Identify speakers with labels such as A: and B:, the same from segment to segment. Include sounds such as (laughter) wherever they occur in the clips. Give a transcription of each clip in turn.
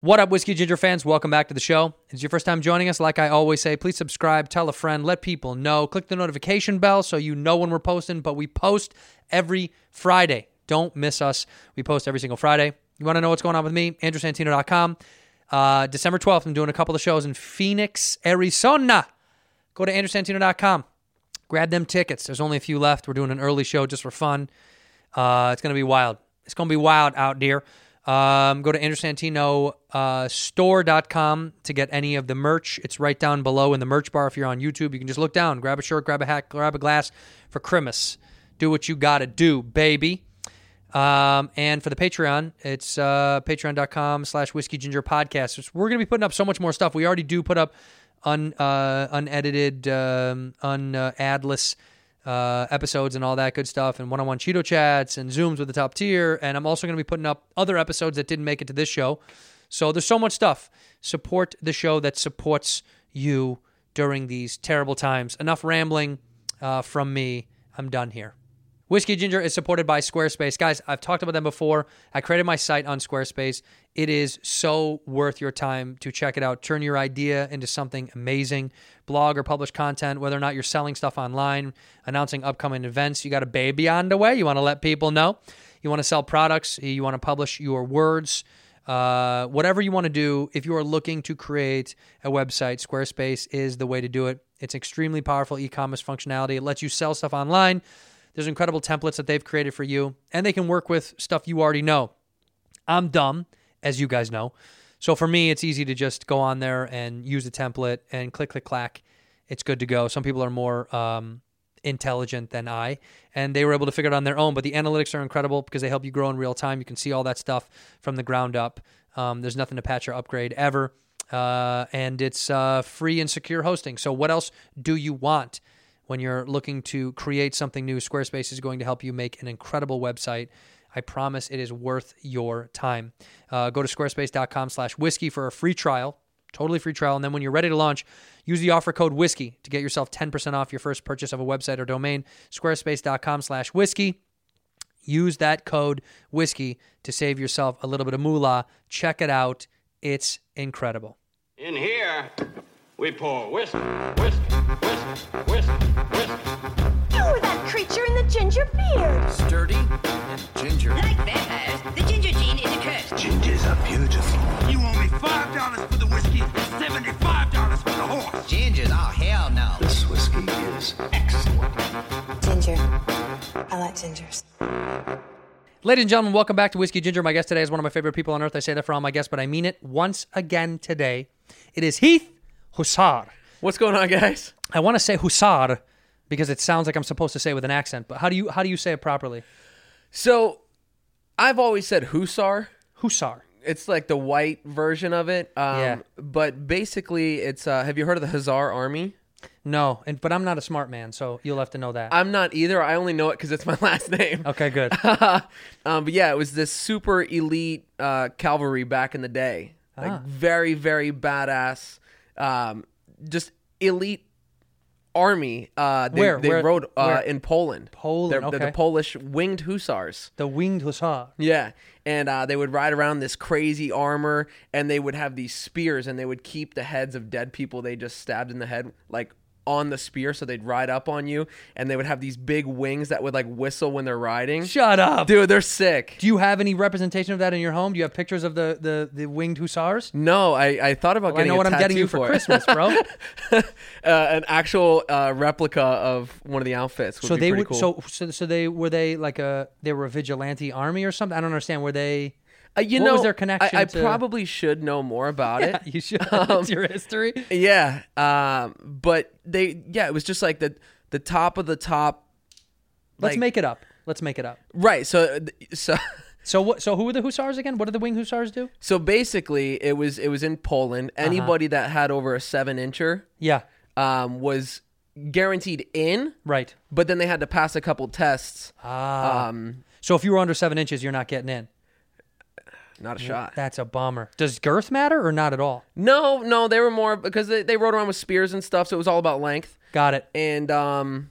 A: What up, Whiskey Ginger fans? Welcome back to the show. If it's your first time joining us, like I always say, please subscribe, tell a friend, let people know. Click the notification bell so you know when we're posting, but we post every Friday. Don't miss us. We post every single Friday. You want to know what's going on with me? AndrewSantino.com. Uh, December 12th, I'm doing a couple of shows in Phoenix, Arizona. Go to AndrewSantino.com. Grab them tickets. There's only a few left. We're doing an early show just for fun. Uh, it's going to be wild. It's going to be wild out there. Um, go to AndrewSantinoStore.com uh, store.com to get any of the merch. It's right down below in the merch bar. If you're on YouTube, you can just look down, grab a shirt, grab a hat, grab a glass for Christmas. Do what you got to do, baby. Um, and for the Patreon, it's uh, patreon.com slash whiskey ginger podcast. It's- We're going to be putting up so much more stuff. We already do put up un, uh, unedited, um, un uh, adless uh, episodes and all that good stuff, and one on one Cheeto chats and Zooms with the top tier. And I'm also going to be putting up other episodes that didn't make it to this show. So there's so much stuff. Support the show that supports you during these terrible times. Enough rambling uh, from me. I'm done here. Whiskey Ginger is supported by Squarespace. Guys, I've talked about them before. I created my site on Squarespace. It is so worth your time to check it out. Turn your idea into something amazing. Blog or publish content, whether or not you're selling stuff online, announcing upcoming events. You got a baby on the way. You want to let people know. You want to sell products. You want to publish your words. Uh, whatever you want to do, if you are looking to create a website, Squarespace is the way to do it. It's extremely powerful e commerce functionality. It lets you sell stuff online. There's incredible templates that they've created for you, and they can work with stuff you already know. I'm dumb, as you guys know. So for me, it's easy to just go on there and use a template and click, click, clack. It's good to go. Some people are more um, intelligent than I, and they were able to figure it out on their own. But the analytics are incredible because they help you grow in real time. You can see all that stuff from the ground up. Um, there's nothing to patch or upgrade ever. Uh, and it's uh, free and secure hosting. So, what else do you want? when you're looking to create something new, Squarespace is going to help you make an incredible website. I promise it is worth your time. Uh, go to squarespace.com slash whiskey for a free trial, totally free trial. And then when you're ready to launch, use the offer code whiskey to get yourself 10% off your first purchase of a website or domain, squarespace.com slash whiskey. Use that code whiskey to save yourself a little bit of moolah. Check it out. It's incredible.
B: In here, we pour whiskey, whiskey, whiskey, whiskey, whiskey.
C: You were that creature in the ginger beard.
D: sturdy and ginger.
E: Like vampires, the ginger gene is a curse.
F: Gingers are beautiful.
G: You owe me five dollars for the whiskey and seventy-five dollars for the horse.
D: Gingers, oh hell no.
F: This whiskey is excellent.
H: Ginger. I like gingers.
A: Ladies and gentlemen, welcome back to Whiskey Ginger. My guest today is one of my favorite people on earth. I say that for all my guests, but I mean it once again today. It is Heath Hussar.
I: What's going on, guys?
A: I want to say Hussar because it sounds like I'm supposed to say it with an accent, but how do you how do you say it properly?
I: So, I've always said Hussar.
A: Hussar.
I: It's like the white version of it. Um,
A: Yeah.
I: But basically, it's uh, have you heard of the Hussar Army?
A: No, and but I'm not a smart man, so you'll have to know that.
I: I'm not either. I only know it because it's my (laughs) last name.
A: okay,
I: (laughs)
A: good.
I: um, but yeah, it was this super elite uh, cavalry back in the day. Like
A: Ah.
I: very, very badass, um, just elite army. Uh, they,
A: Where?
I: they
A: Where-
I: rode uh,
A: where?
I: in Poland.
A: Poland,
I: They're- they're
A: okay.
I: the Polish winged hussars.
A: the winged hussar.
I: Yeah, and uh, they would ride around this crazy armor, and they would have these spears, and they would keep the heads of dead people they just stabbed in the head like on the spear, so they'd ride up on you, and they would have these big wings that would like whistle when they're riding.
A: Shut up.
I: Dude, they're sick.
A: Do you have any representation of that in your home? Do you have pictures of the the, the winged hussars?
I: No, I, I thought about
A: I
I: getting.
A: know
I: a
A: what I'm getting
I: tattoo
A: you for
I: it.
A: (laughs) Christmas,
I: (laughs)
A: bro.
I: uh, an actual uh, replica of one of the outfits. Would
A: so
I: be
A: they
I: pretty
A: would
I: cool.
A: so, so so they were they like a they were a vigilante army or something? I don't understand. Were they (laughs)
I: Uh, you
A: what
I: know
A: was their
I: I-
A: connection
I: I,
A: to-
I: probably should know more
A: (laughs)
I: about it.
A: you should
I: Um,
A: it's your history.
I: Yeah. Um, but they, yeah, it was just like the the top of the top.
A: Let's
I: like-
A: make it up. Let's make it up.
I: Right. (laughs) So, so
A: So what? So who were the hussars again? What did the wing hussars do?
I: So basically, it was it was in Poland. Anybody that had over a seven incher
A: Yeah,
I: um, was guaranteed in,
A: right.
I: but then they had to pass a couple tests.
A: So if you were under seven inches, you're not getting in.
I: Not a shot.
A: That's a bummer. Does girth matter or not at all?
I: No, no, they were more because they, they rode around with spears and stuff, so it was all about length.
A: Got it.
I: And um,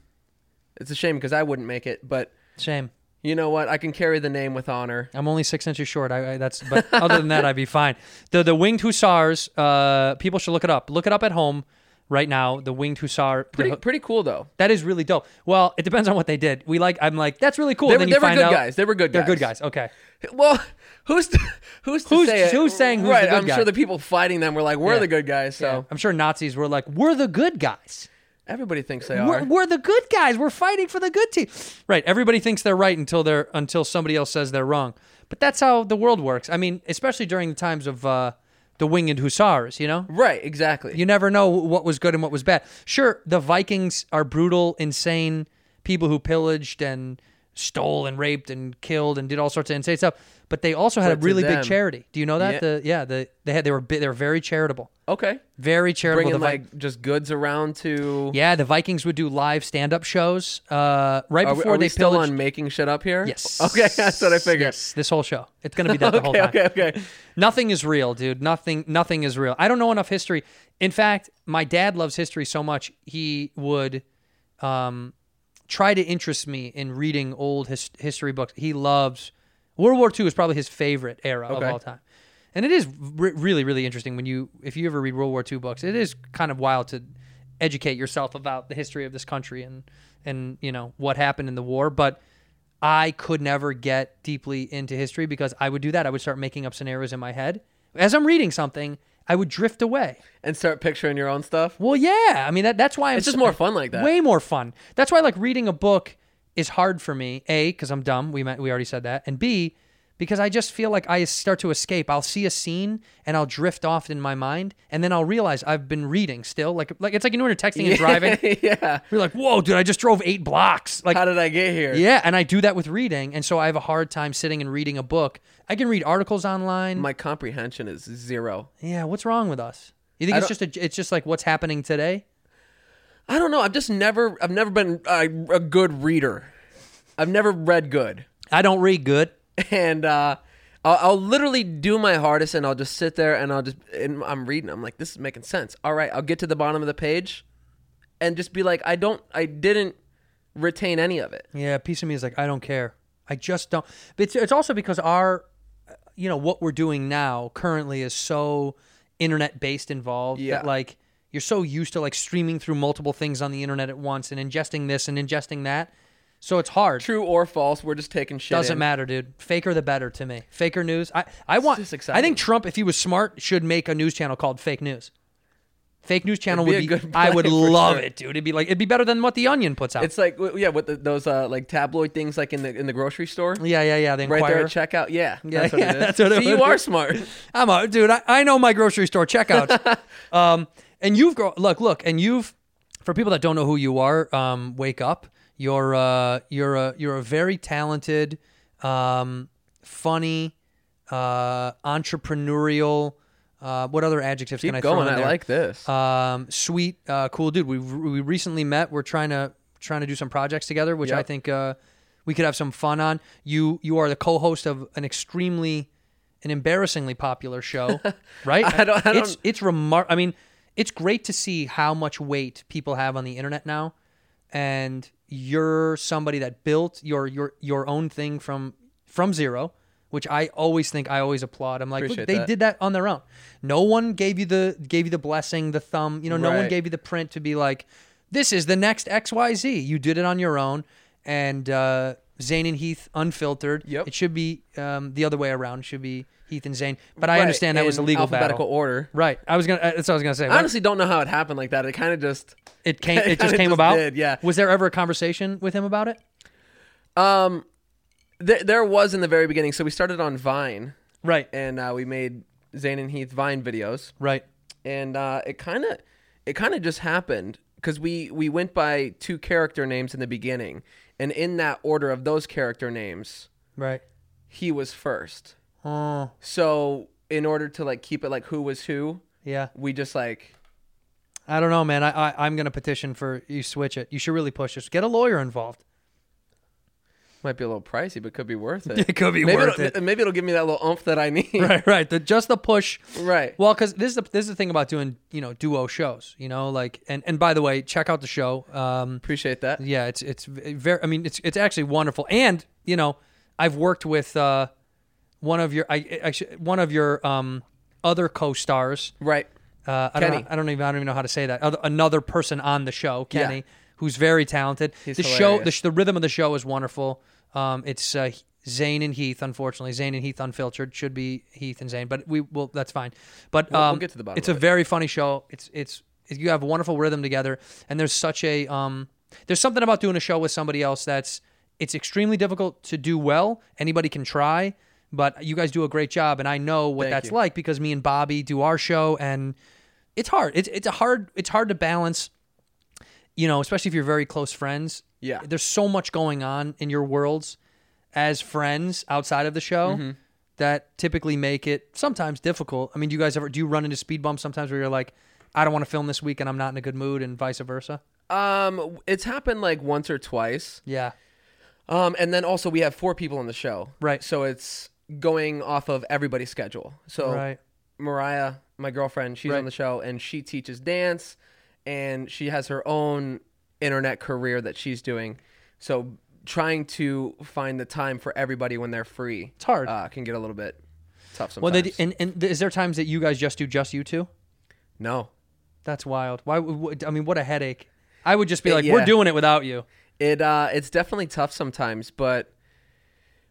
I: it's a shame because I wouldn't make it, but
A: Shame.
I: you know what? I can carry the name with honor.
A: I'm only six inches short. I, I that's
I: (laughs)
A: but other than that, I'd be fine. The the winged hussars. Uh, people should look it up. Look it up at home right now. The winged hussar. the
I: Pretty,
A: hu-
I: pretty cool though.
A: that is really dope. Well, it depends on what they did. We like. I'm like that's really cool.
I: They
A: then
I: were-
A: you
I: they were
A: find
I: good
A: out-
I: guys. They were good
A: They're good
I: guys.
A: guys. Okay.
I: Well, who's to, who's to
A: Who's-
I: say it?
A: who's saying who's the
I: right?
A: good
I: I'm
A: guy?
I: sure the people fighting them were like, we're
A: Yeah.
I: the good guys. So
A: I'm sure Nazis were like, we're the good guys.
I: everybody thinks they
A: We're,
I: are.
A: we're the good guys. We're fighting for the good team. Right. Everybody thinks they're right until they're until somebody else says they're wrong. But that's how the world works. I mean, especially during the times of uh, the winged hussars. You know.
I: Right? Exactly.
A: You never know what was good and what was bad. Sure, the Vikings are brutal, insane people who pillaged and stole and raped and killed and did all sorts of insane stuff. But they also had
I: But
A: a
I: to
A: really
I: them-
A: big charity. Do you know that?
I: Yeah.
A: The yeah, the they had they were bi- they were very charitable,
I: okay.
A: very charitable.
I: Bringing
A: The Vi-
I: like just goods around to.
A: yeah, the Vikings would do live stand up shows uh, right
I: Are we,
A: before
I: are we
A: they
I: still
A: pillaged.
I: on making shit up here?
A: Yes.
I: (laughs) Okay, that's what I figured.
A: Yes, this whole show. It's gonna be that the whole
I: (laughs) Okay,
A: time.
I: okay, okay.
A: Nothing is real, dude. Nothing nothing is real. I don't know enough history. In fact, my dad loves history so much he would um, try to interest me in reading old his- history books. He loves World War II is probably his favorite era
I: Okay.
A: of all time. And it is re- really really interesting when you if you ever read World War II books. It is kind of wild to educate yourself about the history of this country and and you know what happened in the war, but I could never get deeply into history because I would do that. I would start making up scenarios in my head. As I'm reading something, I would drift away.
I: And start picturing your own stuff.
A: Well, yeah. I mean, that, that's why I'm
I: It's just more fun like that.
A: Way more fun. That's why like reading a book is hard for me. A, because I'm dumb. We met, we already said that. And B, because I just feel like I start to escape. I'll see a scene and I'll drift off in my mind, and then I'll realize I've been reading still. Like like it's like you know when you're texting
I: (laughs)
A: and driving.
I: yeah.
A: You're like, whoa, dude, I just drove eight blocks. Like
I: How did I get
A: (laughs)
I: here?
A: yeah, and I do that with reading, and so I have a hard time sitting and reading a book. I can read articles online.
I: My comprehension is zero.
A: yeah, what's wrong with us? You think
I: I
A: it's just a, it's just like what's happening today?
I: I don't know. I've just never. I've never been a, a good reader. I've never read good,
A: I don't read good.
I: and uh, I'll, I'll literally do my hardest, and I'll just sit there, and I'll just. And I'm reading. I'm like, this is making sense. All right, I'll get to the bottom of the page, and just be like, I don't. I didn't retain any of it.
A: Yeah, a piece of me is like, I don't care. I just don't. But It's, it's also because our, uh, you know, what we're doing now currently is so internet based involved
I: Yeah.
A: that like you're so used to like streaming through multiple things on the internet at once and ingesting this and ingesting that. So it's hard.
I: True or false? We're just taking shit.
A: Doesn't
I: in.
A: matter, dude. Faker the better to me. Faker news. I, I want. I
I: just exciting.
A: think Trump, if he was smart, should make a news channel called Fake News. Fake news channel
I: It'd
A: would
I: be
A: be.
I: a good (laughs)
A: I would
I: play for
A: love
I: sure.
A: it, dude. It'd be like it'd be better than what the Onion puts out.
I: It's like w- yeah, with the, those uh, like tabloid things, like in the in the grocery store.
A: yeah, yeah, yeah. The
I: Right
A: Inquirer.
I: there at checkout. Yeah,
A: Yeah,
I: that's what
A: yeah,
I: it is.
A: that's what it
I: See, you
A: would
I: are
A: be.
I: smart.
A: I'm a dude. I, I know my grocery store
I: (laughs)
A: checkouts. um, and you've grown. Look, look, and you've. For people that don't know who you are, um, wake up. You're uh, you're a you're a very talented, um, funny, uh, entrepreneurial. Uh, what other adjectives can I
I: Keep
A: throw
I: going.
A: in
I: I
A: there?
I: like this.
A: um, sweet, uh, cool dude. We we recently met. We're trying to trying to do some projects together, which I
I: Yep.
A: think uh, we could have some fun on. You you are the co-host of an extremely, an embarrassingly popular
I: (laughs)
A: show, right?
I: I don't- I
A: It's
I: don't-
A: it's remar. I mean, it's great to see how much weight people have on the internet now, and you're somebody that built your your your own thing from from zero. Which I always think I always applaud. I'm like, look,
I: Appreciate
A: they
I: that.
A: did that on their own. No one gave you the gave you the blessing, the thumb. You know, no one
I: Right.
A: gave you the print to be like, this is the next X Y Z. You did it on your own, and uh, Zane and Heath unfiltered.
I: Yep.
A: It should be um, the other way around. It should be Heath and Zane. But I
I: Right,
A: understand that was a
I: in
A: legal
I: alphabetical
A: battle.
I: order.
A: Right. I was gonna. uh, That's what I was gonna say.
I: I honestly don't know how it happened like that. It kind of just
A: it
I: (laughs)
A: came. It just
I: kinda
A: came
I: just
A: about.
I: did, yeah.
A: Was there ever a conversation with him about it?
I: th- there was in the very beginning. So we started on Vine,
A: Right.
I: and uh, we made Zane and Heath Vine videos,
A: Right.
I: and uh, it kind of it kind of just happened because we we went by two character names in the beginning, and in that order of those character names,
A: Right. Oh,
I: he was first. So in order to like keep it like who was who,
A: Yeah.
I: we just like
A: I don't know, man. I, I I'm gonna petition for you switch it. You should really push this. Get a lawyer involved.
I: might be a little pricey, but could be worth it.
A: (laughs) It could be
I: maybe
A: worth
I: it'll,
A: it.
I: Maybe it'll give me that little oomph that I need.
A: right, (laughs) right. The, just the push.
I: Right.
A: Well, because this is the this is the thing about doing you know duo shows. You know, like and and by the way, check out the show. Um,
I: Appreciate that.
A: yeah, it's it's v- very. I mean, it's it's actually wonderful. And you know, I've worked with uh, one of your I, I should- one of your um other co-stars.
I: Right.
A: Uh, I
I: Kenny.
A: Don't, know- I don't even I don't even know how to say that. Other- Another person on the show, Kenny,
I: Yeah.
A: who's very talented. the show, the,
I: hilarious.
A: sh- the rhythm of the show is wonderful. Um, it's uh, Zane and Heath. Unfortunately, Zane and Heath unfiltered should be Heath and Zane, but we will. That's fine. But um,
I: we'll get to the bottom
A: It's
I: of
A: a
I: it.
A: very funny show. It's it's you have a wonderful rhythm together, and there's such a um, there's something about doing a show with somebody else that's it's extremely difficult to do well. Anybody can try. But you guys do a great job, and I know what
I: Thank
A: that's
I: you.
A: like because me and Bobby do our show, and it's hard. It's it's a hard it's hard to balance. You know, especially if you're very close friends.
I: Yeah.
A: there's so much going on in your worlds as friends outside of the show that typically make it sometimes difficult. I mean, do you guys ever do you run into speed bumps sometimes where you're like, I don't want to film this week and I'm not in a good mood, and vice versa?
I: Um, it's happened like once or twice.
A: Yeah,
I: Um, and then also we have four people on the show.
A: Right.
I: So it's going off of everybody's schedule. So
A: Right.
I: Mariah, my girlfriend, she's
A: Right.
I: on the show and she teaches dance and she has her own internet career that she's doing. So trying to find the time for everybody when they're free. It's
A: hard.
I: Uh, can get a little bit tough sometimes.
A: Well, they, and and is there times that you guys just do just you two?
I: no.
A: That's wild. Why? would- would- I mean, what a headache. I would just be like, we're
I: yeah.
A: doing it without you.
I: It uh it's definitely tough sometimes, but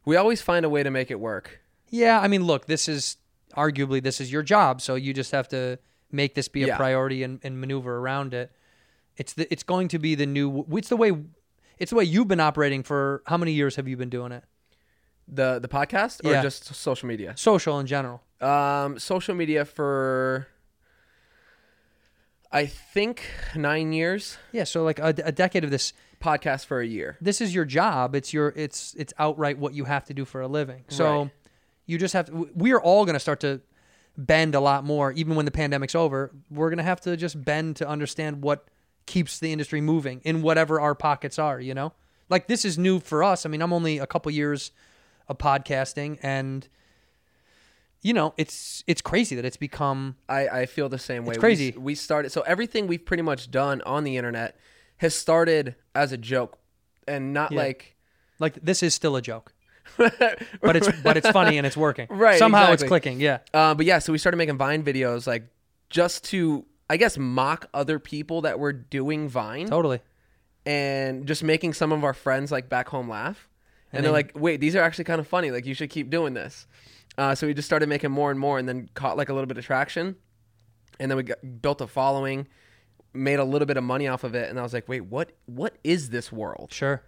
I: we always find a way to make it work.
A: Yeah, I mean, look, this is arguably this is your job, so you just have to make this be a
I: Yeah.
A: priority and, and maneuver around it. It's the it's going to be the new. It's the way. It's the way you've been operating for how many years have you been doing it?
I: The the podcast or
A: Yeah.
I: just social media?
A: Social in general.
I: Um, social media for I think nine years.
A: Yeah, so like a, a decade of this.
I: Podcast for a year.
A: This is your job. It's your it's it's outright what you have to do for a living. So
I: Right.
A: you just have to. We are all going to start to bend a lot more, even when the pandemic's over. We're going to have to just bend to understand what keeps the industry moving in whatever our pockets are. You know, like this is new for us. I mean, I'm only a couple years of podcasting, and you know, it's it's crazy that it's become
I: I, I feel the same way. We
A: crazy.
I: s- We, started so everything we've pretty much done on the internet has started as a joke and not
A: Yeah.
I: like
A: like this is still a
I: (laughs)
A: joke. but it's but it's funny and it's working.
I: Right,
A: Somehow it's
I: exactly.
A: clicking. Yeah.
I: uh, but yeah, so we started making Vine videos like just to I guess mock other people that were doing Vine
A: Totally.
I: and just making some of our friends like back home laugh. And, they're like, wait, these are actually kind of funny. Like, you should keep doing this. Uh, so we just started making more and more and then caught like a little bit of traction. And then we got, built a following, made a little bit of money off of it. And I was like, wait, what? what is this world?
A: Sure.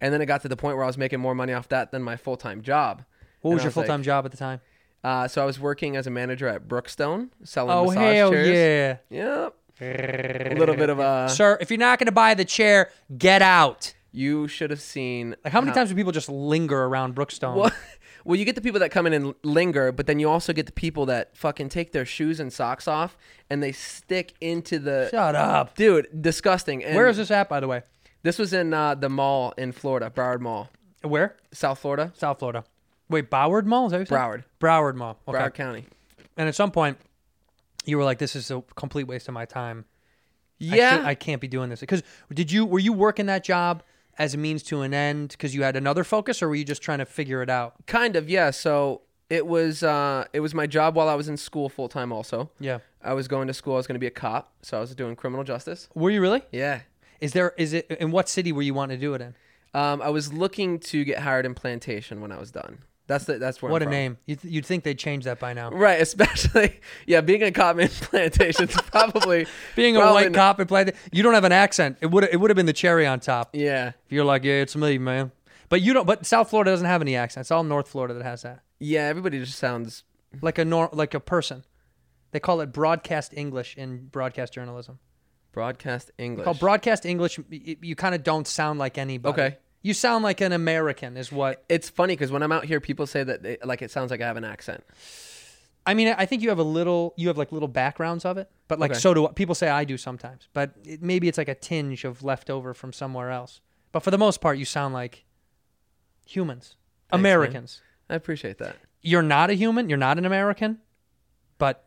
I: And then it got to the point where I was making more money off that than my full time job.
A: What
I: And
A: was
I: I
A: your full
I: like-
A: time job at the time?
I: Uh, so I was working as a manager at Brookstone selling
A: Oh
I: massage
A: hell
I: chairs.
A: yeah.
I: Yeah. Yep. A little bit of uh, a.
A: Sir, if you're not gonna buy the chair, get out.
I: You should have seen.
A: (laughs) Like how many times do people just linger around Brookstone?
I: Well, well, you get the people that come in and linger, but then you also get the people that fucking take their shoes and socks off and they stick into the.
A: Shut up.
I: Dude, disgusting. And
A: Where is this at, by the way?
I: This was in uh, the mall in Florida, Broward Mall,
A: Where?
I: South Florida,
A: South Florida. Wait, Broward Mall? Is that what you said? Broward Mall. Okay.
I: Broward County.
A: And at some point, you were like, "This is a complete waste of my time. I
I: Yeah,
A: should- I, can't be doing this." Because did you were you working that job as a means to an end because you had another focus, or were you just trying to figure it out?
I: kind of. Yeah. So it was uh, it was my job while I was in school full time. Also,
A: Yeah.
I: I was going to school. I was going to be a cop, so I was doing criminal justice.
A: Were you really?
I: Yeah.
A: Is there is it in what city were you wanting to do it in?
I: Um, I was looking to get hired in plantation when I was done. That's the that's where
A: What
I: I'm
A: a
I: from.
A: name! You th- you'd think they'd change that by now.
I: Right, especially (laughs) yeah, being a cop in plantations probably
A: (laughs) Being a
I: probably
A: white
I: not-
A: cop and playing, you don't have an accent. It would it would have been the cherry on top.
I: Yeah,
A: If you're like, yeah, it's me, man. But you don't. But South Florida doesn't have any accent. It's all North Florida that has that.
I: yeah, everybody just sounds
A: Like a nor like a person. They call it broadcast English in broadcast journalism.
I: broadcast English.
A: Called broadcast English. y- You kind of don't sound like anybody.
I: Okay.
A: You sound like an American, is what.
I: It's funny because when I'm out here, people say that they, like it sounds like I have an accent.
A: I mean, I think you have a little, you have like little backgrounds of it, but like
I: Okay.
A: so do people say I do sometimes. But it, maybe it's like a tinge of leftover from somewhere else. But for the most part, you sound like humans,
I: man.
A: Americans.
I: I appreciate that.
A: You're not a human. You're not an American. But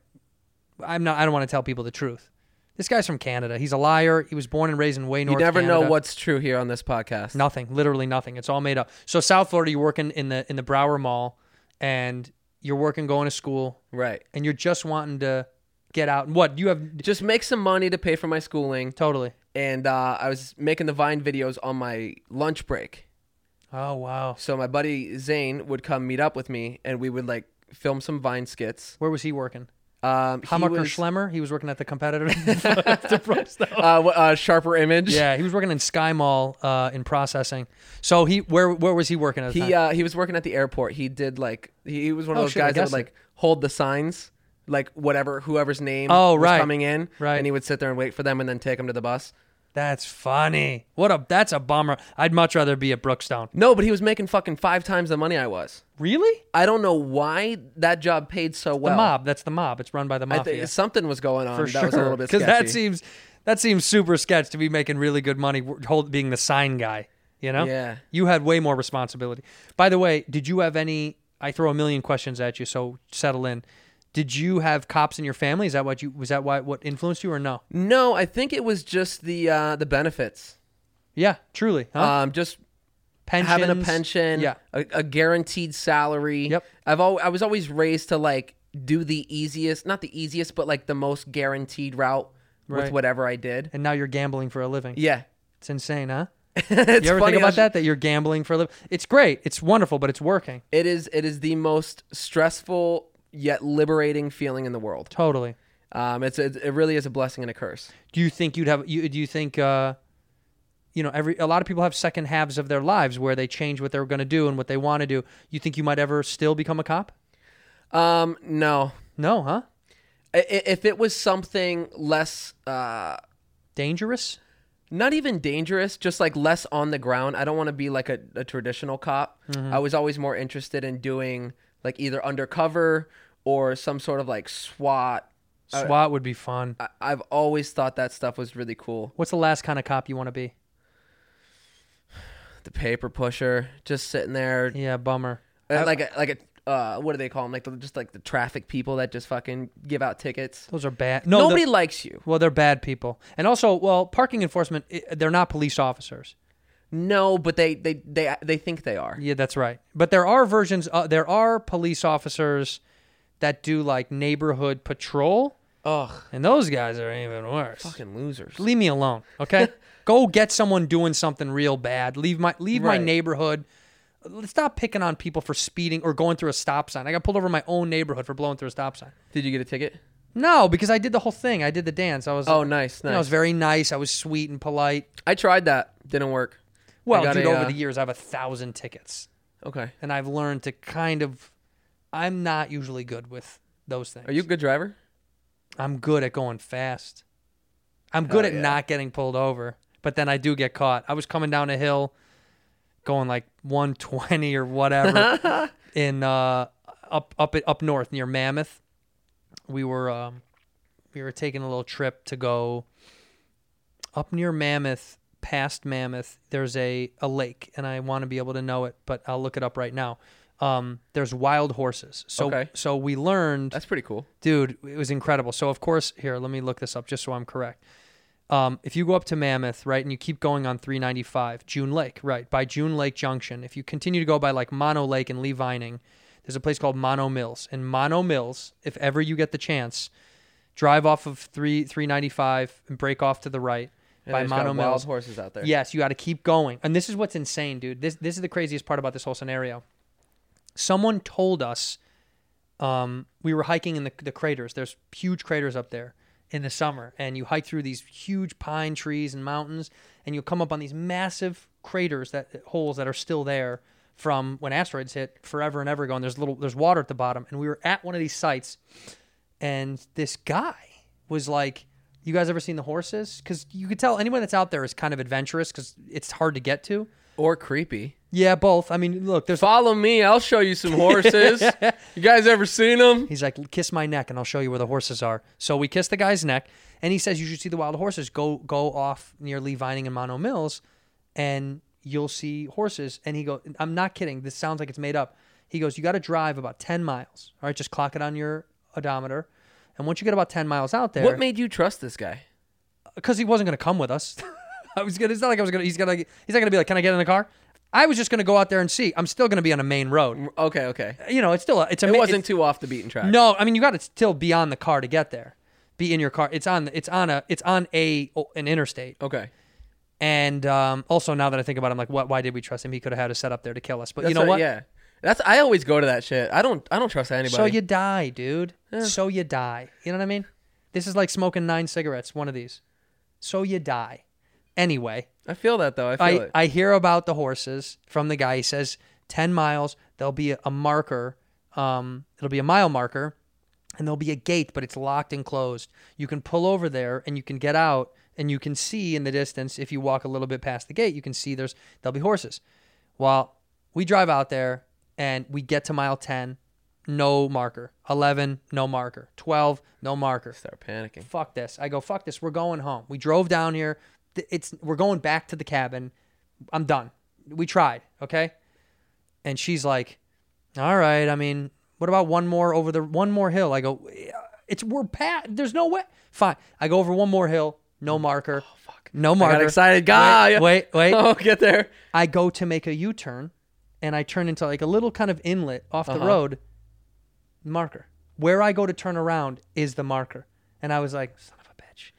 A: I'm not. I don't want to tell people the truth. This guy's from Canada. He's a liar. He was born and raised in way
I: You
A: north.
I: never know
A: Canada.
I: what's true here on this podcast.
A: Nothing, literally nothing. It's all made up. So South Florida, you're working in the in the Brower Mall, and you're working going to school,
I: Right.
A: and you're just wanting to get out. And what you have
I: Just make some money to pay for my schooling,
A: totally.
I: and uh, I was making the Vine videos on my lunch break.
A: Oh wow.
I: So my buddy Zane would come meet up with me, and we would like film some Vine skits.
A: Where was he working?
I: Um, he
A: Hamaker
I: was-
A: Schlemmer. He was working at the competitor. (laughs) the price, though.
I: uh, wh- uh, sharper image.
A: yeah, he was working in Sky Mall uh, in processing. So he where where was he working at? The
I: He
A: time?
I: uh, he was working at the airport. He did like he, he was one of
A: Oh,
I: those
A: shit, I
I: guys that would
A: guessed it.
I: like hold the signs, like whatever whoever's name
A: Oh,
I: was
A: right.
I: coming in,
A: Right.
I: And he would sit there and wait for them, and then take them to the bus.
A: that's funny. What a that's a bummer. I'd much rather be at Brookstone.
I: No, but he was making fucking five times the money I was.
A: Really?
I: I don't know why that job paid so
A: The
I: well.
A: mob. That's the mob. It's run by the
I: I
A: mafia.
I: thi- something was going on
A: for
I: Um, that
A: sure. e-
I: was a little
A: (laughs)
I: bit sketchy.
A: that seems that seems super sketch to be making really good money w- hold, being the sign guy. You know,
I: Yeah.
A: You had way more responsibility. By the way, did you have any? I throw a million questions at you, so settle in. Did you have cops in your family? Is that what you was that why what influenced you or no?
I: no, I think it was just the uh, the benefits.
A: Yeah, truly. Huh?
I: Um, just
A: Pensions.
I: having a pension,
A: Yeah.
I: a, a guaranteed salary.
A: Yep.
I: I've al- I was always raised to like do the easiest, not the easiest, but like the most guaranteed route
A: Right.
I: with whatever I did.
A: And now you're gambling for a living.
I: Yeah.
A: It's insane, huh?
I: (laughs) it's
A: you ever
I: funny
A: think
I: how
A: about
I: sh-
A: that? That you're gambling for a living. It's great. It's wonderful, but it's working.
I: It is it is the most stressful yet liberating feeling in the world.
A: Totally.
I: Um, it's it, it really is a blessing and a curse.
A: do you think you'd have you do you think uh you know every a lot of people have second halves of their lives where they change what they're going to do and what they want to do you think you might ever still become a cop
I: Um, no,
A: no huh
I: I- I- if it was something less, uh,
A: dangerous
I: not even dangerous, just like less on the ground. I don't want to be like a, a traditional cop.
A: Mm-hmm.
I: I was always more interested in doing like either undercover or some sort of like SWAT.
A: swat would be fun
I: Uh, I, I've always thought that stuff was really cool.
A: what's the last kind of cop you want to be
I: The paper pusher, just sitting there,
A: yeah bummer
I: uh, like a, like a uh, what do they call them? Like the, just like the traffic people that just fucking give out tickets.
A: those are bad no
I: Nobody
A: the-
I: likes you.
A: well they're bad people and also well parking enforcement i they're not police officers
I: No, but they they they they think they are.
A: Yeah, that's right. But there are versions. Uh, there are police officers that do like neighborhood patrol. Ugh. And those guys are even worse.
I: Fucking losers.
A: Leave me alone, okay?
I: (laughs)
A: Go get someone doing something real bad. Leave my leave
I: Right.
A: my neighborhood. Stop picking on people for speeding or going through a stop sign. I got pulled over in my own neighborhood for blowing through a stop sign.
I: Did you get a ticket?
A: No, because I did the whole thing. I did the dance. I was
I: Oh, nice,
A: you know, I was
I: nice.
A: very nice. I was sweet and polite.
I: I tried that. Didn't work. I
A: Well,
I: got
A: dude,
I: a,
A: over
I: uh,
A: the years I have a thousand tickets.
I: Okay.
A: and I've learned to kind of I'm not usually good with those things.
I: Are you a good driver?
A: I'm good at going fast. I'm good at not getting pulled over, but then I do get caught. I was coming down a hill going like 120 or
I: (laughs)
A: whatever in uh up up up north near Mammoth. We were um we were taking a little trip to go up near Mammoth, past Mammoth, there's a, a lake, and I want to be able to know it, but I'll look it up right now. Um, there's wild horses. So
I: Okay.
A: so we learned
I: That's pretty cool.
A: dude, it was incredible. So of course, here, let me look this up just so I'm correct. Um, if you go up to Mammoth, right, and you keep going on 395, June Lake, right, by June Lake Junction, if you continue to go by like Mono Lake and Lee Vining, there's a place called Mono Mills. And Mono Mills, if ever you get the chance, drive off of 3 395 and break off to the right by
I: There's
A: Mono
I: got
A: Mills.
I: wild horses out there.
A: Yes, you got to keep going. And this is what's insane, dude. This this is the craziest part about this whole scenario. Someone told us um, we were hiking in the, the craters. There's huge craters up there in the summer, and you hike through these huge pine trees and mountains, and you'll come up on these massive craters that holes that are still there from when asteroids hit forever and ever ago. And there's little there's water at the bottom, and we were at one of these sites, and this guy was like you guys ever seen the horses because you could tell anyone that's out there is kind of adventurous because it's hard to get to
I: or creepy.
A: Yeah, both. I mean, look, there's.
I: Follow me. I'll show you some
A: (laughs)
I: horses. you guys ever seen them?
A: He's like, kiss my neck, and I'll show you where the horses are. So we kiss the guy's neck, and he says, you should see the wild horses. Go go off near Lee Vining and Mono Mills, and you'll see horses. And he goes, I'm not kidding. This sounds like it's made up. He goes, you got to drive about 10 miles. All right, just clock it on your odometer, and once you get about 10 miles out there,
I: What made you trust this guy?
A: because he wasn't going to come with us. (laughs) I was gonna. It's not like I was gonna. He's gonna. He's not gonna be like, "Can I get in the car?" I was just gonna go out there and see. I'm still gonna be on a main road.
I: Okay, okay.
A: You know, it's still. A, it's a.
I: It
A: ma-
I: wasn't
A: it's-
I: too off the beaten track.
A: No, I mean you got to still be on the car to get there. Be in your car. It's on. It's on a. It's on a oh, an interstate.
I: Okay.
A: And um, also now that I think about, it, I'm like, what? Why did we trust him? He could have had us set up there to kill us. But
I: That's
A: you know
I: right,
A: what?
I: Yeah. That's I always go to that shit. I don't I don't trust anybody.
A: So you die, dude. So you die. You know what I mean? This is like smoking nine cigarettes. One of these. So you die. Anyway.
I: I feel that though. I feel
A: I,
I: it.
A: I hear about the horses from the guy. He says 10 miles, there'll be a marker. Um, it'll be a mile marker and there'll be a gate, but it's locked and closed. You can pull over there and you can get out and you can see in the distance. If you walk a little bit past the gate, you can see there's, there'll be horses. Well, we drive out there and we get to mile 10, no marker. 11, no marker. 12, no marker
I: Start panicking.
A: fuck this. I go, fuck this. We're going home. We drove down here. Th- It's we're going back to the cabin. I'm done. We tried, okay? And she's like, "All right. I mean, what about one more over the one more hill?" I go, "Yeah, "It's we're pat. There's no way." Fine. I go over one more hill. No marker. Oh, fuck. No
I: I
A: marker.
I: got excited. God.
A: Wait, wait. wait.
I: (laughs) Oh, get there.
A: I go to make a U-turn, and I turn into like a little kind of inlet off
I: Uh-huh.
A: the road. Marker. Where I go to turn around is the marker, and I was like, "Son of a bitch!"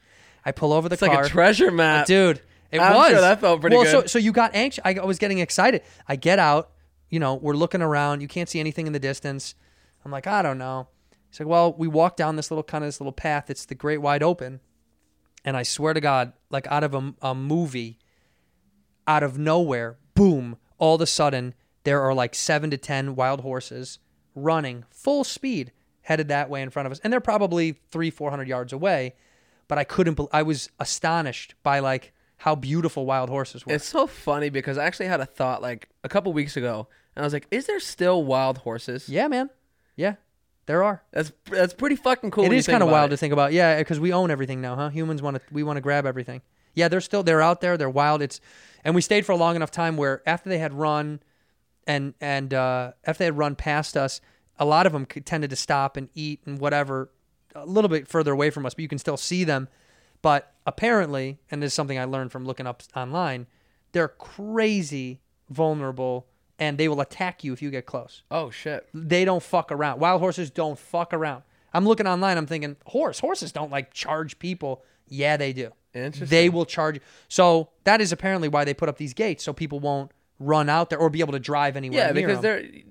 A: I pull over the
I: It's
A: car,
I: like a treasure map.
A: dude. It
I: I'm
A: was.
I: sure that felt pretty
A: well, so
I: good.
A: so you got anxious. I was getting excited. I get out. You know, we're looking around. You can't see anything in the distance. I'm like, I don't know. He's like, well, we walk down this little kind of this little path. It's the great wide open, and I swear to God, like out of a, a movie, out of nowhere, boom! All of a sudden, there are like seven to ten wild horses running full speed, headed that way in front of us, and they're probably three, four hundred yards away. But I couldn't. bel I was astonished by like how beautiful wild horses were.
I: It's so funny because I actually had a thought like a couple weeks ago, and I was like, "Is there still wild horses?"
A: yeah, man. Yeah, there are.
I: That's that's pretty fucking cool.
A: It
I: when you
A: is
I: think
A: kind of
I: about
A: wild
I: it.
A: to think about. Yeah, because we own everything now, huh? Humans want to. We want to grab everything. Yeah, they're still. They're out there. They're wild. It's, and we stayed for a long enough time where after they had run, and and uh, after they had run past us, a lot of them tended to stop and eat and whatever, a little bit further away from us, but you can still see them. But apparently, and this is something I learned from looking up online, they're crazy vulnerable, and they will attack you if you get close
I: Oh shit!
A: they don't fuck around. Wild horses don't fuck around. I'm looking online. I'm thinking horse. Horses don't like charge people. Yeah, they do.
I: Interesting.
A: They will charge. So that is apparently why they put up these gates, so people won't run out there or be able to drive anywhere.
I: Yeah,
A: near
I: because
A: 'em.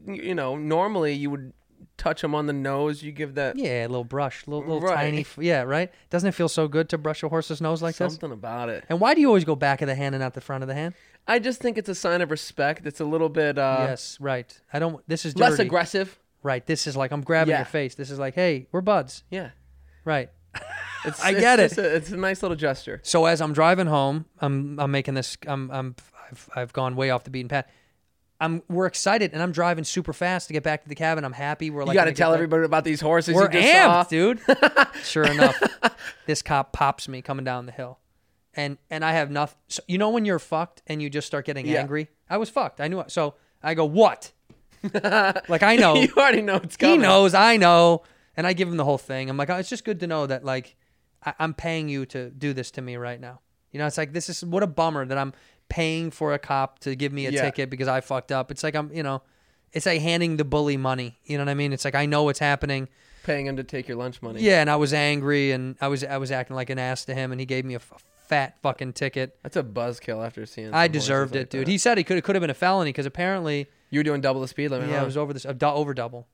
I: they're you know normally you would touch them on the nose. You give that
A: yeah, a little brush, little, little
I: Right.
A: tiny. f- Yeah, right. Doesn't it feel so good to brush a horse's nose like this?
I: something about it.
A: And why do you always go back of the hand and not the front of the hand?
I: I just think it's a sign of respect. It's a little bit uh,
A: yes, right. I don't. This is
I: less
A: dirty.
I: aggressive.
A: Right. This is like I'm grabbing
I: Yeah.
A: your face. This is like, hey, we're buds.
I: Yeah,
A: Right.
I: it's,
A: I
I: it's
A: get it.
I: just A, it's a nice little gesture.
A: So as I'm driving home, I'm I'm making this. I'm I'm I've, I've gone way off the beaten path. I'm we're excited and I'm driving super fast to get back to the cabin. I'm happy. We're like
I: you got
A: gonna
I: to
A: get
I: tell
A: back-
I: everybody about these horses.
A: We're
I: you just saw.
A: amped, dude. sure enough, this cop pops me coming down the hill, and and I have nothing. So, you know when you're fucked and you just start getting
I: Yeah.
A: angry. I was fucked. I knew it. So I go
I: (laughs)
A: what? like I know
I: (laughs) you already know it's
A: he
I: coming.
A: knows, I know, and I give him the whole thing. I'm like, oh, it's just good to know that like I- I'm paying you to do this to me right now. You know, it's like this is what a bummer that I'm paying for a cop to give me a
I: Yeah.
A: ticket because I fucked up. It's like I'm, you know, it's like handing the bully money. You know what I mean? It's like I know what's happening.
I: Paying him to take your lunch money.
A: Yeah, and I was angry and I was I was acting like an ass to him, and he gave me a f- fat fucking ticket.
I: That's a buzzkill after seeing. some
A: I
I: horses
A: deserved
I: like
A: it, dude.
I: that.
A: He said he could it could have been a felony because apparently.
I: you were doing double the speed limit.
A: Yeah,
I: huh?
A: (laughs) it was over this uh, du- over double.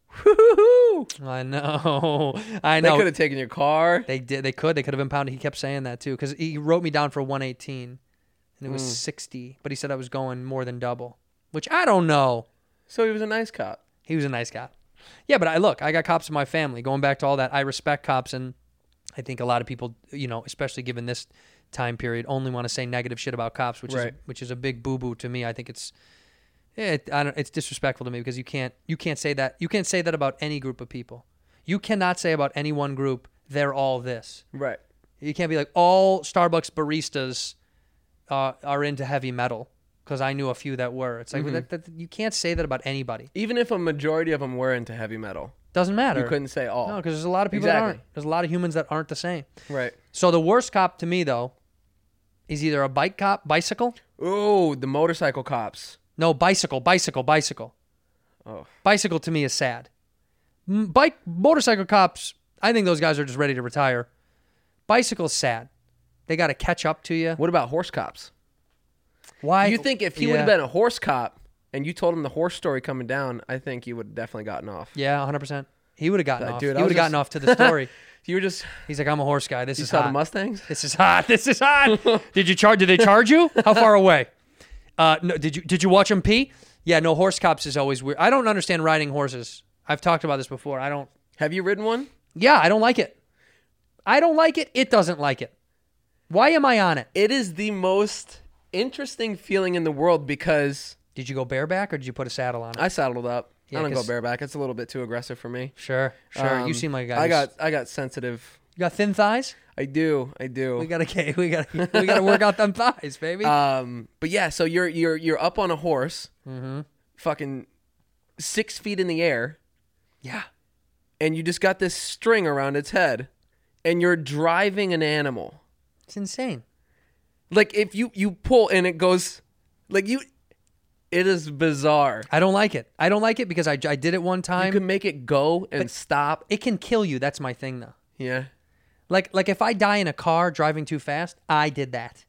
A: I know, (laughs) I
I: They
A: know.
I: could have taken your car.
A: They did. They could. They could have impounded. He kept saying that too because he wrote me down for 118, and it was 60. But he said I was going more than double, which I don't know.
I: So he was a nice cop.
A: He was a nice guy. Yeah, but I look. I got cops in my family. Going back to all that, I respect cops, and I think a lot of people, you know, especially given this time period only want to say negative shit about cops, which
I: Right.
A: is which is a big boo boo to me. I think it's it, I don't, it's disrespectful to me because you can't you can't say that you can't say that about any group of people. You cannot say about any one group they're all this.
I: Right.
A: You can't be like all Starbucks baristas uh, are into heavy metal because I knew a few that were. It's like well,
I: Mm-hmm.
A: that, that, you can't say that about anybody.
I: Even if a majority of them were into heavy metal.
A: Doesn't matter.
I: You couldn't say all.
A: No, because there's a lot of people
I: Exactly.
A: that aren't. There's a lot of humans that aren't the same.
I: Right.
A: So the worst cop to me though is either a bike cop, bicycle.
I: Oh, the motorcycle cops.
A: No, bicycle, bicycle, bicycle.
I: Oh.
A: Bicycle to me is sad. M- Bike, motorcycle cops, I think those guys are just ready to retire. Bicycle's sad. They got to catch up to you.
I: What about horse cops?
A: Why?
I: you think if he
A: Yeah.
I: would have been a horse cop and you told him the horse story coming down, I think he would have definitely gotten off.
A: Yeah, 100%. He would have gotten
I: Like,
A: off.
I: dude,
A: he
I: I
A: would
I: was
A: have gotten
I: just-
A: off
I: (laughs)
A: to the story.
I: You were just
A: He's like, I'm a horse guy. This
I: you
A: is
I: saw
A: hot.
I: the Mustangs.
A: This is hot. This is
I: (laughs)
A: hot. did you charge? Did they charge you? How far away? Uh, no, did you did you watch him pee? Yeah, no. Horse cops is always weird. I don't understand riding horses. I've talked about this before. I don't.
I: Have you ridden one?
A: Yeah, I don't like it. I don't like it. It doesn't like it. Why am I on it?
I: It is the most interesting feeling in the world because
A: Did you go bareback or did you put a saddle on it?
I: I saddled up.
A: Yeah,
I: I don't go
A: 'cause-
I: bareback. It's a little bit too aggressive for me.
A: sure, sure. you
I: Um,
A: seem like a guy.
I: I
A: who's-
I: got I got sensitive.
A: you got thin thighs.
I: I do. I do.
A: We gotta ca- we gotta we gotta work out them (laughs) thighs, baby.
I: Um, but yeah, so you're you're you're up on a horse, fucking six feet in the air,
A: yeah,
I: and you just got this string around its head, and you're driving an animal.
A: it's insane.
I: Like if you you pull and it goes, like you, it is bizarre.
A: I don't like it. I don't like it because I, I did it one
I: You
A: time.
I: can make it go and stop.
A: it can kill you. That's my thing though.
I: Yeah,
A: Like like if I die in a car driving too fast, I did that.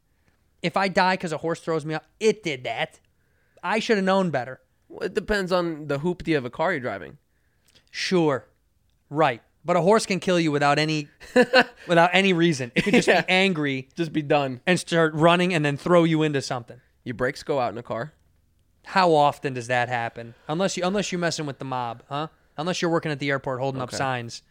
A: If I die because a horse throws me up, it did that. I should have known better.
I: well, it depends on the hoopty of a car you're driving.
A: Sure, right. But a horse can kill you without any without any reason. It could just be angry
I: Just be done.
A: and start running and then throw you into something.
I: Your brakes go out in a car.
A: How often does that happen? Unless you unless you're messing with the mob, huh? Unless you're working at the airport holding up signs,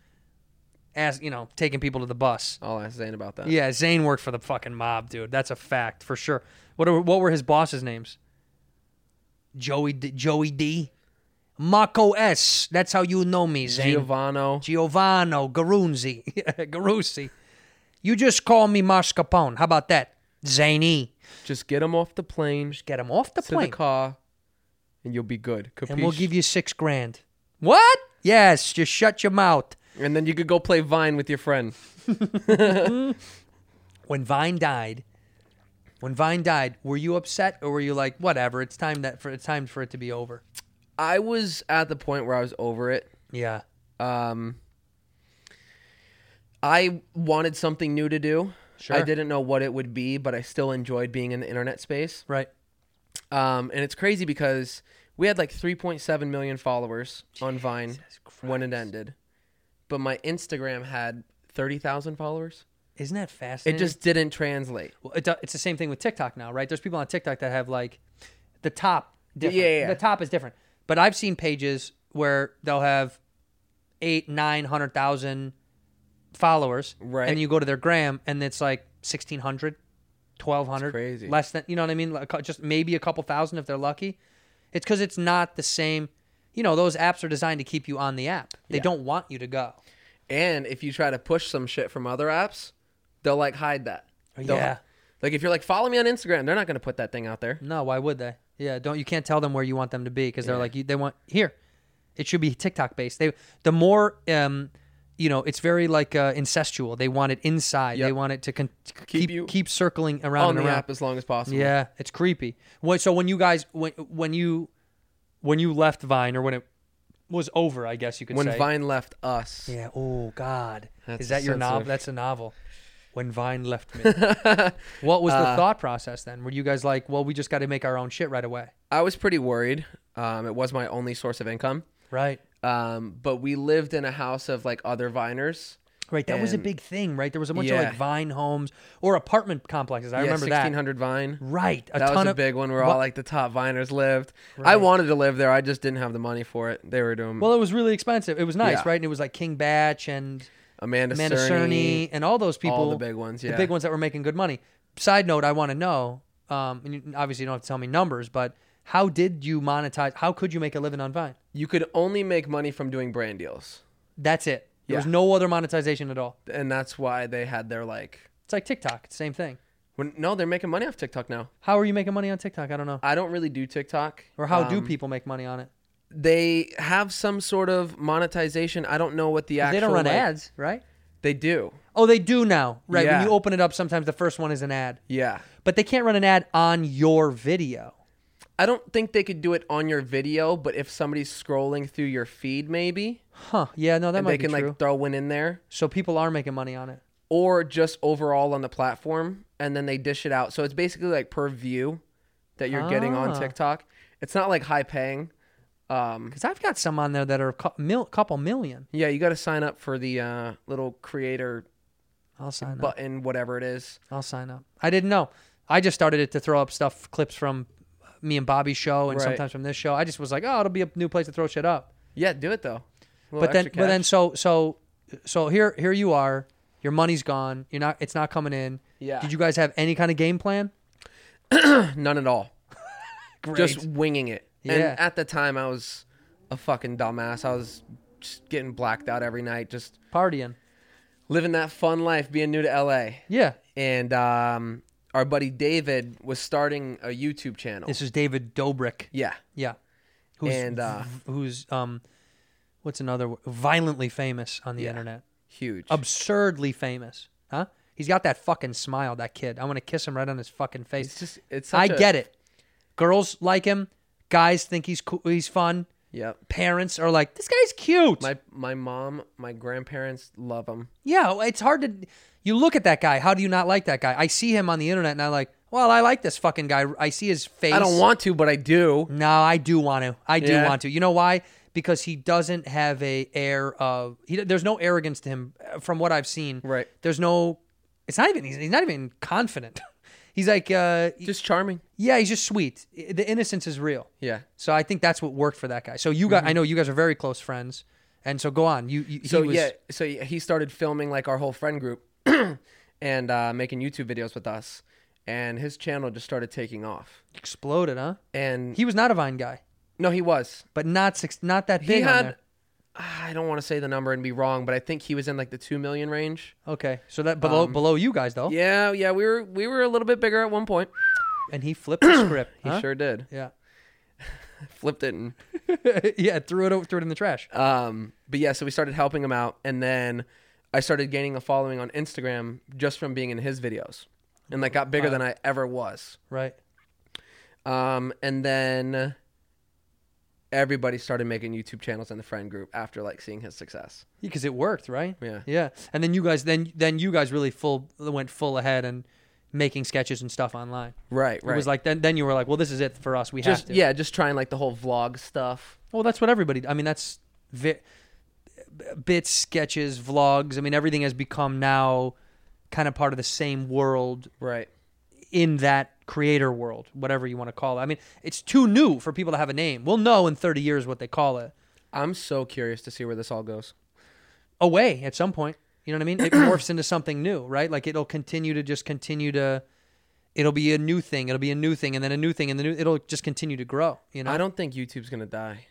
A: as you know, taking people to the bus.
I: I'll ask Zane about that.
A: Yeah, Zane worked for the fucking mob, dude. That's a fact for sure. What are, what were his bosses' names? Joey D, Joey D, Marco S. That's how you know me, Zane.
I: Giovanno.
A: Giovanno Garunzi, (laughs) Garuzzi. You just call me Mascarpone. How about that, Zaney?
I: Just get him off the plane.
A: Just get him off the
I: to
A: plane,
I: the car, and you'll be good.
A: and we'll
I: Capiche?
A: give you six grand. What? Yes, just shut your mouth.
I: And then you could go play Vine with your friend.
A: when Vine died, when Vine died, were you upset or were you like, whatever? It's time that for it's time for it to be over.
I: I was at the point where I was over it.
A: Yeah,
I: Um, I wanted something new to do.
A: Sure.
I: I didn't know what it would be, but I still enjoyed being in the internet space.
A: right.
I: Um, and it's crazy because we had like 3.7 million followers on Vine when it ended, but my Instagram had 30,000 followers.
A: Isn't that
I: It
A: fascinating?
I: just didn't translate.
A: Well, it, do- it's the same thing with TikTok now, right? There's people on TikTok that have like the top different.
I: Yeah, yeah.
A: The top is different. But I've seen pages where they'll have eight, nine hundred thousand followers.
I: Right.
A: And you go to their gram and it's like 1,600, 1,200.
I: crazy.
A: Less than, you know what I mean? Like, cou- just maybe a couple thousand if they're lucky. It's because it's not the same. You know, those apps are designed to keep you on the app. They don't want you to go.
I: And if you try to push some shit from other apps, they'll like hide that. They'll-
A: Oh, Yeah.
I: Like if you're like follow me on Instagram, they're not going to put that thing out there.
A: No, why would they? Yeah, don't you can't tell them where you want them to be because they're like you, they want here. It should be TikTok based. They the more um, you know, it's very like uh, incestual. They want it inside. They
I: Yep.
A: want it to con- to keep
I: you
A: keep circling around
I: On
A: and
I: the
A: around.
I: app as long as possible.
A: Yeah, it's creepy. What, so when you guys when when you when you left Vine or when it was over, I guess you could
I: When
A: say.
I: Vine left us,
A: yeah. Oh God, is
I: That's
A: that your novel?
I: sensitive.
A: That's a novel. When Vine left
I: (laughs)
A: me, what was the
I: Uh,
A: thought process then? Were you guys like, well, we just got to make our own shit right away?
I: I was pretty worried. Um, it was my only source of income.
A: Right.
I: Um, but we lived in a house of like other Viners.
A: Right, that was a
I: And-
A: big thing, right? There was a bunch of
I: Yeah.
A: like Vine homes or apartment complexes. I
I: yeah,
A: remember that.
I: 1600 Vine.
A: Right, a
I: that
A: ton
I: was a
A: of-
I: big one where
A: Wha-
I: all like the top Viners lived. I wanted to live there. I just didn't have the money for it. They were doing
A: Well, it was really expensive. It was nice,
I: Yeah.
A: right? And it was like King Batch and
I: Amanda,
A: Amanda
I: Cerny.
A: Cerny and all those people,
I: the big ones,
A: the
I: yeah.
A: big ones that were making good money. side note, I want to know. Um, and you, obviously, you don't have to tell me numbers, but how did you monetize? How could you make a living on Vine?
I: You could only make money from doing brand deals,
A: That's it. There was
I: Yeah.
A: no other monetization at all.
I: and that's why they had their like.
A: It's like TikTok. It's the same thing.
I: When, no, they're making money off TikTok now.
A: How are you making money on TikTok? I don't know.
I: I don't really do TikTok.
A: Or how do
I: Um,
A: people make money on it?
I: They have some sort of monetization. I don't know what the actual.
A: They don't run
I: like-
A: ads, right?
I: They do.
A: Oh, they do now, right?
I: Yeah.
A: When you open it up, sometimes the first one is an ad.
I: Yeah.
A: But they can't run an ad on your video.
I: I don't think they could do it on your video, but if somebody's scrolling through your feed, maybe
A: Huh. Yeah, no, that
I: and
A: might
I: they
A: be
I: can
A: true.
I: like throw one in there,
A: so people are making money on it.
I: or just overall on the platform, and then they dish it out. So it's basically like per view that you're getting
A: Ah.
I: on TikTok. It's not like high paying. Um,
A: Because I've got some on there that are a cou- mil- couple million.
I: yeah, you got to sign up for the uh, little creator
A: I'll sign up.
I: button, whatever it is.
A: I'll sign up. I didn't know. I just started it to throw up stuff, clips from me and Bobby's show, and
I: Right.
A: sometimes from this show. I just was like, oh, it'll be a new place to throw shit up.
I: Yeah, do it though. Little
A: but then,
I: extra
A: but then,
I: cash.
A: so, so, so here, here you are. Your money's gone. You're not. It's not coming in.
I: Yeah.
A: Did you guys have any kind of game plan?
I: none
A: (laughs)
I: at all. Just winging it. And
A: Yeah.
I: at the time, I was a fucking dumbass. I was just getting blacked out every night, just
A: Partying.
I: living that fun life, being new to LA.
A: Yeah.
I: And um, our buddy David was starting a YouTube channel.
A: This is David Dobrik.
I: yeah.
A: Yeah. Who's
I: And, uh,
A: who's um, what's another wo- violently famous on the
I: Yeah.
A: internet?
I: Huge.
A: absurdly famous, huh? He's got that fucking smile, that kid. I want to kiss him right on his fucking face.
I: It's just- it's
A: I
I: such a-
A: get it. Girls like him. Guys think he's cool. He's fun.
I: yep.
A: Parents are like, this guy's cute.
I: My my mom, my grandparents love him.
A: yeah, it's hard to. You look at that guy. How do you not like that guy? I see him on the internet, and I'm like, well, I like this fucking guy. I see his face.
I: I don't want to, but I do.
A: No, I do want to. I do
I: Yeah.
A: want to. You know why? Because he doesn't have a air of. He, there's no arrogance to him uh, from what I've seen.
I: Right.
A: There's no. It's not even. He's, he's not even confident. (laughs) he's like, uh,
I: Just charming.
A: yeah, he's just sweet. I- The innocence is real.
I: Yeah. Mm-hmm.
A: So I think that's what worked for that guy. So you got. I know you guys are very close friends. And so go on. You. you
I: So
A: he was,
I: yeah, so he started filming like our whole friend group (clears throat) and uh, making YouTube videos with us, and his channel just started taking off.
A: exploded, huh?
I: And
A: He was not a Vine guy,
I: no, he was.
A: but not six, not that big.
I: He
A: on
I: had. Ah,
A: there.
I: I don't want to say the number and be wrong, but I think he was in like the two million range.
A: Okay, so that below below you guys though,
I: Um, Yeah, yeah, we were we were a little bit bigger at one point.
A: and he flipped the script.
I: (clears throat) He
A: huh?
I: sure did.
A: Yeah.
I: Flipped it and
A: (laughs) yeah, threw it over, threw it in the trash.
I: um but yeah, so we started helping him out and then I started gaining a following on Instagram just from being in his videos. And like got bigger than I ever was.
A: right.
I: Um and then everybody started making YouTube channels in the friend group after like seeing his success.
A: because it worked, right?
I: Yeah.
A: yeah. And then you guys, then then you guys really full went full ahead and making sketches and stuff online.
I: Right,
A: It was like then then you were like, well, this is it for us. We
I: just
A: have to.
I: yeah, just trying like the whole vlog stuff.
A: Well, that's what everybody. I mean, that's vi- bits, sketches, vlogs. I mean, everything has become now kind of part of the same world
I: Right.
A: in that creator world, whatever you want to call it. I mean, it's too new for people to have a name. We'll know in 30 years what they call it.
I: I'm so curious to see where this all goes.
A: away at some point. You know what I
I: (clears throat)
A: mean? It morphs into something new, right? Like it'll continue to just continue to. It'll be a new thing. It'll be a new thing, and then a new thing, and then it'll just continue to grow. You know,
I: I don't think YouTube's gonna die.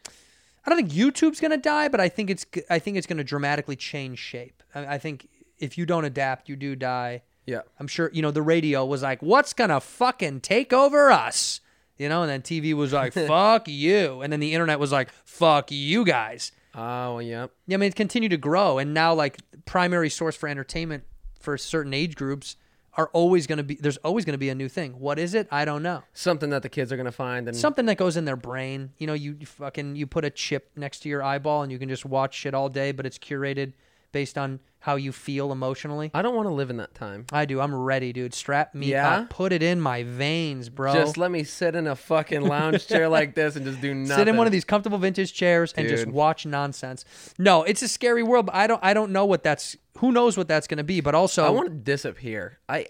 A: I don't think YouTube's gonna die, but I think it's g- I think it's gonna dramatically change shape. I, I think if you don't adapt, you do die.
I: Yeah.
A: I'm sure you know the radio was like, "What's gonna fucking take over us?" You know, and then TV was
I: (laughs)
A: like, "Fuck you," and then the internet was like, "Fuck you guys."
I: Oh, yep.
A: Yeah, I mean, it continued to grow, and now like primary source for entertainment for certain age groups are always going to be. There's always going to be a new thing. What is it? I don't know.
I: Something that the kids are gonna find and
A: Something that goes in their brain. You know, you fucking you put a chip next to your eyeball, and you can just watch shit all day, but it's curated based on how you feel emotionally.
I: I don't want to live in that time.
A: I do. I'm ready, dude. Strap me
I: Yeah?
A: up. Put it in my veins, bro.
I: Just let me sit in a fucking lounge chair like this and just do
A: (laughs)
I: nothing.
A: Sit in one of these comfortable vintage chairs and just
I: Dude.
A: watch nonsense. No, it's a scary world. But I don't. I don't know what that's. Who knows what that's going to be? But also,
I: I want to disappear. I,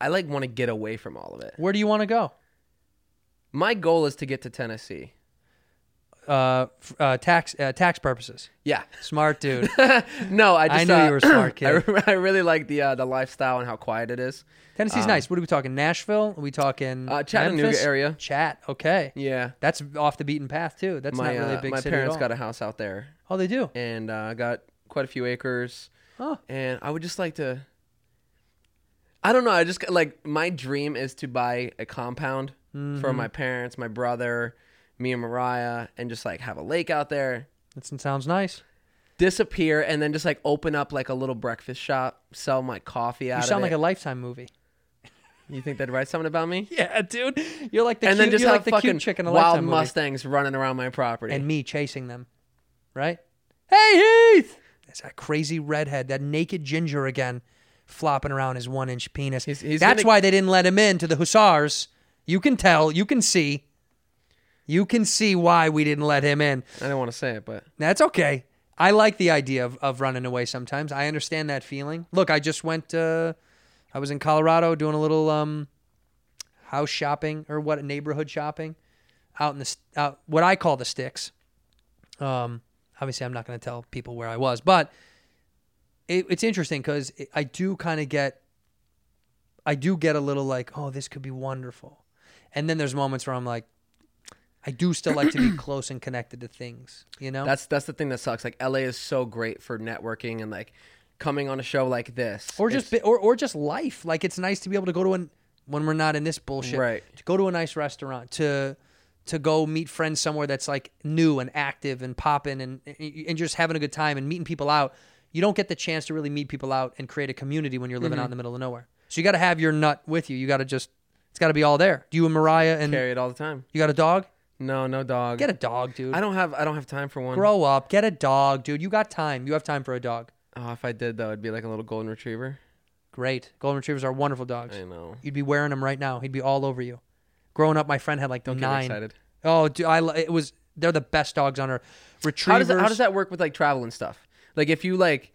I: I like want to get away from all of it.
A: Where do you want to go?
I: My goal is to get to Tennessee.
A: uh, f- uh, tax uh, tax purposes.
I: Yeah. (laughs)
A: Smart dude.
I: No, I just
A: I knew
I: uh,
A: you were
I: (coughs)
A: smart,
I: I,
A: kid.
I: re- (laughs) I really like the uh, the lifestyle and how quiet it is.
A: Tennessee's nice. What are we talking? Nashville? Are we talking
I: Ah. Uh, Chattanooga
A: Memphis?
I: area.
A: Chat. Okay.
I: Yeah.
A: That's off the beaten path too. That's
I: My
A: not really a
I: uh,
A: big
I: my
A: city
I: parents
A: at all.
I: got a house out there,
A: oh, they do.
I: and uh, got quite a few acres.
A: Huh.
I: And I would just like to. I don't know. I just like my dream is to buy a compound for
A: Mm-hmm.
I: my parents, my brother, me and Mariah, and just like have a lake out there,
A: That sounds nice.
I: disappear, and then just like open up like a little breakfast shop, sell my coffee out
A: You
I: of
A: sound like
I: it.
A: a lifetime
I: (laughs)
A: movie.
I: you think they'd write something about me?
A: Yeah, dude. You're like the
I: and
A: cute,
I: then just
A: you're
I: have
A: like the
I: fucking
A: cute chick in a
I: wild
A: lifetime movie.
I: mustangs running around my property.
A: and me chasing them, right? Hey Heath, that's that crazy redhead, that naked ginger again, flopping around his one-inch penis.
I: He's- he's
A: that's
I: gonna-
A: why they didn't let him in to the Hussars. You can tell, you can see, you can see why we didn't let him in.
I: I don't want to say it, but
A: That's okay. I like the idea of, of running away sometimes. I understand that feeling. Look, I just went. Uh, I was in Colorado doing a little um, house shopping or what neighborhood shopping out in the s- out what I call the sticks. Um, obviously, I'm not going to tell people where I was, but it, it's interesting because I do kind of get, I do get a little like, oh, this could be wonderful, and then there's moments where I'm like, I do still like to be close and connected to things, you know.
I: that's that's the thing that sucks. Like LA is so great for networking and like coming on a show like this,
A: or just bi- or or just life. Like it's nice to be able to go to an when we're not in this bullshit.
I: Right.
A: To go to a nice restaurant to to go meet friends somewhere that's like new and active and popping and and just having a good time and meeting people out. You don't get the chance to really meet people out and create a community when you're
I: Mm-hmm.
A: living out in the middle of nowhere. So you got to have your nut with you. You got to just it's got to be all there. Do you and Mariah and
I: carry it all the time.
A: you got a dog?
I: No, no dog.
A: Get a dog, dude.
I: I don't have I don't have time for one.
A: grow up. Get a dog, dude. You got time. You have time for a dog.
I: Oh, if I did though, it'd be like a little golden retriever.
A: Great. Golden retrievers are wonderful dogs.
I: I know.
A: You'd be wearing them right now. He'd be all over you. Growing up, my friend had like
I: Don't get me
A: nine.
I: excited.
A: Oh, dude, I lo- it was they're the best dogs on earth. Retrievers.
I: How does that, how does that work with like travel and stuff? Like if you like,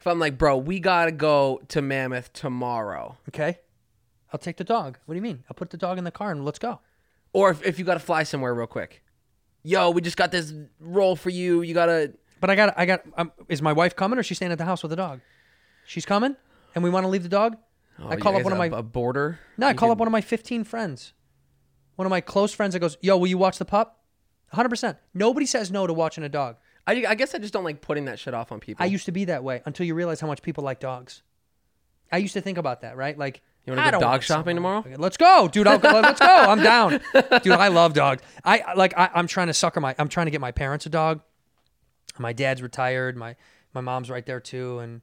I: if I'm like, bro, we gotta go to Mammoth tomorrow,
A: Okay, I'll take the dog. What do you mean? I'll put the dog in the car and let's go.
I: or if, if you gotta fly somewhere real quick. Yo, we just got this role for you. You gotta.
A: But I got I got. Um, is my wife coming or is she staying at the house with the dog? She's coming, and we want to leave the dog.
I: Oh,
A: I
I: you
A: call up
I: guys
A: one of
I: have
A: my
I: a border.
A: no. I call up one of my fifteen friends, one of my close friends that goes, "Yo, will you watch the pup?" One hundred percent. Nobody says no to watching a dog.
I: I, I guess I just don't like putting that shit off on people.
A: I used to be that way until you realize how much people like dogs. I used to think about that, right? Like,
I: You wanna
A: I
I: go
A: don't
I: dog
A: want
I: shopping
A: someone-
I: tomorrow?
A: Okay, Let's go, dude. I'll, let's go. I'm down, dude. I love dogs. I like. I, I'm trying to sucker my. I'm trying to get my parents a dog. My dad's retired. My my mom's right there too, and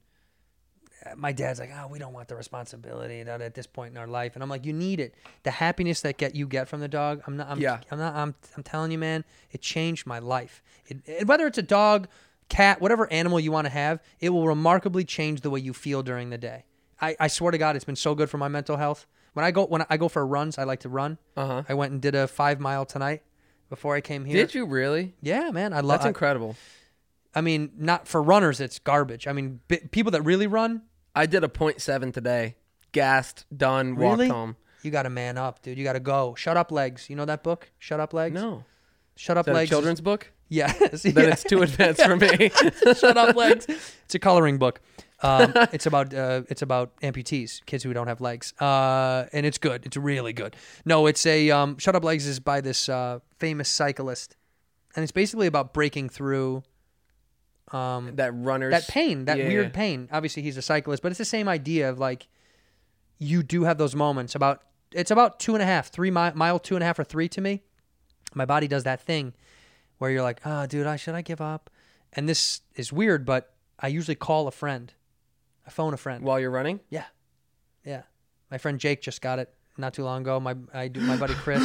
A: my dad's like, oh, we don't want the responsibility not at this point in our life. And I'm like, you need it. The happiness that get you get from the dog. I'm not. I'm,
I: Yeah.
A: I'm not. I'm. I'm telling you, man. It changed my life. It, and whether it's a dog, cat, whatever animal you want to have, it will remarkably change the way you feel during the day. I, I swear to God, it's been so good for my mental health. When I go when I go for runs, I like to run. Uh-huh. I went and did a five mile tonight before I came here.
I: Did you really?
A: Yeah, man. I love.
I: That's incredible.
A: I, I mean, not for runners, it's garbage. I mean, bi- people that really run,
I: I did a point seven today. Gassed, done, walked
A: Really?
I: home.
A: You got to man up, dude. You got to go. Shut up, legs. You know that book? Shut up, legs.
I: No.
A: Shut up,
I: Is that a
A: legs.
I: children's book?
A: (laughs) Yes.
I: Then
A: (laughs) Yeah.
I: it's too advanced for me.
A: (laughs) Shut up, legs. It's a coloring book. Um, (laughs) it's about uh, it's about amputees, kids who don't have legs, uh, and it's good. It's really good. No, it's a um, Shut Up Legs is by this uh, famous cyclist, and it's basically about breaking through
I: that runner's
A: that pain, that
I: Yeah,
A: weird
I: yeah.
A: pain. Obviously, he's a cyclist, but it's the same idea of like you do have those moments. About it's about two and a half, three mi- mile, two and a half or three to me. My body does that thing where you're like, oh, dude, I should I give up? And this is weird, but I usually call a friend, I phone a friend.
I: While you're running?
A: yeah, yeah. My friend Jake just got it not too long ago. My I do my buddy Chris.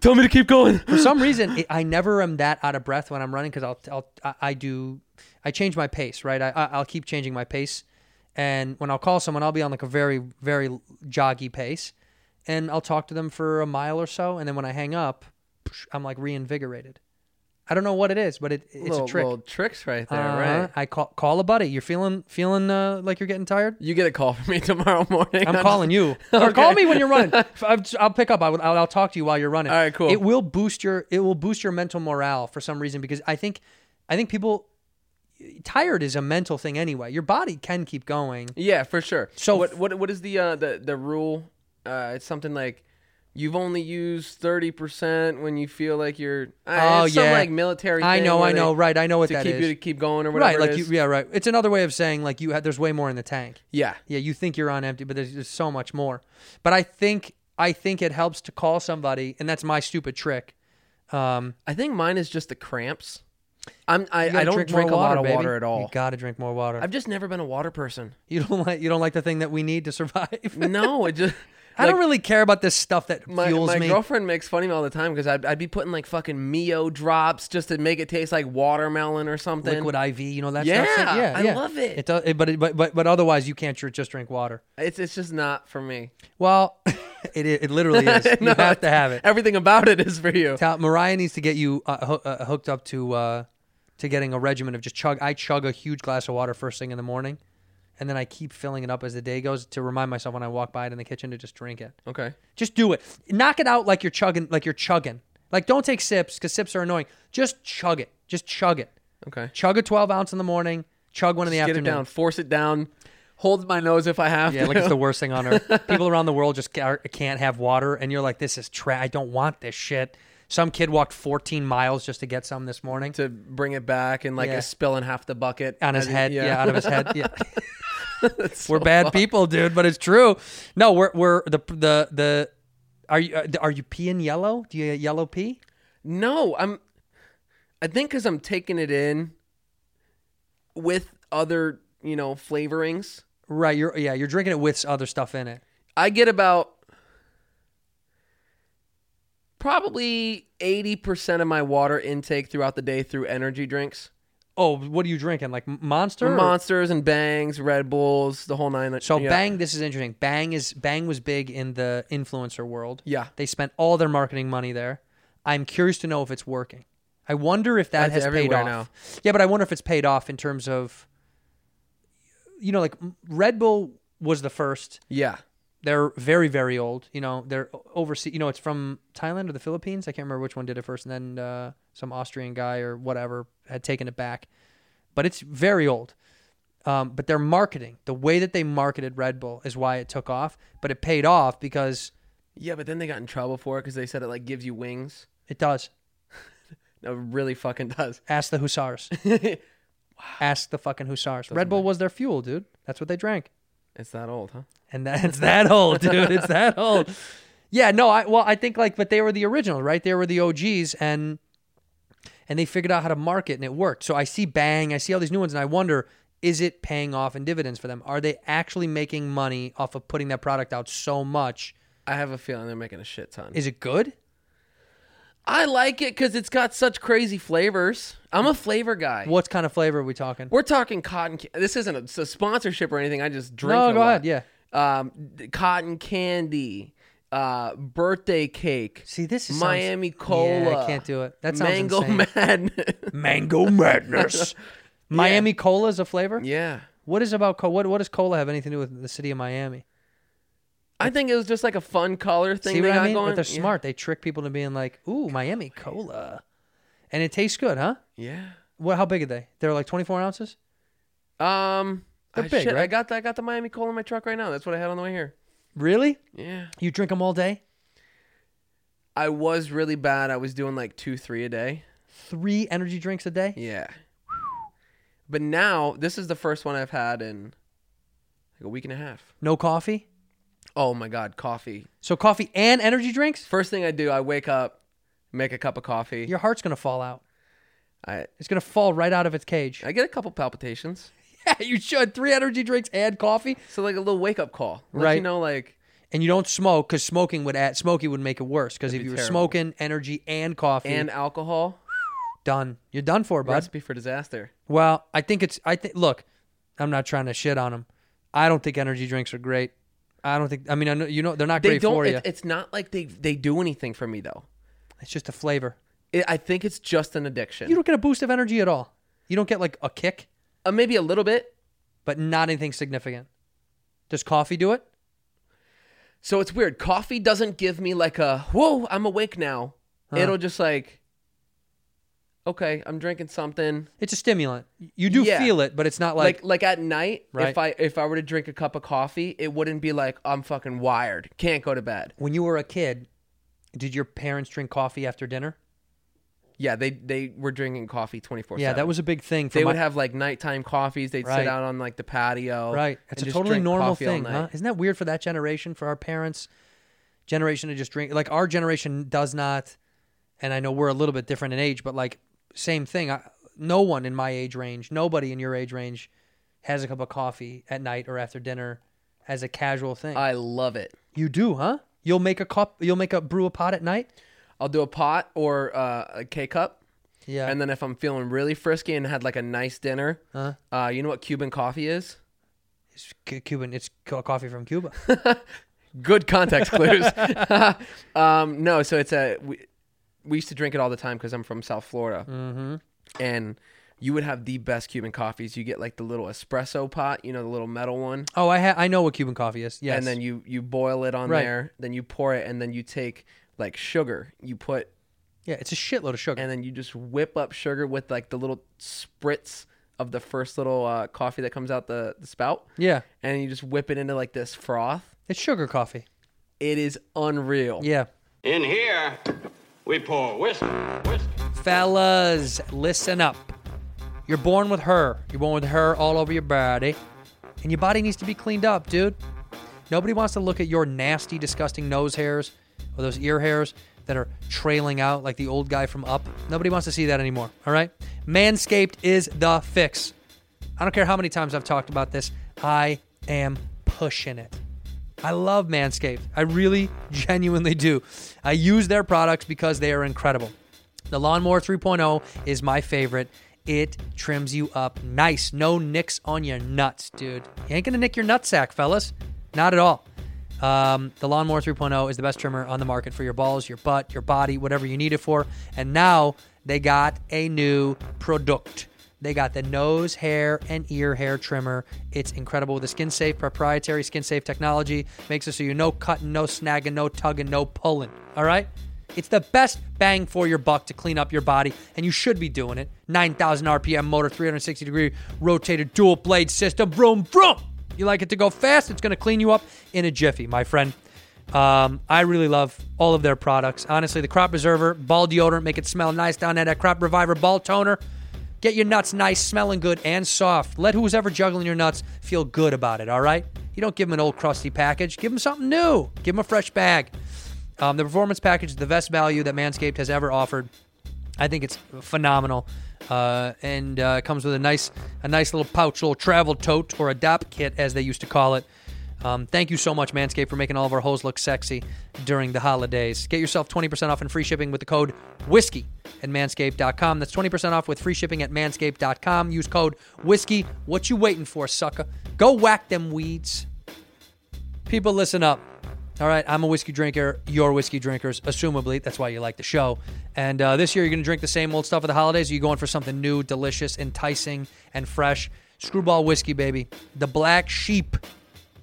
I: Tell me to keep going.
A: for some reason it, i never am that out of breath when i'm running because I'll, I'll I, I do i change my pace right I, I, i'll keep changing my pace and when i'll call someone i'll be on like a very very joggy pace and i'll talk to them for a mile or so and then when i hang up psh, i'm like reinvigorated I don't know what it is, but it (laughs) it's
I: little,
A: a trick.
I: Little tricks right there,
A: Uh-huh.
I: right?
A: I call call a buddy. You're feeling feeling uh, like you're getting tired.
I: You get a call from me (laughs) tomorrow
A: (laughs)
I: morning.
A: I'm calling you. Or call me when you're
I: (laughs)
A: running. F- I'll, I'll pick up. I will, I'll, I'll talk to you while you're running.
I: All right, cool.
A: It will boost your it will boost your mental morale for some reason because I think I think people tired is a mental thing anyway. Your body can keep going.
I: (laughs) Yeah, for sure.
A: So-
I: So what what what is the uh, the the rule? Uh, it's something like you've only used thirty percent when you feel like you're. Uh,
A: Oh,
I: it's some,
A: yeah.
I: like military.
A: I
I: thing
A: know,
I: where
A: I
I: they-
A: know, right, I know what
I: to
A: that
I: keep
A: is.
I: you to keep going or whatever.
A: right, like
I: it
A: you,
I: is.
A: yeah, right. It's another way of saying like you had there's way more in the tank.
I: yeah.
A: Yeah, you think you're on empty, but there's, there's so much more. But I think I think it helps to call somebody, and that's my stupid trick.
I: I think mine is just the cramps. I'm I,
A: You gotta
I: I don't drink,
A: more
I: a lot of
A: baby.
I: water at all.
A: You gotta drink more water.
I: I've just never been a water person.
A: you don't like you don't like the thing that we need to (laughs) survive.
I: No, it just.
A: (laughs) I don't
I: like,
A: really care about this stuff that
I: My,
A: fuels
I: my
A: me.
I: girlfriend makes fun of me all the time because I'd, I'd be putting like fucking Mio drops just to make it taste like watermelon or something.
A: Liquid IV, you know that stuff.
I: Yeah, I love it.
A: It does, it, but, it, but but but otherwise, you can't ju- just drink water.
I: It's it's just not for me.
A: Well, (laughs) it i- it literally
I: (laughs)
A: is. You
I: No,
A: have to have it.
I: Everything about it is for you.
A: Tell, Mariah needs to get you uh, ho- uh, hooked up to uh, to getting a regimen of just chug. I chug a huge glass of water first thing in the morning, and then I keep filling it up as the day goes to remind myself when I walk by it in the kitchen to just drink it.
I: Okay.
A: Just do it. Knock it out like you're chugging. Like you're chugging. Like don't take sips because sips are annoying. Just chug it. Just chug it.
I: Okay.
A: Chug a 12 ounce in the morning. Chug one in the
I: Get it
A: afternoon.
I: down. Force it down. Hold my nose if I
A: (laughs)
I: have
A: Yeah,
I: to.
A: like it's the worst thing on earth. People around the world just ca- can't have water, and you're like, "This is tra I don't want this shit." Some kid walked 14 miles just to get some this morning
I: (laughs) to bring it back and like
A: Yeah.
I: is spilling half the bucket
A: on his
I: I mean,
A: head. Yeah. out of his head. Yeah, (laughs)
I: That's
A: we're
I: so
A: bad
I: fucked.
A: people, dude, but it's true. No, we're we're the the the. Are you uh, are you peeing yellow? Do you get yellow pee?
I: (laughs) No, I'm. I think because I'm taking it in with other, you know, flavorings.
A: Right, you're yeah, you're drinking it with other stuff in it.
I: I get about probably 80% of my water intake throughout the day through energy drinks.
A: Oh, what are you drinking? Like M- Monster? or-
I: Monsters and bangs, Red Bulls, the whole nine.
A: So
I: yeah.
A: Bang, this is interesting. Bang is Bang was big in the influencer world.
I: Yeah.
A: they spent all their marketing money there. I'm curious to know if it's working. I wonder if that has
I: That's
A: paid
I: everywhere
A: off.
I: now.
A: Yeah, but I wonder if it's paid off in terms of, you know, like m- Red Bull was the first.
I: Yeah.
A: They're very very old. You know, they're overseas. You know, it's from Thailand or the Philippines. I can't remember which one did it first, and then uh, some Austrian guy or whatever had taken it back. But it's very old um, but their marketing, the way that they marketed Red Bull, is why it took off. But it paid off because
I: Yeah, but then they got in trouble for it because they said it like gives you wings.
A: it does.
I: No, It really fucking (laughs) does.
A: Ask the Hussars. Ask the fucking Hussars. Red Bull was their fuel, dude. That's what they drank,
I: It's that old, huh?
A: and that, (laughs) it's that old, dude. It's that old. Yeah, no, I well, I think like, but they were the original, right? They were the OGs, and and they figured out how to market, and it worked. So I see Bang, I see all these new ones, and I wonder, is it paying off in dividends for them? Are they actually making money off of putting that product out so much?
I: I have a feeling they're making a shit ton.
A: Is it good?
I: I like it because it's got such crazy flavors. I'm a flavor guy.
A: What kind of flavor are we talking?
I: We're talking cotton. Ca- this isn't a, it's a sponsorship or anything. I just drink.
A: no,
I: it a
A: go
I: lot.
A: ahead. Yeah.
I: Um, d- cotton candy, uh, birthday cake.
A: See, this is sounds-
I: Miami
A: Yeah,
I: cola.
A: I can't do it. That sounds
I: mango
A: insane.
I: madness. (laughs)
A: mango (laughs) madness. Miami cola is a flavor.
I: yeah,
A: What is about cola? What, what does cola have anything to do with the city of Miami?
I: I think it was just like a fun color thing.
A: See
I: they
A: what I
I: got
A: mean?
I: going.
A: But they're
I: Yeah.
A: smart. They trick people to being like, "Ooh, Miami cola," and it tastes good, huh?
I: Yeah.
A: What? How big are they? They're like twenty-four ounces.
I: Um.
A: They're
I: I,
A: big,
I: shit, I
A: right?
I: got the, I got the Miami Cola in my truck right now. That's what I had on the way here.
A: Really?
I: Yeah.
A: You drink them all day?
I: I was really bad. I was doing like two, three a day.
A: Three energy drinks a day?
I: Yeah. But now this is the first one I've had in like a week and a half.
A: No coffee?
I: Oh my god, coffee.
A: So coffee and energy drinks?
I: First thing I do, I wake up, make a cup of coffee.
A: Your heart's gonna fall out.
I: I
A: It's gonna fall right out of its cage.
I: I get a couple (laughs) palpitations.
A: Yeah, you should. Three energy drinks and coffee,
I: So like a little wake up call. Let
A: Right.
I: You know, like
A: and you don't smoke because smoking would add smoking would make it worse. Because if
I: be
A: you were
I: terrible.
A: smoking, energy and coffee,
I: and alcohol.
A: done, you're done for, bud.
I: Recipe for disaster.
A: Well, I think it's. I think. Look, I'm not trying to shit on them. I don't think energy drinks are great. I don't think. I mean, I know you know they're not
I: They
A: great
I: don't.
A: for you.
I: it's, it's not like they they do anything for me though.
A: it's just a flavor.
I: It, I think it's just an addiction.
A: You don't get a boost of energy at all. You don't get like a kick,
I: uh, maybe a little bit.
A: but not anything significant. Does coffee do it?
I: So it's weird. Coffee doesn't give me like a whoa, I'm awake now. It'll just like okay, I'm drinking something.
A: It's a stimulant. You do
I: Yeah.
A: feel it, but it's not
I: Like
A: like,
I: like, at night,
A: Right.
I: if I if I were to drink a cup of coffee, it wouldn't be like I'm fucking wired, can't go to bed.
A: when you were a kid. Did your parents drink coffee after dinner?
I: Yeah, they they were drinking coffee 24.
A: Yeah, that was a big thing. For
I: They
A: my-
I: would have like nighttime coffees. They'd
A: Right.
I: sit out on like the patio.
A: right. It's
I: Oh, and
A: a
I: just
A: totally
I: drink
A: normal
I: coffee all
A: thing, huh?
I: night.
A: Isn't that weird for that generation? For our parents' generation to just drink, like our generation does not. And I know we're a little bit different in age, but like same thing. I, no one in my age range, nobody in your age range, has a cup of coffee at night or after dinner as a casual thing.
I: I love it.
A: you do, huh? You'll make a cup. You'll make a brew a pot at night.
I: I'll do a pot or uh, a K cup.
A: Yeah.
I: And then if I'm feeling really frisky and had like a nice dinner, uh
A: Uh-huh.
I: you know what Cuban coffee is?
A: It's Cu- Cuban. It's co- coffee from Cuba. (laughs)
I: Good context clues. (laughs) um, no, so it's a we, we used to drink it all the time because I'm from South Florida, mm-hmm. and you would have the best Cuban coffees. You get like the little espresso pot, you know, the little metal one,
A: oh, I ha- I know what Cuban coffee is. Yes.
I: and then you you boil it on
A: Right.
I: there, then you pour it, and then you take like sugar, you put,
A: yeah, it's a shitload of sugar.
I: and then you just whip up sugar with like the little spritz of the first little uh, coffee that comes out the, the spout.
A: yeah,
I: and you just whip it into like this froth.
A: it's sugar coffee.
I: It is unreal.
A: Yeah.
B: In here, we pour whisk, whisk,
A: Fellas, listen up. You're born with her. You're born with her all over your body. And your body needs to be cleaned up, dude. Nobody wants to look at your nasty, disgusting nose hairs or those ear hairs that are trailing out like the old guy from Up. Nobody wants to see that anymore, all right? Manscaped is the fix. I don't care how many times I've talked about this, I am pushing it. I love Manscaped. I really genuinely do. I use their products because they are incredible. The Lawnmower 3.0 is my favorite. It trims you up nice. No nicks on your nuts, dude. You ain't gonna nick your nutsack, fellas. Not at all. Um, the Lawnmower 3.0 is the best trimmer on the market for your balls, your butt, your body, whatever you need it for. And now they got a new product. They got the nose hair and ear hair trimmer. It's incredible. The skin safe, proprietary skin safe technology makes it so you no cutting, no snagging, no tugging, no pulling. All right? It's the best bang for your buck to clean up your body, and you should be doing it. 9,000 RPM motor, 360 degree rotated dual blade system. Vroom, vroom. You like it to go fast? It's going to clean you up in a jiffy, my friend. Um, I really love all of their products. Honestly, the Crop Preserver, Ball Deodorant, make it smell nice down there. That Crop Reviver Ball Toner, get your nuts nice, smelling good, and soft. Let who's ever juggling your nuts feel good about it, all right? You don't give them an old crusty package. Give them something new. Give them a fresh bag. Um, the performance package is the best value that Manscaped has ever offered. I think it's phenomenal, uh, and uh, it comes with a nice, a nice little pouch, little travel tote or adopt kit, as they used to call it. Um, thank you so much, Manscaped, for making all of our hoes look sexy during the holidays. Get yourself 20% off and free shipping with the code WHISKEY at manscaped.com. That's 20% off with free shipping at manscaped.com. Use code WHISKEY. What you waiting for, sucker? Go whack them weeds. People, listen up. All right, I'm a whiskey drinker. You're whiskey drinkers, assumably. That's why you like the show. And uh, this year, you're going to drink the same old stuff at the holidays. Or you going for something new, delicious, enticing, and fresh? Screwball whiskey, baby. The black sheep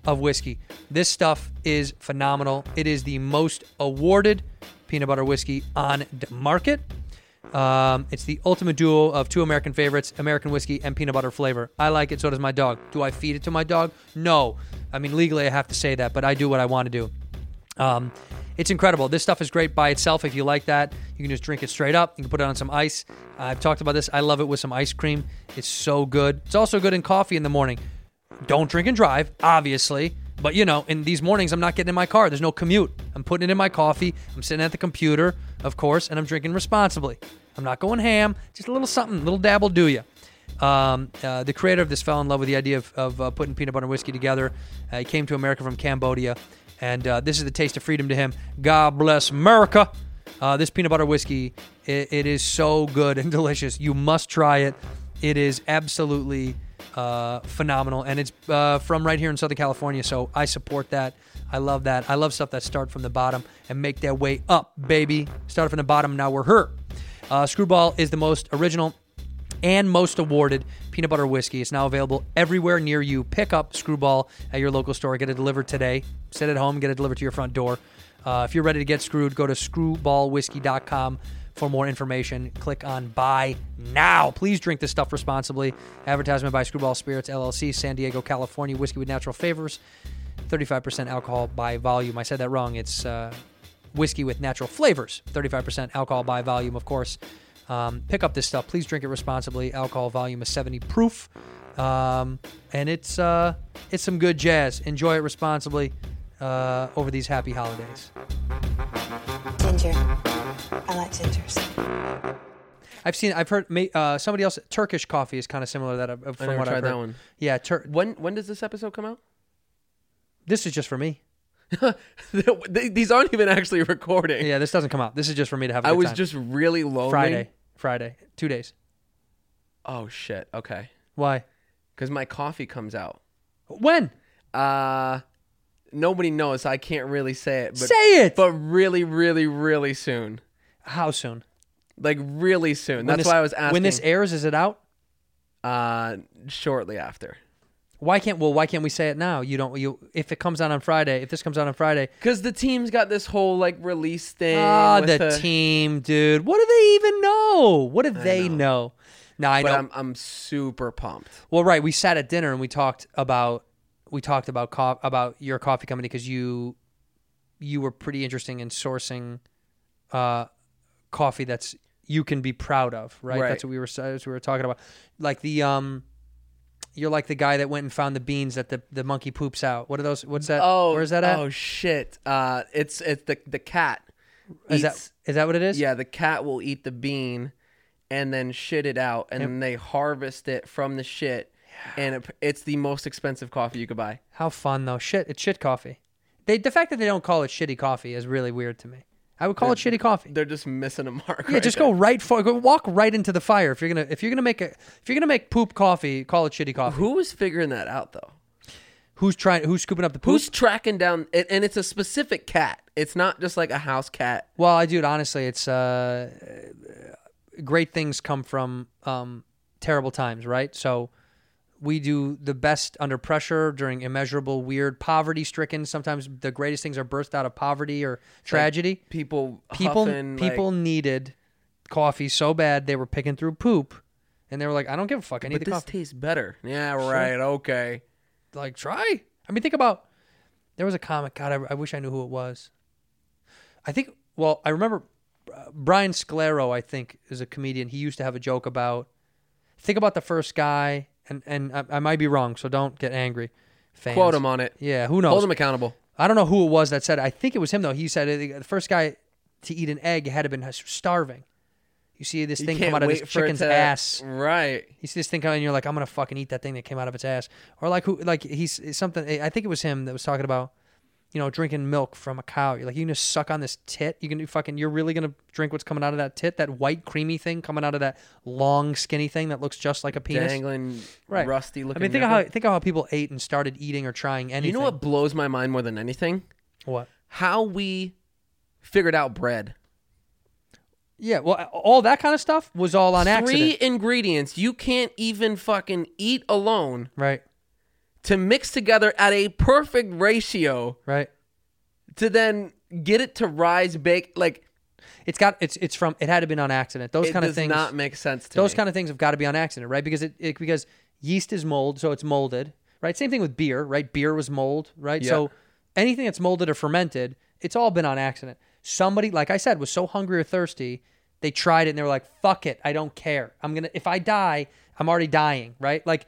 A: of whiskey. This stuff is phenomenal. It is the most awarded peanut butter whiskey on the market. Um, it's the ultimate duo of two American favorites, American whiskey and peanut butter flavor. I like it, so does my dog. Do I feed it to my dog? No. I mean, legally, I have to say that, but I do what I want to do. Um, it's incredible. This stuff is great by itself. If you like that, you can just drink it straight up. You can put it on some ice. I've talked about this. I love it with some ice cream. It's so good. It's also good in coffee in the morning. Don't drink and drive, obviously. But you know, in these mornings, I'm not getting in my car. There's no commute. I'm putting it in my coffee. I'm sitting at the computer, of course, and I'm drinking responsibly. I'm not going ham. Just a little something, little dabble, do you? Um, uh, the creator of this fell in love with the idea of, of uh, putting peanut butter and whiskey together. Uh, he came to America from Cambodia, and uh, this is the taste of freedom to him. God bless America. Uh, this peanut butter whiskey, it, it is so good and (laughs) delicious. You must try it. It is absolutely uh, phenomenal, and it's uh, from right here in Southern California. So I support that. I love that. I love stuff that start from the bottom and make their way up, baby. Start from the bottom. Now we're here. Uh, Screwball is the most original and most awarded peanut butter whiskey. It's now available everywhere near you. Pick up Screwball at your local store. Get it delivered today. Sit at home, get it delivered to your front door. Uh, if you're ready to get screwed, go to screwballwhiskey.com for more information. Click on buy now. Please drink this stuff responsibly. Advertisement by Screwball Spirits, LLC, San Diego, California. Whiskey with natural flavors, 35% alcohol by volume. I said that wrong. It's. Uh, whiskey with natural flavors, 35% alcohol by volume, of course. Um, pick up this stuff. Please drink it responsibly. Alcohol volume is 70 proof, um, and it's uh, it's some good jazz. Enjoy it responsibly uh, over these happy holidays.
H: Ginger. I like gingers.
A: I've seen, I've heard ma- uh, somebody else. Turkish coffee is kind of similar to that. uh, From
I: never
A: what I've
I: tried that
A: heard.
I: one.
A: Yeah, tur-
I: When when does this episode come out?
A: this is just for me.
I: (laughs) They- These aren't even actually recording.
A: Yeah, this doesn't come out. This is just for me to have. I
I: I was just really lonely.
A: Friday, Friday, two days.
I: Oh shit. Okay.
A: Why?
I: Because my coffee comes out.
A: When?
I: Uh nobody knows. So I can't really say it. But,
A: Say it!
I: But really, really, really soon.
A: How soon?
I: Like really soon.
A: When
I: That's
A: this-
I: why I was asking.
A: When this airs, is it out?
I: uh, shortly after.
A: Why can't well? Why can't we say it now? You don't. You if it comes out on Friday, if this comes out on Friday,
I: Because the team's got this whole like release thing.
A: ah,
I: with
A: the team, dude. What do they even know? What do they know? No, I
I: But
A: know.
I: I'm I'm super pumped.
A: well, right. We sat at dinner and we talked about we talked about co- about your coffee company because you you were pretty interesting in sourcing uh, coffee that's you can be proud of, right?
I: Right.
A: That's what we were that's what we were talking about. Like the um. You're like the guy that went and found the beans that the, the monkey poops out. What are those? What's that?
I: Oh,
A: where's that at?
I: Oh shit. Uh, it's it's the the cat.
A: Is
I: eats-
A: that is that what it is?
I: Yeah, the cat will eat the bean and then shit it out, and then they harvest it from the shit, and it, it's the most expensive coffee you could buy.
A: How fun though. Shit, it's shit coffee. They the fact that they don't call it shitty coffee is really weird to me. I would call it shitty coffee.
I: They're just missing a mark.
A: Yeah, just go right for go walk right into the fire if you're gonna if you're gonna make a if you're gonna make poop coffee, call it shitty coffee.
I: Who was figuring that out though?
A: Who's trying? Who's scooping up the poop?
I: Who's tracking down? And, and it's a specific cat. It's not just like a house cat.
A: Well, I dude, honestly, it's uh, great things come from um, terrible times, right? So we do the best under pressure during immeasurable, weird, poverty-stricken. Sometimes the greatest things are birthed out of poverty or tragedy.
I: People,
A: people
I: huffing, like-
A: people needed coffee so bad they were picking through poop, and they were like, "I don't give a fuck. I need
I: but
A: the
I: this
A: coffee."
I: tastes better. Yeah, right. Okay.
A: like try. I mean, think about. There was a comic. God, I, I wish I knew who it was. I think. Well, I remember uh, Brian Sclero. I think is a comedian. He used to have a joke about. Think about the first guy, and and I, I might be wrong, so don't get angry. Fans.
I: Quote him on it.
A: Yeah, who knows?
I: Hold him accountable.
A: I don't know who it was that said. it. I think it was him though. He said it- the first guy to eat an egg had been starving. You see this thing come out of this
I: for it
A: chicken's
I: to-
A: ass.
I: Right.
A: You see this thing come, and you're like, I'm gonna fucking eat that thing that came out of its ass. Or like who? Like he's it's something. eh, I think it was him that was talking about, you know, drinking milk from a cow. You're like, you can just suck on this tit. You can do fucking. You're really gonna drink what's coming out of that tit? That white creamy thing coming out of that long skinny thing that looks just like a penis.
I: Dangling, rusty
A: I
I: looking.
A: mean, think of
I: nipple.
A: how think of how people ate and started eating or trying anything.
I: You know what blows my mind more than anything?
A: What?
I: How we figured out bread.
A: Yeah, well, all that kind of stuff was all on accident,
I: Three ingredients you can't even fucking eat alone
A: right?
I: to mix together at a perfect ratio
A: Right.
I: to then get it to rise bake. Like
A: It's got it's it's from it had to been on accident. Those
I: it
A: kind
I: does
A: of things.
I: not make sense to
A: those
I: me.
A: kind of things have got to be on accident, right? Because it, it because yeast is mold, so it's molded, right? Same thing with beer, right? Beer was mold, right? So anything that's molded or fermented, it's all been on accident. Somebody, like I said, was so hungry or thirsty, they tried it and they were like, "Fuck it, I don't care. I'm gonna if I die, I'm already dying," right? Like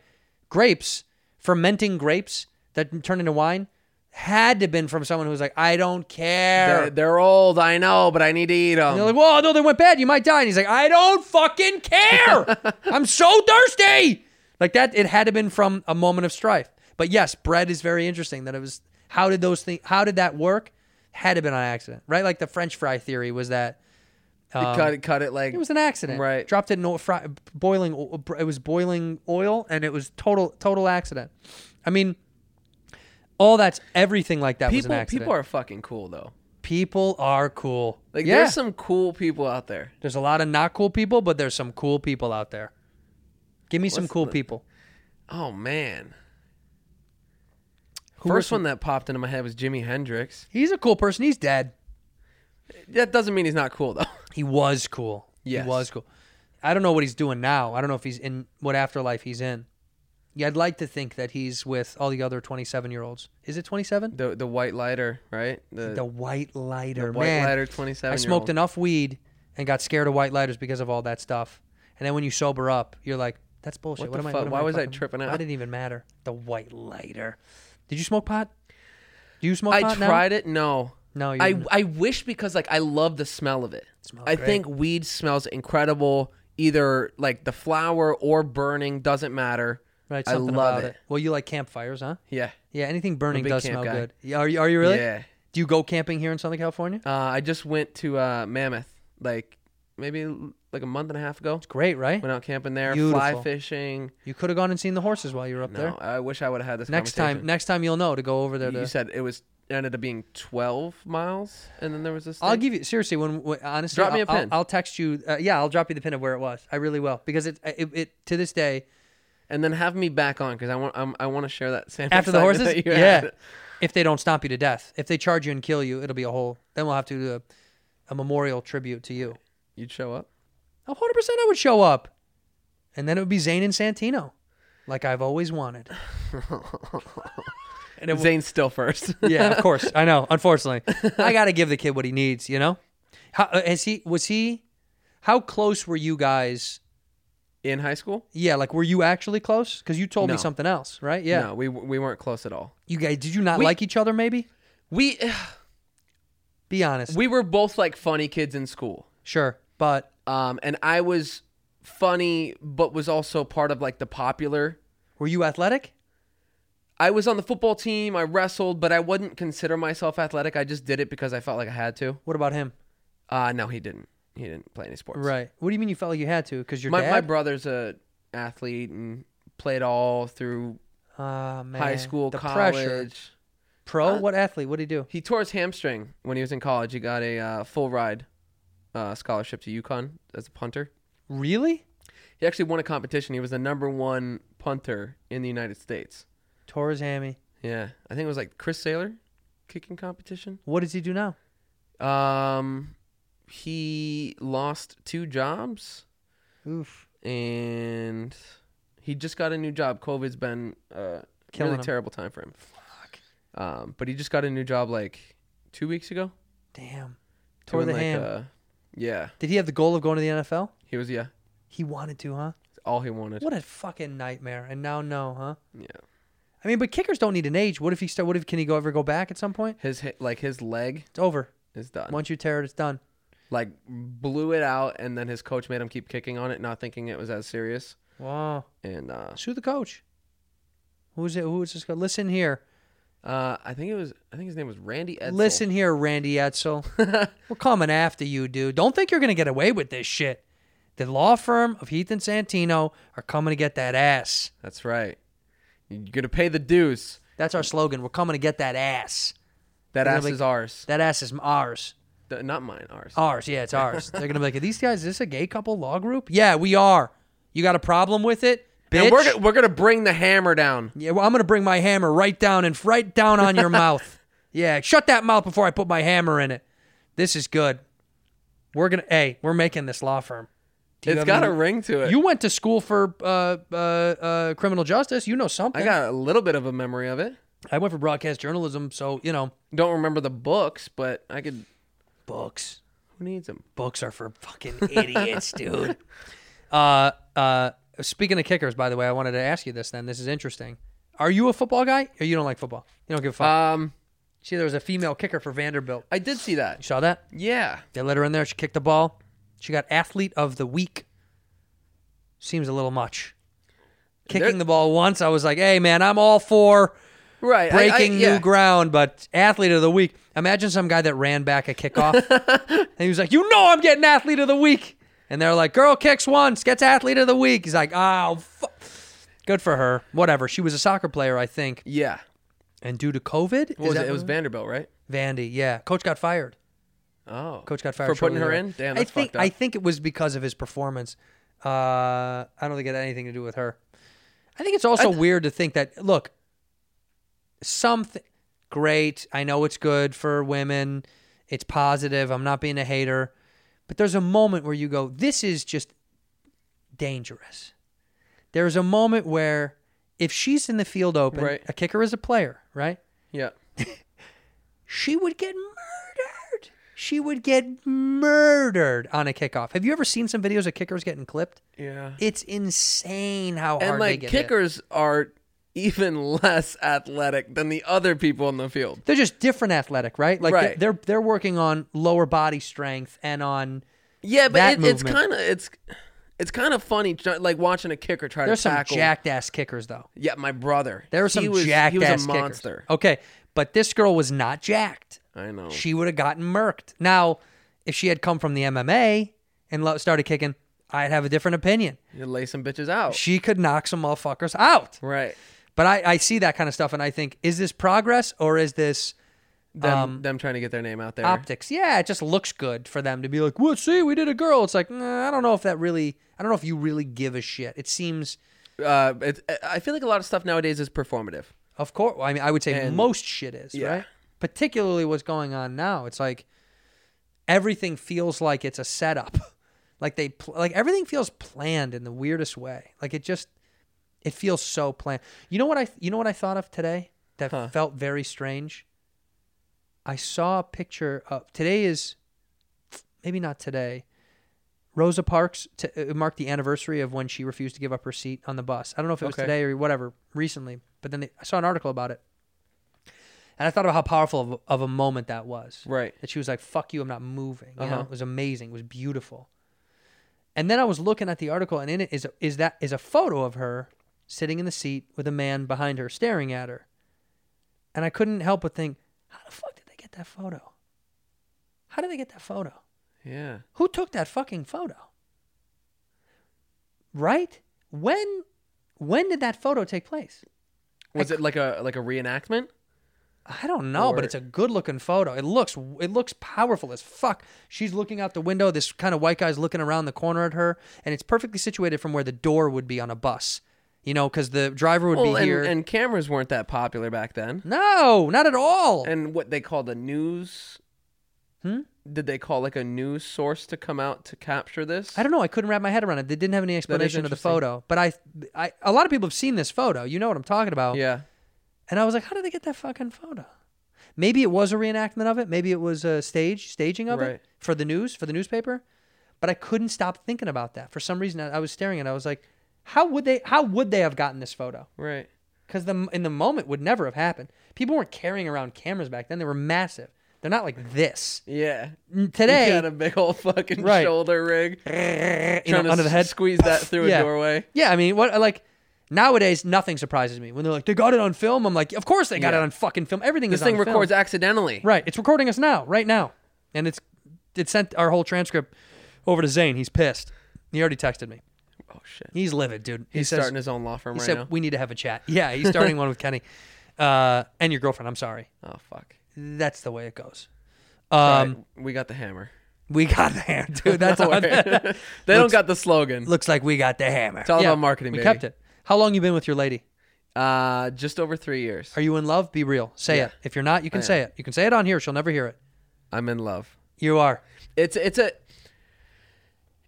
A: grapes, fermenting grapes that turn into wine. Had to been from someone who was like, I don't care.
I: They're, they're old, I know, but I need to eat them.
A: And they're like, "Whoa, no, they went bad. You might die." And he's like, "I don't fucking
I: (laughs)
A: care. I'm so thirsty." Like that, it had to been from a moment of strife. But yes, bread is very interesting. That it was how did those things? How did that work? Had to been on accident, right? Like the French fry theory was that
I: They cut it, cut it like
A: um, it was an accident,
I: Right.
A: Dropped it in oil, fry, boiling. o- It was boiling oil, and it was total total accident. I mean, all that's everything like that was an
I: people.
A: accident.
I: People are fucking cool though.
A: People are cool.
I: Like
A: yeah,
I: there's some cool people out there.
A: there's a lot of not cool people, but there's some cool people out there. Give me some cool people.
I: Oh man.
A: are
I: First
A: some-
I: one that popped into my head was Jimi Hendrix.
A: He's a cool person. He's dead.
I: That doesn't mean he's not cool though.
A: He was cool.
I: Yes.
A: He was cool. I don't know what he's doing now. I don't know if he's in what afterlife he's in. Yeah, I'd like to think that he's with all the other 27 year olds. Is it 27?
I: The the white lighter, right? The,
A: The white lighter,
I: white
A: man.
I: lighter 27
A: I smoked
I: an
A: enough weed and got scared of white lighters because of all that stuff. And then when you sober up, you're like, that's bullshit. What,
I: What
A: am
I: the
A: I?
I: fuck?
A: What am
I: Why
A: I
I: was I
A: fucking-
I: tripping out?
A: Why didn't even matter? The white lighter. Did you smoke pot? Do you smoke
I: I
A: pot now?
I: tried it. No.
A: No, you
I: I
A: didn't.
I: I wish because like I love the smell of it.
A: smells
I: I
A: great.
I: think weed smells incredible either like the flower or burning doesn't matter.
A: Right,
I: I
A: something
I: love
A: about it. Well, you like campfires, huh?
I: Yeah.
A: Yeah, anything burning
I: big
A: does
I: camp
A: smell
I: guy.
A: good. Yeah, Are you, are you really?
I: Yeah.
A: Do you go camping here in Southern California?
I: Uh, I just went to uh, Mammoth like maybe like a month and a half ago.
A: Great, right?
I: Went out camping there,
A: Beautiful.
I: fly fishing.
A: You could have gone and seen the horses while you were up
I: No,
A: there.
I: I wish I would have had this
A: Next time,
I: conversation.
A: next time you'll know to go over there.
I: You
A: To,
I: said it was ended up being 12 miles, and then there was this.
A: I'll
I: thing?
A: give you seriously. When, when honestly,
I: Drop me
A: I'll-
I: a pin.
A: I'll, I'll text you. Uh, yeah, I'll drop you the pin of where it was. I really will because it it, it to this day
I: and then have me back on because I want I'm, I want to share that same
A: after the
I: excitement
A: horses.
I: that you
A: Yeah,
I: had.
A: if they don't stomp you to death, if they charge you and kill you, it'll be a whole. Then we'll have to do a, a memorial tribute to you.
I: you'd show up.
A: A hundred percent, I would show up, and then it would be Zayn and Santino, like I've always wanted.
I: And Zane's still first. (laughs)
A: yeah, of course. I know. Unfortunately, I got to give the kid what he needs. You know, how, uh, has he? Was he? How close were you guys?
I: in high school.
A: Yeah, like were you actually close? Because you told me
I: No.
A: something else, right? Yeah,
I: No, we we weren't close at all.
A: you guys did you not
I: We-
A: like each other? Maybe
I: We
A: be honest.
I: we were both like funny kids in school.
A: sure, but
I: Um, and I was funny, but was also part of like the popular.
A: were you athletic?
I: I was on the football team. I wrestled, but I wouldn't consider myself athletic. I just did it because I felt like I had to.
A: What about him?
I: Uh, no, he didn't. He didn't play any sports.
A: Right. What do you mean you felt like you had to? Because your
I: My,
A: dad.
I: my brother's a athlete and played all through
A: Ah, man.
I: high school,
A: the
I: college.
A: pressure. Pro? what athlete? What did he do?
I: He tore his hamstring when he was in college. He got a uh, full ride uh, scholarship to UConn as a punter.
A: Really?
I: He actually won a competition. He was the number one punter in the United States.
A: Tore his hammy.
I: Yeah, I think it was like Chris Saylor kicking competition.
A: What does he do now?
I: Um, he lost two jobs,
A: Oof.
I: and he just got a new job. COVID's been a
A: Killing
I: really
A: him.
I: terrible time for him. Fuck. Um, but he just got a new job like two weeks ago.
A: Damn. Tore the
I: Doing, like,
A: ham.
I: uh, yeah,
A: Did he have the goal of going to the NFL?
I: he was yeah,
A: He wanted to, huh?
I: all he wanted.
A: What a fucking nightmare. And now no, huh?
I: Yeah,
A: I mean, but kickers don't need an age. What if he start? What if can he go ever go back at some point?
I: his hi- like his leg
A: It's over.
I: is done.
A: Once you tear it, it's done.
I: Like blew it out, and then his coach made him keep kicking on it, not thinking it was as serious.
A: Wow.
I: And uh,
A: Sue the coach. Who's it? Who is this guy? Listen here.
I: uh, I think it was I think his name was Randy Edsel.
A: Listen here, Randy
I: (laughs)
A: Etzel. We're coming after you, dude. Don't think you're gonna get away with this shit. The law firm of Heath and Santino are coming to get that ass.
I: That's right. You're gonna pay the dues.
A: That's our slogan. We're coming to get that ass.
I: That
A: You're gonna
I: ass
A: be-
I: is ours.
A: That ass is ours.
I: Th- not mine, ours.
A: Ours, yeah, it's ours. They're gonna be like, "Are these guys, is this a gay couple law group? Yeah, we are. You got a problem with it, bitch?
I: and we're gonna, we're gonna bring the hammer down.
A: yeah, well, I'm gonna bring my hammer right down and right down on
I: (laughs)
A: your mouth. Yeah, shut that mouth before I put my hammer in it. This is good. We're gonna, hey, we're making this law firm. Do you
I: It's
A: have
I: got
A: any-
I: a ring to it.
A: You went to school for uh, uh, uh, criminal justice. You know something.
I: I got a little bit of a memory of it.
A: I went for broadcast journalism, so you know
I: Don't remember the books, but I could.
A: books.
I: Who needs them?
A: books are for fucking
I: (laughs)
A: idiots, dude. Uh, uh, speaking of kickers, by the way, I wanted to ask you this. Then this is interesting. Are you a football guy, or you don't like football? You don't give a fuck.
I: Um,
A: See, there was a female kicker for Vanderbilt.
I: I did see that.
A: You saw that?
I: Yeah,
A: They let her in there. She kicked the ball. She got athlete of the week. Seems a little much. Kicking
I: There-
A: the ball once, I was like, "Hey, man, I'm all for
I: right. I- I-
A: breaking
I: yeah.
A: new ground." But athlete of the week. Imagine some guy that ran back a
I: (laughs)
A: kickoff, and he was like, "You know, I'm getting athlete of the week." And they're like, "Girl kicks once, gets athlete of the week." He's like, "Oh, fu-. good for her. Whatever." She was a soccer player, I think.
I: Yeah,
A: And due to COVID,
I: What was it? It was Vanderbilt, right?
A: Vandy. Yeah, coach got fired.
I: Oh,
A: Coach got fired
I: for
A: shortly
I: putting her
A: thereafter.
I: in. Damn,
A: I
I: that's
A: think
I: fucked up.
A: I think it was because of his performance. Uh, I don't think it had anything to do with her. I think it's also weird to think that look, something great. I know it's good for women. It's positive. I'm not being a hater, but there's a moment where you go, "This is just dangerous." There's a moment where if she's in the field open,
I: Right.
A: a kicker is a player, right?
I: yeah,
A: she would get murdered. She would get murdered on a kickoff. Have you ever seen some videos of kickers getting clipped?
I: yeah.
A: It's insane how hard
I: And
A: they
I: like
A: get hit.
I: kickers are even (laughs) less athletic than the other people on the field.
A: They're just different athletic, right? Like
I: Right.
A: they're they're working on lower body strength and on
I: Yeah,
A: That
I: but it, it's
A: movement.
I: kind of it's it's kind of funny, tr- like watching a kicker try
A: there's
I: to
A: some
I: tackle.
A: jacked ass kickers though.
I: yeah, my brother.
A: There were some
I: he was,
A: jacked
I: He was
A: ass
I: a
A: kickers.
I: monster. Oh.
A: Okay, but this girl was not jacked.
I: I know.
A: She would have gotten murked. Now, if she had come from the MMA and lo- started kicking, I'd have a different opinion.
I: You lay some bitches out.
A: She could knock some motherfuckers out.
I: right.
A: But I, I see that kind of stuff and I think, is this progress or is this
I: Them,
A: um,
I: them trying to get their name out there.
A: optics? Yeah, it just looks good for them to be like, well, see, we did a girl. It's like, nah, I don't know if that really, I don't know if you really give a shit. It seems,
I: uh, it, I feel like a lot of stuff nowadays is performative.
A: of course, I mean, I would say
I: And-
A: most shit is,
I: yeah.
A: right? Particularly what's going on now. It's like everything feels like it's a setup. (laughs) Like they, pl- like everything feels planned in the weirdest way. Like it just, it feels so planned. You know what I, you know what I thought of today that felt very strange? I saw a picture of today is maybe not today. Rosa Parks t- it marked the anniversary of when she refused to give up her seat on the bus. I don't know if it was
I: Okay.
A: today or whatever recently, but then they, I saw an article about it, and I thought about how powerful of, of a moment that was.
I: Right.
A: That she was like, "Fuck you, I'm not moving." You know,
I: Uh-huh.
A: it was amazing. It was beautiful. And then I was looking at the article, and in it is is that is a photo of her sitting in the seat with a man behind her staring at her, and I couldn't help but think, how the fuck did they get that photo? How did they get that photo?
I: Yeah.
A: Who took that fucking photo? Right? When when did that photo take place?
I: Was it like a like a reenactment?
A: I don't know, but
I: Or-
A: it's a good looking photo. It looks it looks powerful as fuck. She's looking out the window. This kind of white guy's looking around the corner at her, and it's perfectly situated from where the door would be on a bus. You know, because the driver would
I: Well,
A: be
I: and,
A: here.
I: and cameras weren't that popular back then.
A: no, not at all.
I: And what they called a news. Hmm? Did they call like a news source to come out to capture this?
A: I don't know. I couldn't wrap my head around it. They didn't have any explanation of the
I: interesting.
A: photo. But I, I, a lot of people have seen this photo. You know what I'm talking about.
I: Yeah.
A: And I was like, how did they get that fucking photo? Maybe it was a reenactment of it. Maybe it was a stage staging of it
I: Right.
A: for the news, for the newspaper. But I couldn't stop thinking about that. For some reason, I I was staring at. it. I was like, how would they? How would they have gotten this photo?
I: Right.
A: Because the in the moment would never have happened. People weren't carrying around cameras back then. They were massive. They're not like this
I: Yeah.
A: today.
I: He had a big old fucking
A: Right.
I: shoulder rig.
A: you know,
I: trying to
A: under the head.
I: squeeze that through
A: yeah.
I: a doorway.
A: Yeah, I mean, what like nowadays nothing surprises me when they're like they got it on film. I'm like, of course they got
I: Yeah.
A: it on fucking film. Everything
I: This
A: is
I: thing
A: on film.
I: records accidentally.
A: Right. It's recording us now, right now. And it's it sent our whole transcript over to Zane. He's pissed. He already texted me.
I: Oh shit.
A: He's livid, dude. He
I: He's
A: says-
I: starting his own law firm
A: He
I: right
A: said
I: now.
A: we need to have a chat. Yeah, he's starting one with
I: (laughs)
A: Kenny. Uh, and your girlfriend, I'm sorry.
I: oh fuck.
A: That's the way it goes.
I: All
A: Um,
I: right, we got the hammer. (laughs)
A: we got the hammer, dude. That's
I: Don't
A: our, (laughs)
I: worry. (laughs) they don't got the slogan.
A: looks like we got the hammer.
I: It's all about marketing,
A: We
I: baby.
A: kept it. How long you been with your lady?
I: Uh, just over three years.
A: Are you in love? Be real. Say
I: Yeah.
A: it. If you're not, you can say it. You can say it on here. She'll never hear it.
I: I'm in love.
A: You are.
I: It's it's a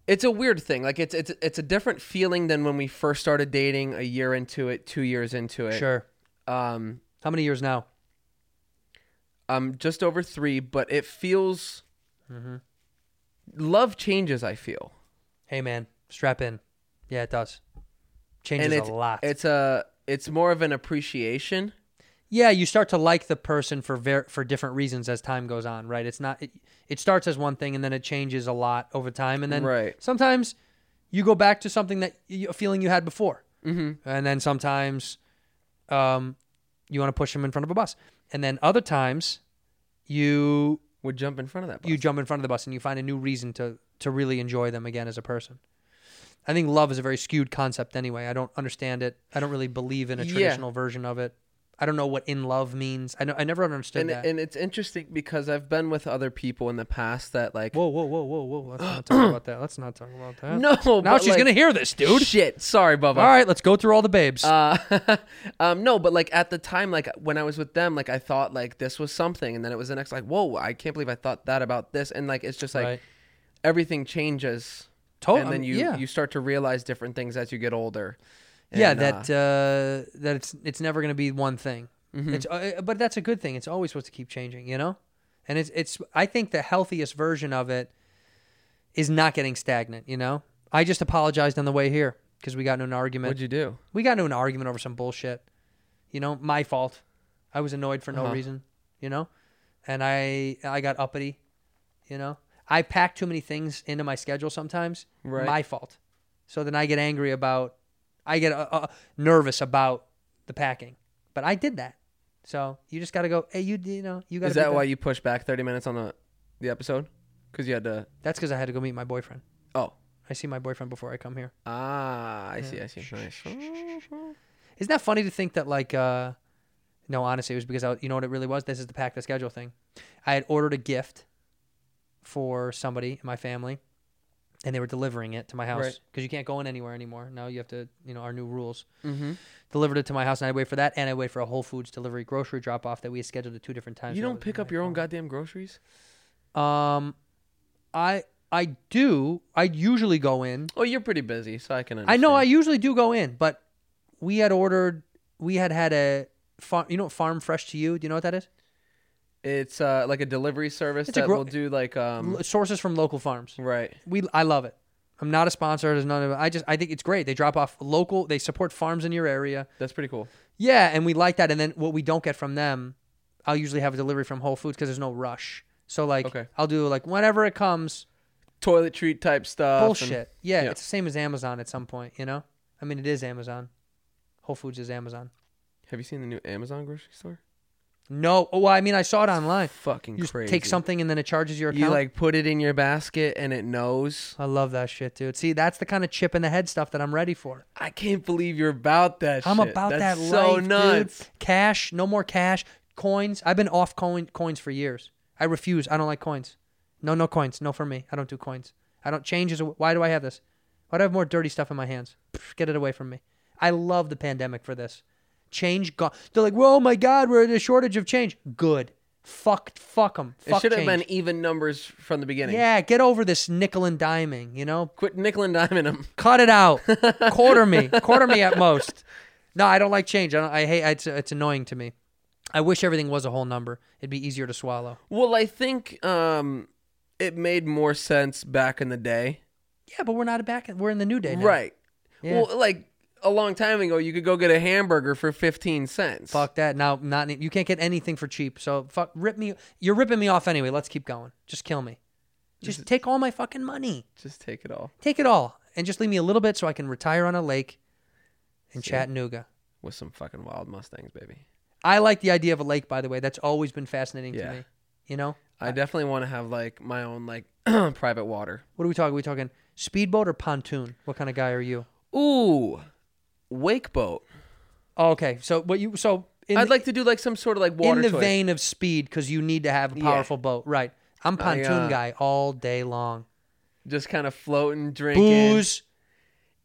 I: it's a weird thing. Like it's it's it's a different feeling than when we first started dating a year into it, two years into it.
A: Sure.
I: Um,
A: How many years now?
I: I'm um, just over three, but it feels love changes. I feel
A: Hey man, strap in. Yeah, it does. Changes
I: and it's
A: a lot.
I: It's a it's more of an appreciation.
A: yeah, you start to like the person for ver- for different reasons as time goes on, right? It's not it, it starts as one thing and then it changes a lot over time, and then
I: Right.
A: sometimes you go back to something that y- a feeling you had before, mm-hmm. and then sometimes um, you want to push them in front of a bus, and then other times you
I: Would jump in front of that. Bus.
A: you jump in front of the bus and you find a new reason to to really enjoy them again as a person. I think love is a very skewed concept anyway. I don't understand it. I don't really believe in a
I: Yeah.
A: traditional version of it. I don't know what in love means. I know I never understood
I: and,
A: that.
I: and it's interesting because I've been with other people in the past that like
A: whoa, whoa, whoa, whoa, whoa! Let's not
I: (clears throat)
A: talk about that. Let's not talk about that.
I: no
A: now
I: but,
A: she's
I: like-
A: gonna hear this, dude. Ah.
I: shit sorry Bubba
A: All right, let's go through all the babes.
I: Uh, (laughs) um, no, but like at the time, like when I was with them, like I thought like this was something, and then it was the next, like, whoa, I can't believe I thought that about this, and like it's just like
A: Right.
I: everything changes,
A: To-
I: and then
A: um,
I: you
A: yeah.
I: you start to realize different things as you get older.
A: yeah,
I: And,
A: that uh, that it's it's never gonna be one thing. It's uh, but that's a good thing. It's always supposed to keep changing, you know. And it's it's I think the healthiest version of it is not getting stagnant. You know, I just apologized on the way here because we got into an argument.
I: What'd you do?
A: We got into an argument over some bullshit. You know, my fault. I was annoyed for no
I: Uh-huh.
A: reason, you know? And I I got uppity, you know? I pack too many things into my schedule sometimes.
I: Right.
A: My fault. So then I get angry about I get uh, uh, nervous about the packing. But I did that. So you just got to go, "Hey, you you know, you got
I: Is that why you pushed back thirty minutes on the the episode? Because you had to.
A: That's cuz I had to go meet my boyfriend.
I: Oh,
A: I see my boyfriend before I come here.
I: ah, I see, I see. Nice.
A: Isn't that funny to think that like uh no, honestly, it was because I you know what it really was? This is the pack the schedule thing. I had ordered a gift for somebody in my family and they were delivering it to my house
I: Right.
A: because you can't go in anywhere anymore. Now you have to, you know, our new rules. Mm-hmm. Delivered it to my house, and I wait for that, and I wait for a Whole Foods delivery grocery drop off that we had scheduled at two different times.
I: You
A: when I
I: don't
A: was
I: pick
A: with
I: up your own goddamn groceries.
A: my- Um, I I do. I usually go in.
I: Oh, you're pretty busy, so I can.
A: I
I: Understand.
A: know I usually do go in, but we had ordered, we had had a farm. You know what farm fresh to you? Do you know what that is?
I: It's uh, like a delivery service
A: It's a
I: that
A: gro-
I: will do like um.
A: L- Sources from local farms.
I: Right.
A: We I love it. I'm not a sponsor. There's none of it. I just I think it's great. They drop off local. They support farms in your area.
I: That's pretty cool.
A: Yeah, and we like that. And then what we don't get from them, I'll usually have a delivery from Whole Foods because there's no rush. So like
I: Okay.
A: I'll do like whenever it comes.
I: Toilet treat type stuff. and-
A: Bullshit. Yeah,
I: yeah.
A: it's the same as Amazon at some point. You know, I mean it is Amazon. Whole Foods is Amazon.
I: Have you seen the new Amazon grocery store?
A: No, oh, well, I mean I saw it online.
I: Fucking
A: you just
I: crazy.
A: take something and then it charges your account.
I: You like put it in your basket and it knows.
A: I love that shit, dude. See, that's the kind of chip in the head stuff that I'm ready for.
I: I can't believe you're about that.
A: I'm
I: shit.
A: about
I: That's
A: that
I: So
A: life,
I: nuts.
A: dude. Cash, no more cash. Coins. I've been off coin coins for years. I refuse. I don't like coins. No, no coins. No for me. I don't do coins. I don't change. Is a, why do I have this? Why do I have more dirty stuff in my hands? Pff, get it away from me. I love the pandemic for this. Change gone. They're like, well, oh my God, we're at a shortage of change. Good. Fuck. Fuck them.
I: It
A: Fuck
I: should have
A: change.
I: been even numbers from the beginning.
A: yeah, get over this nickel and diming. You know,
I: Quit nickel and diming them.
A: Cut it out. Quarter me. Quarter me at most. No, I don't like change. I, don't, I hate. It's, it's annoying to me. I wish everything was a whole number. It'd be easier to swallow.
I: Well, I think um, it made more sense back in the day.
A: Yeah, but we're not back. We're in the new day now.
I: Right.
A: Yeah.
I: Well, like a long time ago, you could go get a hamburger for 15 cents.
A: Fuck that. Now, not you can't get anything for cheap. So fuck. Rip me. You're ripping me off anyway. Let's keep going. Just kill me. Just take all my fucking money.
I: Just take it all
A: Take it all and just leave me a little bit so I can retire on a lake in Chattanooga.
I: with some fucking wild Mustangs, baby.
A: I like the idea of a lake, by the way. That's always been fascinating
I: Yeah.
A: to me. You know.
I: I definitely want to have like my own like (clears throat) private water.
A: What are we talking? Are we talking speedboat or pontoon? What kind of guy are you?
I: Ooh, wake boat.
A: Oh, okay, so what you so in
I: I'd like to do like some sort of like water
A: in the
I: toy.
A: vein of speed because you need to have a
I: Yeah.
A: powerful boat, right? I'm pontoon
I: uh,
A: guy all day long.
I: just kind of floating, drinking.
A: Booze.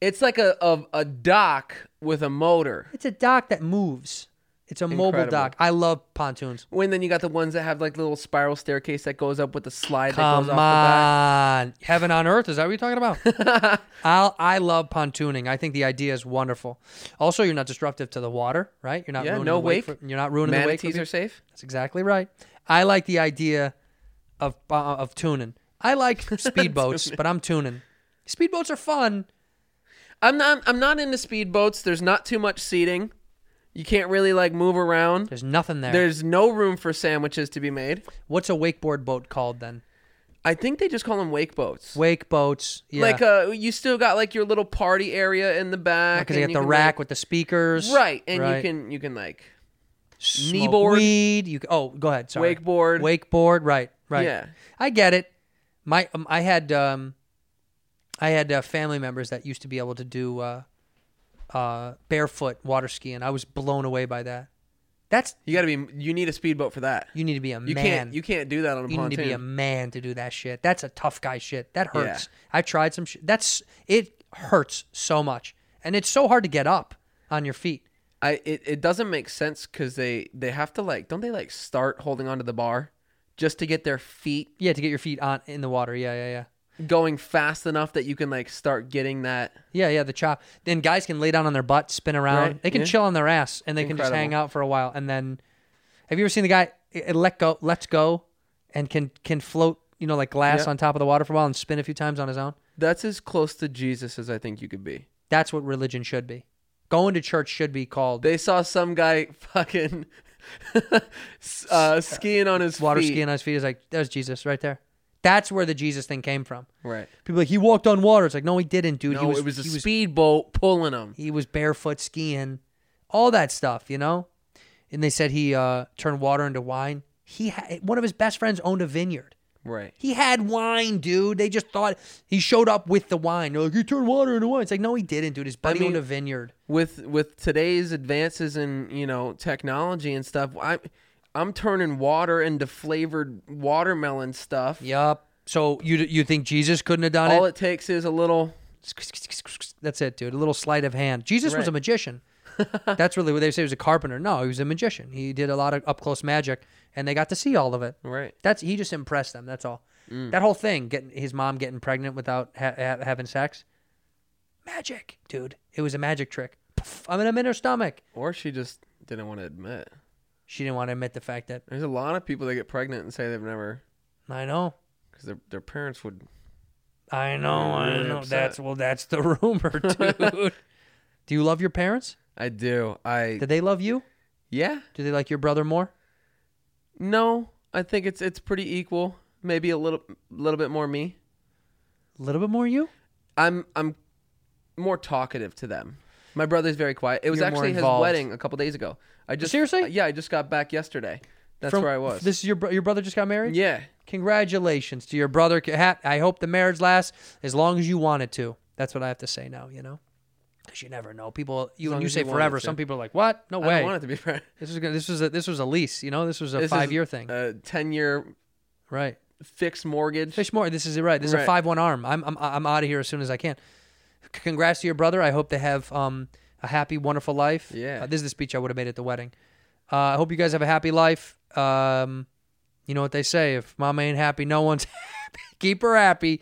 I: It's like a, a a dock with a motor.
A: It's a dock that moves. It's a mobile
I: Incredible.
A: dock. I love pontoons.
I: When then you got the ones that have like little spiral staircase that goes up with the slide
A: Come
I: that goes off
A: on, heaven on earth. Is that what you're talking about? (laughs) I'll, I love pontooning. I think the idea is wonderful. Also, you're not disruptive to the water, right? You're
I: the
A: not
I: back. Yeah,
A: ruining
I: no
A: the
I: wake.
A: for- you're not ruining the wake. for
I: Manatees
A: people.
I: are safe.
A: That's exactly right. I like the idea of uh, of tuning. I
I: (laughs)
A: like speedboats, but I'm tuning. Speedboats are fun.
I: I'm not I'm not into speedboats. There's not too much seating. You can't really like move around.
A: There's nothing there.
I: There's no room for sandwiches to be made.
A: What's a wakeboard boat called then?
I: I think they just call them wake boats.
A: Wake boats. Yeah.
I: Like uh, you still got like your little party area in the back.
A: because they
I: and
A: got
I: you
A: the
I: can,
A: rack
I: like-
A: with the speakers.
I: right, and you
A: Right.
I: can you can like
A: Smoke
I: kneeboard.
A: Weed. You. c- Oh, go ahead. Sorry.
I: Wakeboard.
A: Wakeboard. Right. Right.
I: Yeah.
A: I get it. My um, I had um, I had uh, family members that used to be able to do uh, uh, barefoot water skiing. I was blown away by that. That's
I: You got to be. You need a speedboat for that.
A: you need to be a
I: You
A: man.
I: can't. You can't do that on a
A: You
I: pontoon.
A: need to be a man to do that shit. That's a tough guy shit. That
I: Yeah.
A: hurts. I've tried some shit. That's it hurts so much, and it's so hard to get up on your feet.
I: I it, it doesn't make sense because they they have to like don't they like start holding onto the bar just to get their feet
A: Yeah, to get your feet on in the water. Yeah, yeah, yeah.
I: going fast enough that you can like start getting that.
A: Yeah, yeah, the chop. Then guys can lay down on their butt, spin around.
I: Right,
A: They can
I: yeah.
A: chill on their ass and they can just
I: Incredible.
A: hang out for a while. And then, have you ever seen the guy i- i- let go, lets go, and can can float, you know, like glass
I: Yeah.
A: on top of the water for a while and spin a few times on his own?
I: That's as close to Jesus as I think you could be.
A: That's what religion should be. Going to church should be called
I: They saw some guy (laughs) fucking s- uh, skiing on his
A: water
I: feet.
A: skiing on his feet. Is like there's Jesus right there. That's where the Jesus thing came from.
I: Right.
A: People are like he walked on water. It's like no, he didn't, dude.
I: No,
A: he was
I: it was a
A: he was
I: speedboat pulling him.
A: he was barefoot skiing, all that stuff, you know. And they said he uh, turned water into wine. He ha- one of his best friends owned a vineyard.
I: Right.
A: He had wine, dude. They just thought he showed up with the wine. They're like, he turned water into wine. It's like, no, he didn't, dude. His buddy
I: mean-
A: owned a vineyard.
I: with with today's advances in you know technology and stuff i'm i'm turning water into flavored watermelon stuff
A: Yup. So you you think Jesus couldn't have done
I: all
A: it?
I: it takes is a little
A: (laughs) That's it, dude. A little sleight of hand. Jesus was
I: Right.
A: a
I: (laughs)
A: magician. That's really what they say. He was a carpenter. No, he was a magician. He did a lot of up close magic, and they got to see all of it.
I: right
A: That's he just impressed them. That's all.
I: Mm.
A: That whole thing, getting his mom getting pregnant without ha- ha- having sex, magic, dude. It was a magic trick. Poof, I'm in, I'm in her stomach.
I: or she just didn't want to admit
A: She didn't want to admit the fact that
I: there's a lot of people that get pregnant and say they've never
A: I know,
I: because their, their parents would
A: I know, I
I: really
A: know.
I: upset.
A: That's well, that's the (laughs) rumor,
I: (laughs)
A: dude. Do you love your parents?
I: i do i
A: Do they love you?
I: yeah
A: Do they like your brother more?
I: no i think it's it's pretty equal maybe a little little bit more me
A: A little bit more you.
I: i'm i'm more talkative to them my brother's very quiet it was
A: You're more
I: actually his
A: involved.
I: wedding a couple days ago i just uh,
A: Seriously?
I: yeah i just got back yesterday that's
A: From-
I: where i was
A: This is your bro- your brother just got married.
I: Yeah.
A: Congratulations to your brother. C- ha- I hope the marriage lasts as long as you want it to. That's what I have to say now, you know? Because you never know. People, you, when
I: long
A: you
I: as
A: say
I: you want
A: forever,
I: it to.
A: some people are like, what? No
I: I
A: way.
I: don't want it to be (laughs) friend.
A: This, is gonna, this, was a, this was a lease, you know? This was a five year thing.
I: A ten year
A: right.
I: fixed mortgage.
A: Fish more. This is it, right? This is a
I: Right.
A: five-one arm. I'm I'm I'm out of here as soon as I can. C- Congrats to your brother. I hope they have um a happy, wonderful life.
I: Yeah.
A: Uh, this is the speech I would have made at the wedding. Uh, I hope you guys have a happy life. Um, you know what they say: if mama ain't happy, no one's (laughs) happy. Keep her happy.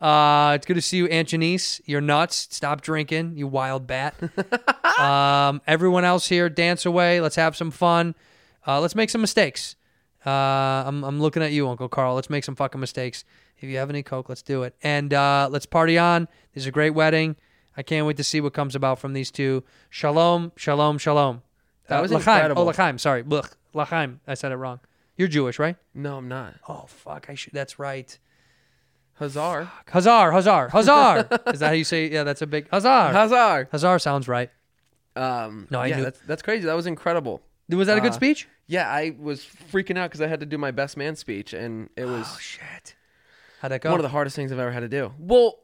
A: Uh, it's good to see you, Aunt Janice. You're nuts. Stop drinking, you wild bat. um, everyone else here, dance away. Let's have some fun. Uh, let's make some mistakes. Uh, I'm, I'm looking at you, Uncle Carl. Let's make some fucking mistakes. If you have any coke, let's do it. And uh, let's party on. This is a great wedding. I can't wait to see what comes about from these two. Shalom, shalom, shalom.
I: That
A: Uh,
I: was
A: Lachaim. Oh,
I: incredible.
A: Lachaim. Sorry, Blech. Lachaim. I said it wrong. You're Jewish, right?
I: no, I'm not.
A: Oh fuck! I should. That's right.
I: Hazar.
A: Hazar, Hazar, Hazar. (laughs) is that how you say? Yeah, that's a big Hazar.
I: Hazar.
A: Hazar sounds right.
I: Um,
A: No, I
I: yeah,
A: knew-
I: That's, that's crazy. That was incredible.
A: Was that a good
I: Uh,
A: speech?
I: Yeah, I was freaking out because I had to do my best man speech, and it was
A: Shit. How'd that go?
I: one of the hardest things I've ever had to do. Well,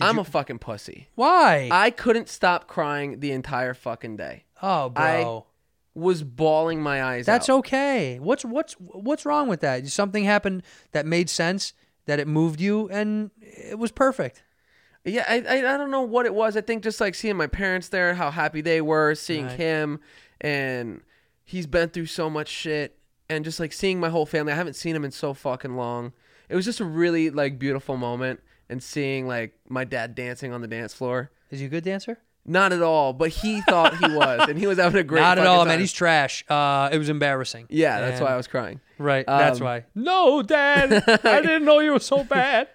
I: I'm a fucking pussy.
A: Why?
I: I couldn't stop crying the entire fucking day.
A: oh, bro.
I: Was bawling my eyes
A: That's
I: out.
A: okay. What's what's what's wrong with that? Something happened that made sense, that it moved you, and it was perfect.
I: Yeah, I, I I don't know what it was. I think just like seeing my parents there, how happy they were, seeing him, and he's been through so much shit, and just like seeing my whole family. I haven't seen him in so fucking long. It was just a really like beautiful moment, and seeing like my dad dancing on the dance floor.
A: Is he a good dancer?
I: Not at all, but he thought he was, and he was having a great.
A: Not at
I: fucking
A: all,
I: time.
A: man. He's trash. Uh, it was embarrassing.
I: yeah, that's why
A: And-
I: I was crying.
A: Right. that's
I: Um,
A: why. No, Dad.
I: (laughs)
A: I didn't know you were so bad.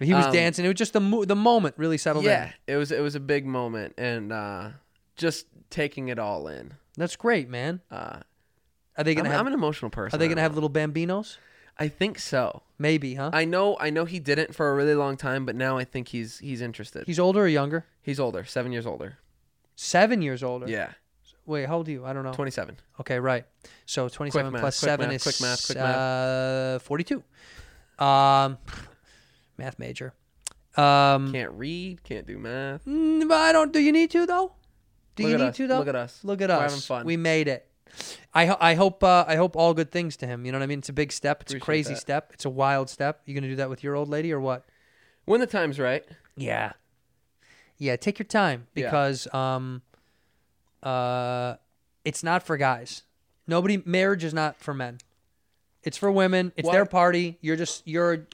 A: He was dancing. It was just the mo- the moment really settled in.
I: Um, Yeah, it was it was a big moment, and uh, just taking it all in.
A: That's great, man. are they
I: I'm,
A: gonna have?
I: Uh, I'm an emotional person.
A: are they
I: I
A: gonna
I: don't
A: have
I: know.
A: little bambinos?
I: I think so.
A: Maybe, huh?
I: I know I know he didn't for a really long time, but now I think he's he's interested. He's,
A: He's older or younger?
I: older, seven years older.
A: Seven years older.
I: Yeah,
A: Wait, how old are you? I don't know.
I: twenty seven.
A: Okay, right. So 27
I: math,
A: plus
I: quick
A: 7
I: math,
A: is
I: quick math, quick
A: uh, 42. Um, math major. Um,
I: Can't read, can't do math.
A: mm, but I don't. Do you need to though? Do
I: Look at us.
A: diggity to though.
I: Look at us.
A: Look at
I: We're
A: us.
I: having fun.
A: We made it. I ho- I hope uh, I hope all good things to him. You know what I mean? It's a big step. It's a
I: Appreciate
A: crazy
I: that.
A: step. It's a wild step. You gonna do that with your old lady or what?
I: When the time's right.
A: Yeah. Yeah, take your time
I: Yeah.
A: because um uh it's not for guys. Nobody marriage is not for men. It's for women. It's their
I: Why-
A: party. You're just you're you-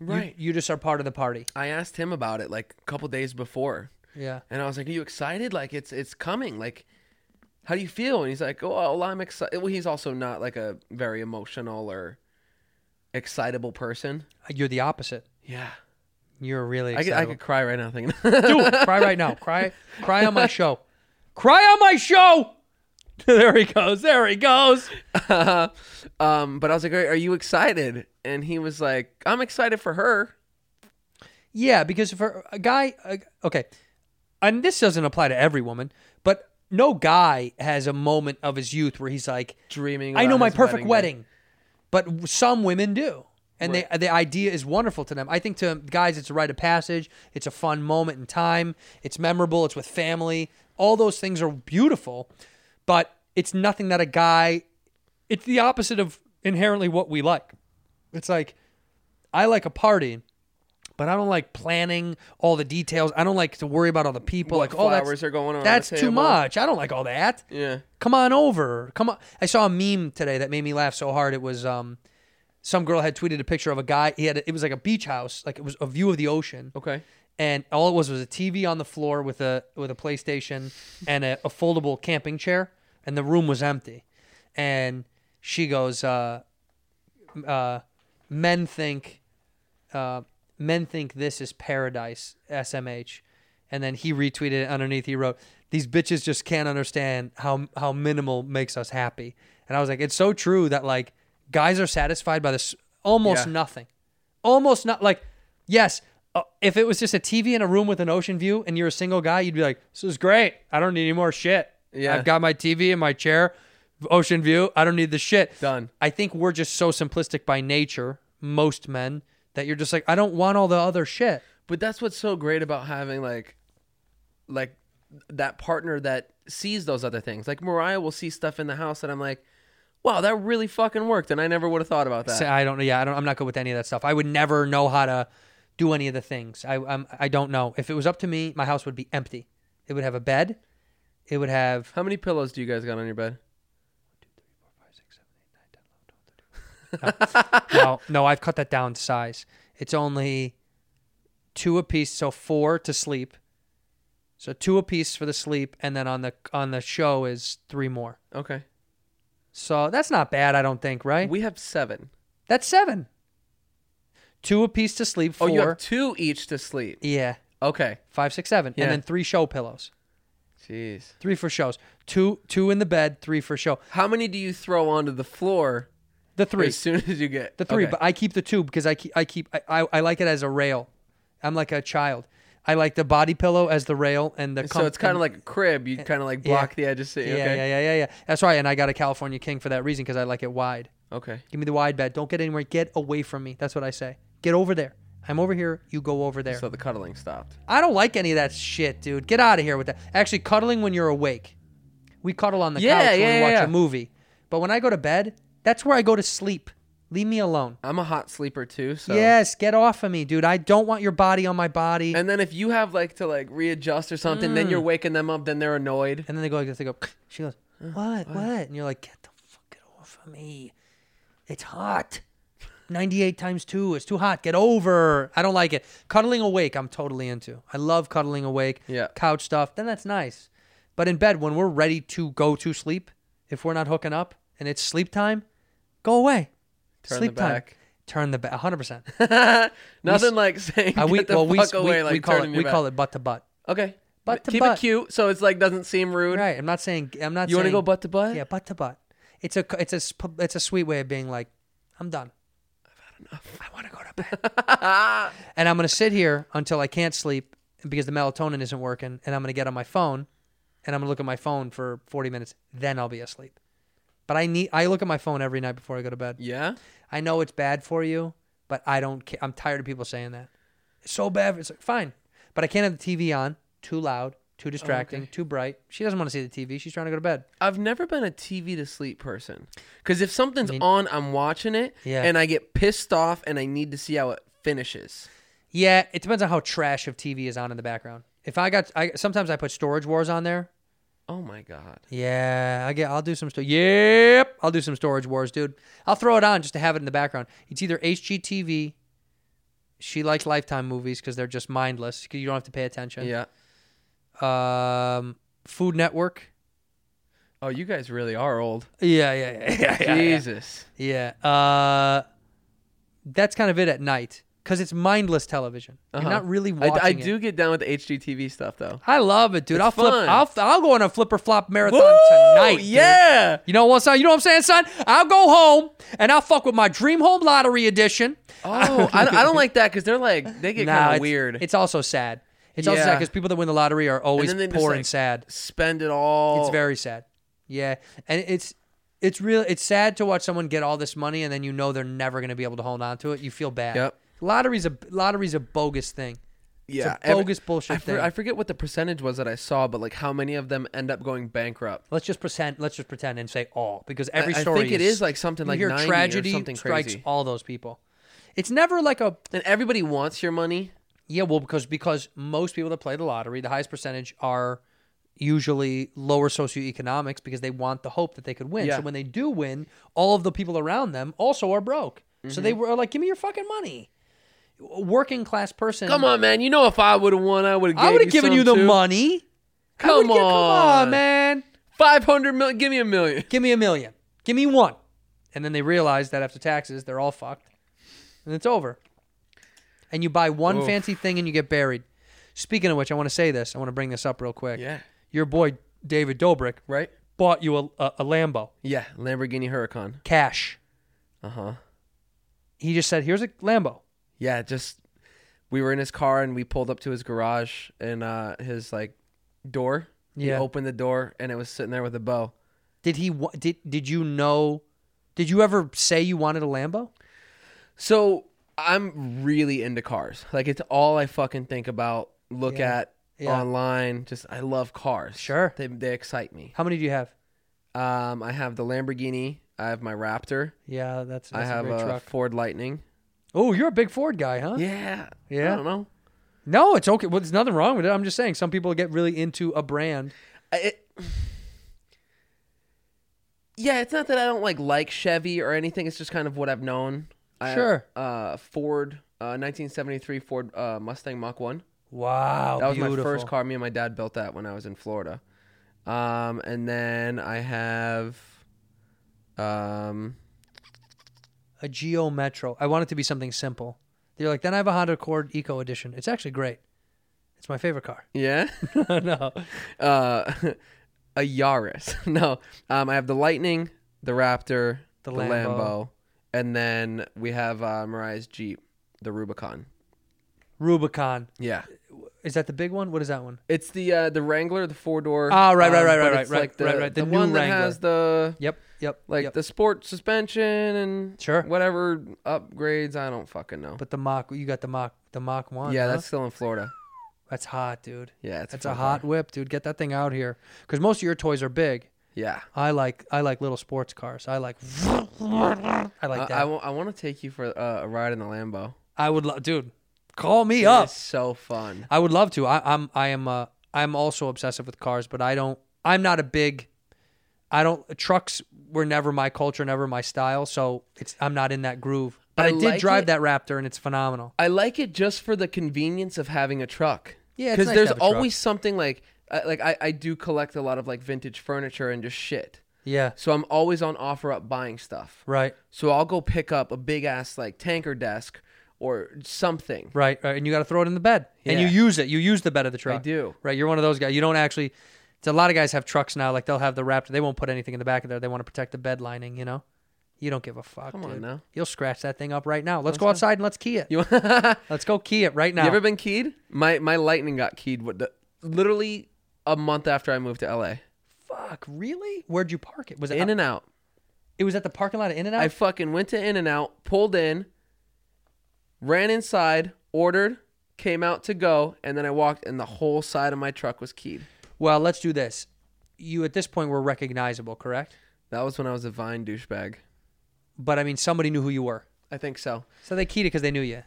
I: Right.
A: You, just are part of the party.
I: I asked him about it like a couple days before,
A: Yeah.
I: and I was like, "Are you excited? Like it's it's coming. Like, how do you feel?" And he's like, "Oh, well, I'm excited." Well, he's also not like a very emotional or excitable person.
A: You're the opposite.
I: Yeah,
A: You're really
I: I could,
A: excited.
I: I could cry right now thinking. (laughs)
A: do it. (laughs) Cry right now. Cry cry on my show. Cry on my show. (laughs) there he goes. There he goes.
I: (laughs) um, but I was like, "Are are you excited?" And he was like, "I'm excited for her."
A: Yeah, because for a guy, uh, okay, and this doesn't apply to every woman, but no guy has a moment of his youth where he's like,
I: Dreaming.
A: "I know
I: about
A: my
I: his
A: perfect
I: wedding.
A: wedding,", but w- some women do, and they, the idea is wonderful to them. I think to guys, it's a rite of passage. It's a fun moment in time. It's memorable. It's with family. All those things are beautiful, but it's nothing that a guy. It's the opposite of inherently what we like. It's like I like a party but I don't like planning all the details. I don't like to worry about all the people.
I: What
A: like, oh, that's,
I: flowers are going around
A: That's
I: the
A: too
I: table.
A: much. I don't like all that.
I: Yeah.
A: Come on over. Come on. I saw a meme today that made me laugh so hard. It was um, some girl had tweeted a picture of a guy. He had a, it was like a beach house. Like it was a view of the ocean.
I: Okay.
A: And all it was was a TV on the floor with a with a PlayStation and a, a foldable camping chair, and the room was empty. And she goes, uh, uh, men think uh, men think this is paradise smh and then he retweeted it underneath he wrote these bitches just can't understand how how minimal makes us happy and i was like it's so true that like guys are satisfied by this almost
I: Yeah.
A: nothing almost not like yes uh, if it was just a tv in a room with an ocean view and you're a single guy you'd be like this is great i don't need any more shit
I: Yeah.
A: i've got my tv and my chair ocean view i don't need the shit
I: Done.
A: I think we're just so simplistic by nature, most men, that you're just like, I don't want all the other shit.
I: But that's what's so great about having like like that partner that sees those other things. Like Mariah will see stuff in the house that I'm like, wow, that really fucking worked and I never would have thought about that.
A: So I don't. Yeah, I don't. I'm not good with any of that stuff. I would never know how to do any of the things. I I'm, I don't know. If it was up to me, my house would be empty. It would have a bed. It would have
I: How many pillows do you guys got on your bed?
A: no, no, I've cut that down to size. It's only two a piece, so four to sleep. So two a piece for the sleep, and then on the on the show is three more.
I: Okay.
A: So that's not bad, I don't think, right?
I: We have 7.
A: That's seven. Two apiece to sleep.
I: Oh,
A: Four.
I: you have two each to sleep.
A: yeah,
I: Okay.
A: five, six, seven,
I: Yeah.
A: and then three show pillows.
I: Jeez.
A: Three for shows. Two, two in the bed. Three for show.
I: How many do you throw onto the floor
A: The three.
I: as soon as you get
A: The three,
I: Okay.
A: but I keep the two because I keep I keep I, I, I like it as a rail. I'm like a child. I like the body pillow as the rail and the.
I: so it's kind
A: of
I: of like a crib. You kind of like block the edges. So,
A: Yeah,
I: okay.
A: yeah, yeah, yeah, yeah. That's right. And I got a California King for that reason because I like it wide.
I: Okay.
A: Give me the wide bed. Don't get anywhere. Get away from me. That's what I say. Get over there. I'm over here. You go over there.
I: So the cuddling stopped.
A: I don't like any of that shit, dude. Get out of here with that. Actually, cuddling when you're awake. We cuddle on the
I: Yeah,
A: couch when
I: yeah,
A: we watch
I: yeah.
A: a movie. But when I go to bed, that's where I go to sleep. Leave me alone.
I: I'm a hot sleeper too, so
A: Yes, get off of me, dude. I don't want your body on my body. And,
I: And then if you have like to like readjust or something,
A: Mm.
I: then you're waking them up. Then they're annoyed.
A: then they go like this. They go, (clears throat) she goes, what, what? And you're like, get the fuck off of me. It's hot. 98 times 2. It's too hot. Get over. I don't like it. Cuddling awake, I'm totally into. I love cuddling awake.
I: Yeah.
A: Couch stuff. Then that's nice. But in bed, when we're ready to go to sleep, if we're not hooking up and it's sleep time, go away.
I: Turn
A: sleep
I: the
A: time.
I: back.
A: Turn the back. 100%.
I: Nothing like saying
A: Uh,
I: we,
A: we,
I: (laughs) Get the
A: well, we,
I: fuck
A: we,
I: away, like
A: we call it
I: turning
A: we
I: your
A: call
I: back."
A: it butt to butt.
I: okay.
A: butt to
I: keep
A: butt.
I: it cute, so it's like doesn't seem rude.
A: Right. I'm not saying I'm not.
I: You
A: want
I: wanna go butt to butt?
A: Yeah, butt to butt. It's a it's a sp- it's a sweet way of being like, I'm done. I've had enough. I want to go to bed. and I'm going to sit here until I can't sleep because the melatonin isn't working, and I'm going to get on my phone, and I'm going to look at my phone for 40 minutes. Then I'll be asleep. But I need I look at my phone every night before I go to bed.
I: Yeah.
A: I know it's bad for you, but I don't care. I'm tired of people saying that. It's so bad. It's like, fine. But I can't have the TV on too loud. Too distracting, too bright. She doesn't want to see the TV. She's trying to go to bed.
I: I've never been a TV to sleep person. Because if something's on, I'm watching it,
A: Yeah.
I: and I get pissed off, and I need to see how it finishes.
A: Yeah, it depends on how trash of TV is on in the background. If I got, I sometimes I put Storage Wars on there.
I: Oh my god!
A: Yeah, I get. I'll do some. Sto- yep, I'll do some Storage Wars, dude. I'll throw it on just to have it in the background. It's either HGTV. She likes Lifetime movies because they're just mindless. 'cause You don't have to pay attention.
I: Yeah.
A: Um, Food Network.
I: Oh, you guys really are old.
A: Yeah, yeah, yeah, yeah, (laughs) yeah. yeah.
I: Jesus.
A: Yeah. Uh, that's kind of it at night because it's mindless television. You're not really
I: Uh-huh. I,
A: watching.
I: I
A: it.
I: do get down with the HGTV stuff though.
A: I love it, dude. I'll flip.
I: fun.
A: I'll I'll go on a flipper flop marathon
I: Woo!
A: tonight. dude.
I: Yeah.
A: You know what, son? You know what I'm saying, son? I'll go home and I'll fuck with my dream home lottery edition.
I: (laughs) Oh, I, don't- I don't like that because they're like they get
A: Nah,
I: kind
A: it's-
I: of weird.
A: It's also sad. It's also
I: Yeah.
A: sad because people that win the lottery are always poor
I: then they just, like,
A: and sad.
I: Spend it all.
A: It's very sad. Yeah, and it's it's real. It's sad to watch someone get all this money and then you know they're never going to be able to hold on to it. You feel bad.
I: Yep.
A: Lottery's a lottery's a bogus thing.
I: yeah
A: a bogus bullshit
I: I, for-
A: thing.
I: I forget what the percentage was that I saw, but like how many of them end up going bankrupt?
A: Let's just pretend. Let's just pretend and say all because every
I: I- I
A: story.
I: think it is, like, something
A: you
I: like
A: hear
I: 90 or
A: tragedy
I: something
A: strikes
I: crazy.
A: all those people. It's never like a
I: And everybody wants your money.
A: Yeah, well, because because most people that play the lottery, the highest percentage are usually lower socioeconomics because they want the hope that they could win.
I: Yeah.
A: So when they do win, all of the people around them also are broke. So
I: Mm-hmm.
A: they were like, "Give me your fucking money." A Working class person.
I: Come on, man. You know if I would have won, I would have.
A: I would have given you the money. I
I: Come
A: would've gi- come on,
I: on.
A: man.
I: Five hundred million. Give me a million. (laughs)
A: Give me a million. Give me one. And then they realize that after taxes, they're all fucked, and it's over. And you buy one
I: Oof.
A: fancy thing and you get buried. Speaking of which, I want to say this. I want to bring this up real quick.
I: Yeah.
A: your boy David Dobrik
I: Right.
A: bought you a, a, a Lambo
I: Yeah. Lamborghini Huracan.
A: cash.
I: Uh huh.
A: Uh-huh. He just said, "Here's a Lambo."
I: Yeah. Just we were in his car and we pulled up to his garage and uh his like door. He
A: Yeah.
I: opened the door and it was sitting there with a bow.
A: Did he? wa- Did did you know? Did you ever say you wanted a Lambo?
I: So I'm really into cars. Like it's all I fucking think about. Look
A: Yeah.
I: at
A: Yeah.
I: online. Just I love cars.
A: Sure.
I: They they excite me.
A: How many do you have?
I: Um, I have the Lamborghini. I have my Raptor.
A: Yeah, that's, that's
I: I have
A: a great
I: a
A: truck.
I: Ford Lightning.
A: oh, you're a big Ford guy, huh?
I: Yeah.
A: Yeah.
I: I don't know.
A: No, it's okay. Well, there's nothing wrong with it. I'm just saying some people get really into a brand.
I: I- It, yeah, it's not that I don't like like Chevy or anything. It's just kind of what I've known. I,
A: Sure.
I: Uh, Ford, uh, 1973 Ford uh, Mustang Mach One.
A: Wow,
I: That was my
A: beautiful.
I: first car. Me and my dad built that when I was in Florida. Um, and then I have, um,
A: A Geo Metro. I want it to be something simple. They're like, then I have a Honda Accord Eco Edition. It's actually great. It's my favorite car.
I: yeah, (laughs)
A: (laughs) no,
I: uh, (laughs) a Yaris. (laughs) no, um, I have the Lightning, the Raptor,
A: The
I: the,
A: Lambo.
I: Lambo. and then we have uh, Mariah's Jeep, the Rubicon.
A: Rubicon.
I: Yeah,
A: Is that the big one? What is that one?
I: it's the uh, the Wrangler, the four door.
A: Ah, right, right, right, right, right,
I: it's
A: right,
I: like the,
A: right, right, the
I: The,
A: new
I: one that
A: Wrangler.
I: has the
A: Yep, yep,
I: like
A: yep.
I: the sport suspension and
A: Sure.
I: whatever upgrades. I don't fucking know.
A: But the Mach, you got the Mach, the Mach One.
I: yeah,
A: huh?
I: that's still in Florida.
A: that's hot, dude.
I: Yeah, it's a
A: that's a
I: fun
A: hot
I: car.
A: whip, dude. Get that thing out here, because most of your toys are big.
I: Yeah.
A: I like, I like little sports cars. I like, (laughs) Uh, I like
I: I,
A: that.
I: Uh, I, w- I want to take you for uh, a ride in the Lambo.
A: I would love, dude. Call me up.
I: It's so fun.
A: I would love to. I, I'm, I am, uh, I'm also obsessive with cars, but I don't. I'm not a big. I don't. Trucks were never my culture, never my style. So it's. I'm not in that groove. But I,
I: I
A: did
I: like
A: drive
I: it.
A: that Raptor, and it's phenomenal.
I: I like it just for the convenience of having a truck.
A: Yeah, it's
I: because
A: nice to
I: there's
A: have a truck.
I: always something like I like I, I do collect a lot of like vintage furniture and just shit.
A: Yeah.
I: So I'm always on offer up buying stuff.
A: Right.
I: So I'll go pick up a big ass like tanker desk or something.
A: Right, right. And you got to throw it in the bed. And you
I: Yeah.
A: use it. You use the bed of the truck.
I: do.
A: Right. You're one of those guys. You don't actually. it's A lot of guys have trucks now. Like they'll have the Raptor. They won't put anything in the back of there. They want to protect the bed lining, you know? You don't give a fuck. Come
I: on now.
A: You'll scratch that thing up right now. Let's go outside and let's key it.
I: (laughs) You, you
A: let's go key it right now.
I: ever been keyed? My my lightning got keyed. What the, literally a month after I moved to LA.
A: fuck, really? Where'd you park it? Was it
I: In
A: in
I: and out.
A: It was at the parking lot of In and Out?
I: I fucking went to In and Out, pulled in, ran inside, ordered, came out to go, and then I walked, and the whole side of my truck was keyed.
A: Well, let's do this. You at this point were recognizable, correct?
I: That was when I was a Vine douchebag.
A: But I mean, somebody knew who you were,
I: I think so.
A: so they keyed it because they knew you.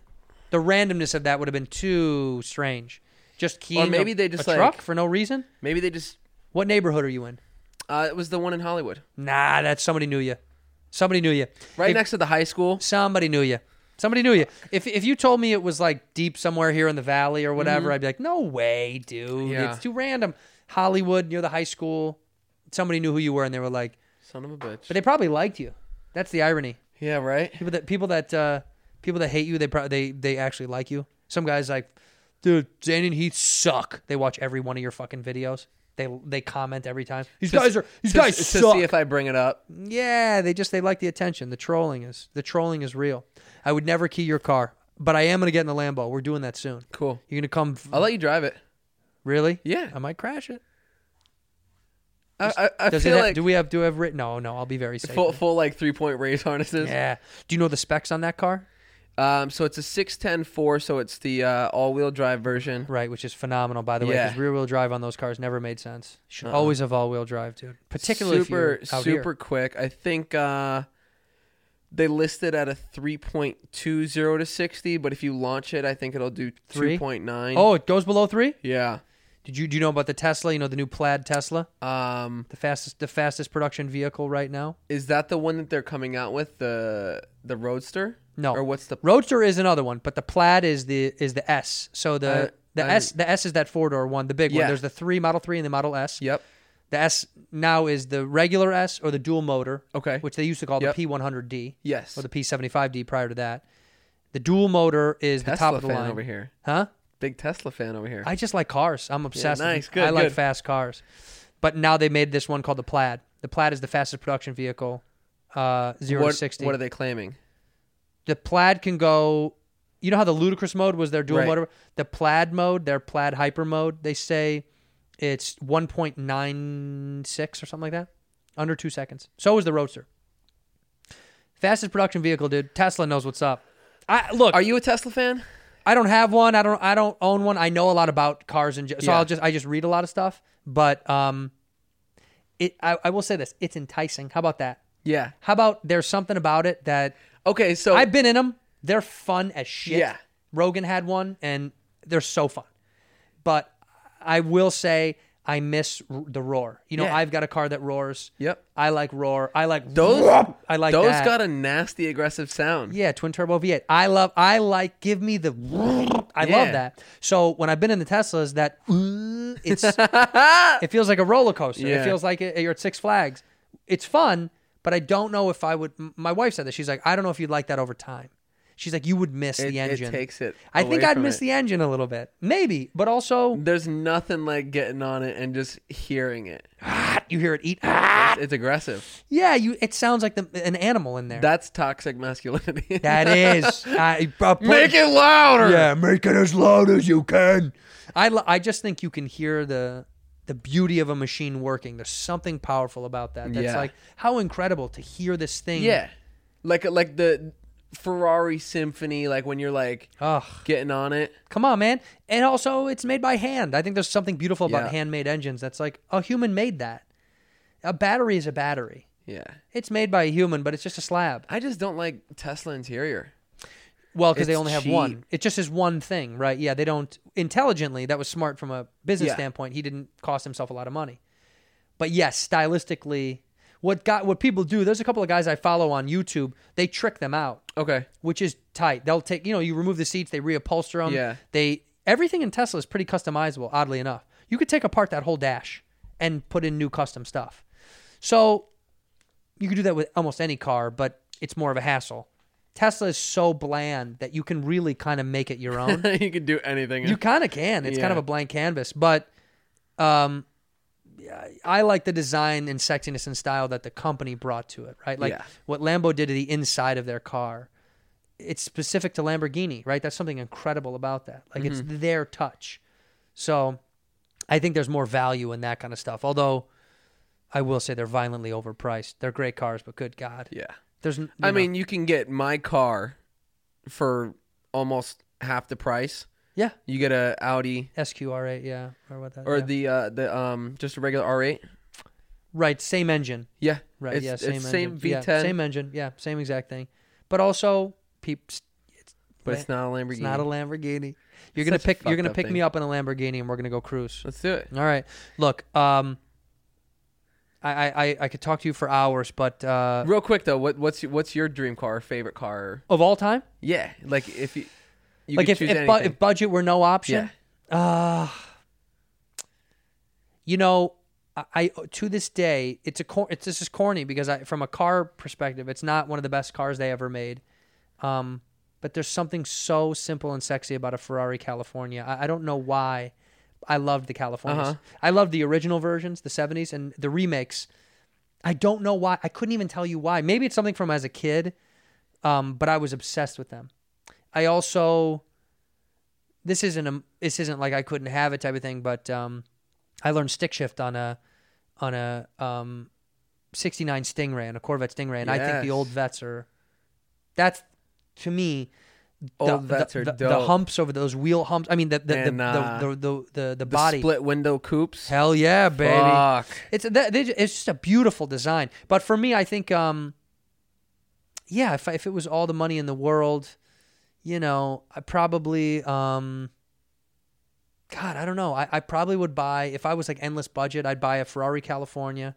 A: The randomness of that would have been too strange. Just keying a-
I: maybe they
A: a
I: just, like-
A: truck for no reason.
I: Maybe they just.
A: What neighborhood are you in?
I: Uh, it was the one in Hollywood,
A: Nah, that's somebody knew you. Somebody knew you.
I: right
A: If-
I: next to the high school.
A: Somebody knew you. Somebody knew you. If if you told me it was like deep somewhere here in the valley or whatever, I'd be like, no way, dude.
I: Mm-hmm. Yeah.
A: It's too random. Hollywood near the high school. Somebody knew who you were, and they were like,
I: Son of a bitch.
A: but they probably liked you. That's the irony.
I: yeah, right.
A: People that people that uh, people that hate you, they probably they they actually like you. Some guys like, dude, Zane and Heath suck. They watch every one of your fucking videos. They they comment every time. These guys are these
I: To-
A: guys
I: to
A: suck.
I: see if I bring it up.
A: Yeah, they just they like the attention. The trolling is the trolling is real. I would never key your car, but I am gonna get in the Lambo. We're doing that soon.
I: Cool.
A: You're gonna come? f-
I: I'll let you drive it.
A: really?
I: Yeah.
A: I might crash it.
I: I, I, I
A: Does it?
I: feel
A: ha-
I: like
A: do we have? Do we have written? No, no. I'll be very safe.
I: full, full like three point race harnesses.
A: (laughs) yeah. Do you know the specs on that car?
I: Um, so it's a six ten four. So it's the uh, all wheel drive version.
A: Right, which is phenomenal, by the way,
I: Yeah.
A: because rear wheel drive on those cars never made sense. Should always have all wheel drive, dude. Particularly if
I: super
A: you're out here.
I: super quick. I think uh, they listed at a three point two zero to sixty, but if you launch it, I think it'll do
A: Three?
I: two point nine.
A: Oh, it goes below three.
I: yeah.
A: Did you do you know about the Tesla? You know the new Plaid Tesla, Uh,
I: Um,
A: the fastest the fastest production vehicle right now.
I: is that the one that they're coming out with the the Roadster?
A: No.
I: Or what's the
A: Roadster is another one, but the plaid is the is the S. So the
I: Uh,
A: the
I: I
A: S the S is that four door one, the big one.
I: Yeah.
A: There's the three Model Three and the Model S.
I: Yep.
A: The S now is the regular S or the dual motor.
I: Okay.
A: Which they used to call
I: Yep.
A: the P100D.
I: Yes.
A: Or the P75D prior to that. The dual motor is the top
I: Tesla
A: of the
I: fan
A: line
I: over here.
A: Huh?
I: Big Tesla fan over here.
A: I just like cars. I'm obsessed. with-
I: nice. Good,
A: I like
I: good.
A: fast cars. But now they made this one called the Plaid. The Plaid is the fastest production vehicle. Uh, zero
I: what,
A: to sixty.
I: what are they claiming?
A: the plaid can go you know how the ludicrous mode was their dual
I: Right.
A: motor the plaid mode their plaid hyper mode they say it's 1.96 or something like that under two seconds so is the roadster fastest production vehicle dude tesla knows what's up i look
I: Are you a Tesla fan?
A: i don't have one i don't i don't own one i know a lot about cars and ge- so
I: Yeah.
A: i'll just i just read a lot of stuff but um it I, I will say this it's enticing how about that
I: Yeah.
A: how about there's something about it that
I: Okay, so
A: I've been in them. They're fun as shit.
I: Yeah.
A: Rogan had one, and they're so fun. But I will say I miss r- the roar. You know,
I: Yeah.
A: I've got a car that roars.
I: Yep.
A: I like roar. I like
I: those
A: I like
I: those
A: that.
I: got a nasty aggressive sound.
A: Yeah, twin turbo V8. I love. I like. Give me the. I love
I: Yeah.
A: that. So when I've been in the Teslas, that uh, it's
I: (laughs)
A: it feels like a roller coaster. It
I: Yeah.
A: feels like it, you're at Six Flags. It's fun, but I don't know if I would. m- My wife said that she's like, I don't know if you'd like that over time. She's like, you would miss
I: It-
A: the
I: it
A: engine.
I: takes it
A: I think
I: away
A: I'd
I: from
A: miss
I: it. Mm.
A: the engine a little bit, maybe, but also
I: There's nothing like getting on it and just hearing it.
A: you hear it eat.
I: It's aggressive.
A: Yeah, you. It sounds like the, an animal in there.
I: That's toxic masculinity. (laughs)
A: that is. I,
I: Make it louder.
A: Yeah, make it as loud as you can. I, lo- I just think you can hear the the beauty of a machine working. There's something powerful about that. That's
I: Yeah.
A: like how incredible to hear this thing.
I: Yeah. Like like the Ferrari Symphony like when you're like
A: Ugh.
I: getting on it.
A: Come on, man. And also, it's made by hand. I think there's something beautiful about
I: Yeah.
A: handmade engines. That's like a human made that. A battery is a battery.
I: Yeah.
A: It's made by a human, but it's just a slab.
I: I just don't like Tesla interior.
A: Well, because they
I: It's
A: only have
I: cheap.
A: one. It just is one thing, right? Yeah, they don't intelligently. That was smart from a business
I: Yeah.
A: standpoint. He didn't cost himself a lot of money. But yes, stylistically, what got what people do? There's a couple of guys I follow on YouTube. They trick them out,
I: Okay. (laughs)
A: which is tight. They'll take you know you remove the seats, they reupholster them.
I: Yeah.
A: they everything in Tesla is pretty customizable. Oddly enough, you could take apart that whole dash and put in new custom stuff. So you could do that with almost any car, but it's more of a hassle. Tesla is so bland that you can really kind of make it your own.
I: you could do anything.
A: you kind of can. It's kind of
I: Yeah.
A: a blank canvas, but um I like the design and sexiness and style that the company brought to it, right? Like
I: Yeah.
A: what Lambo did to the inside of their car. It's specific to Lamborghini, right? That's something incredible about that. Like
I: Mm-hmm.
A: it's their touch. So I think there's more value in that kind of stuff. Although I will say they're violently overpriced. They're great cars, but good God.
I: yeah.
A: There's, n-
I: I
A: you know.
I: mean, you can get my car for almost half the price.
A: Yeah.
I: You get a Audi
A: SQR8, yeah, or what that.
I: or
A: yeah.
I: the uh, the um just a regular R8.
A: right, same engine.
I: Yeah,
A: Right,
I: It's,
A: yeah,
I: it's
A: same engine.
I: V10,
A: yeah, same engine, yeah, same exact thing. But also, peeps,
I: but it's not a Lamborghini.
A: it's not a Lamborghini. You're
I: It's
A: gonna
I: such a
A: pick. You're
I: fucked
A: gonna
I: up
A: pick
I: thing.
A: me up in a Lamborghini, and we're gonna go cruise.
I: Let's do it.
A: All right. Look, um, I, I, I- I could talk to you for hours, but uh,
I: Real quick though, what what's your, what's your dream car, or favorite car?
A: of all time,
I: Yeah, like if you, you
A: like
I: could
A: if
I: choose
A: if, bu-
I: anything.
A: if budget were no option, Uh,
I: yeah,
A: you know, I, I to this day it's a cor- it's this is corny because I from a car perspective, it's not one of the best cars they ever made. Um, but there's something so simple and sexy about a Ferrari California. I, I don't know why. I loved the Californias.
I: Uh-huh.
A: I loved the original versions, the 70s, and the remakes. I don't know why. I couldn't even tell you why. Maybe it's something from as a kid, um, but I was obsessed with them. I also this isn't a this isn't like I couldn't have it type of thing, but um, I learned stick shift on a on a um, 69 Stingray, on a Corvette Stingray, and I think the
I: Yes.
A: old vets are that's to me the,
I: old vets
A: the,
I: are
A: the, the
I: dope.
A: humps over those wheel humps. I mean the the the,
I: And, uh,
A: the, the, the, the, the
I: The
A: body
I: split window coupes.
A: Hell yeah, baby!
I: Fuck.
A: It's that they, it's just a beautiful design. But for me, I think, um, yeah, if if it was all the money in the world, you know, I probably, um, God, I don't know. I, I probably would buy if I was like endless budget. I'd buy a Ferrari California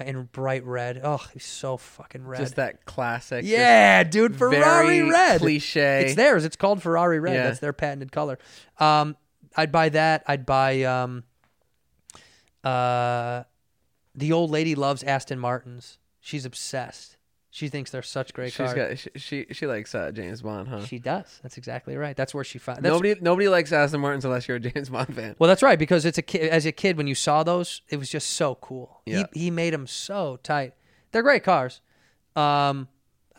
A: uh, in bright red. Oh, it's so fucking red.
I: just that classic. just-
A: Yeah, dude, Ferrari
I: very
A: red.
I: cliche.
A: It's theirs. It's called Ferrari red.
I: Yeah.
A: That's their patented color. Um, I'd buy that. I'd buy um, uh, the old lady loves Aston Martins. She's obsessed. She thinks they're such great
I: she's
A: cars.
I: got she she, she likes uh, James Bond, huh?
A: she does. That's exactly right. That's where she found. That's,
I: Nobody nobody likes Aston Martins unless you're a James Bond fan.
A: Well, that's right because it's a kid. As a kid, when you saw those, it was just so cool.
I: Yeah.
A: He he made them so tight. They're great cars. Um,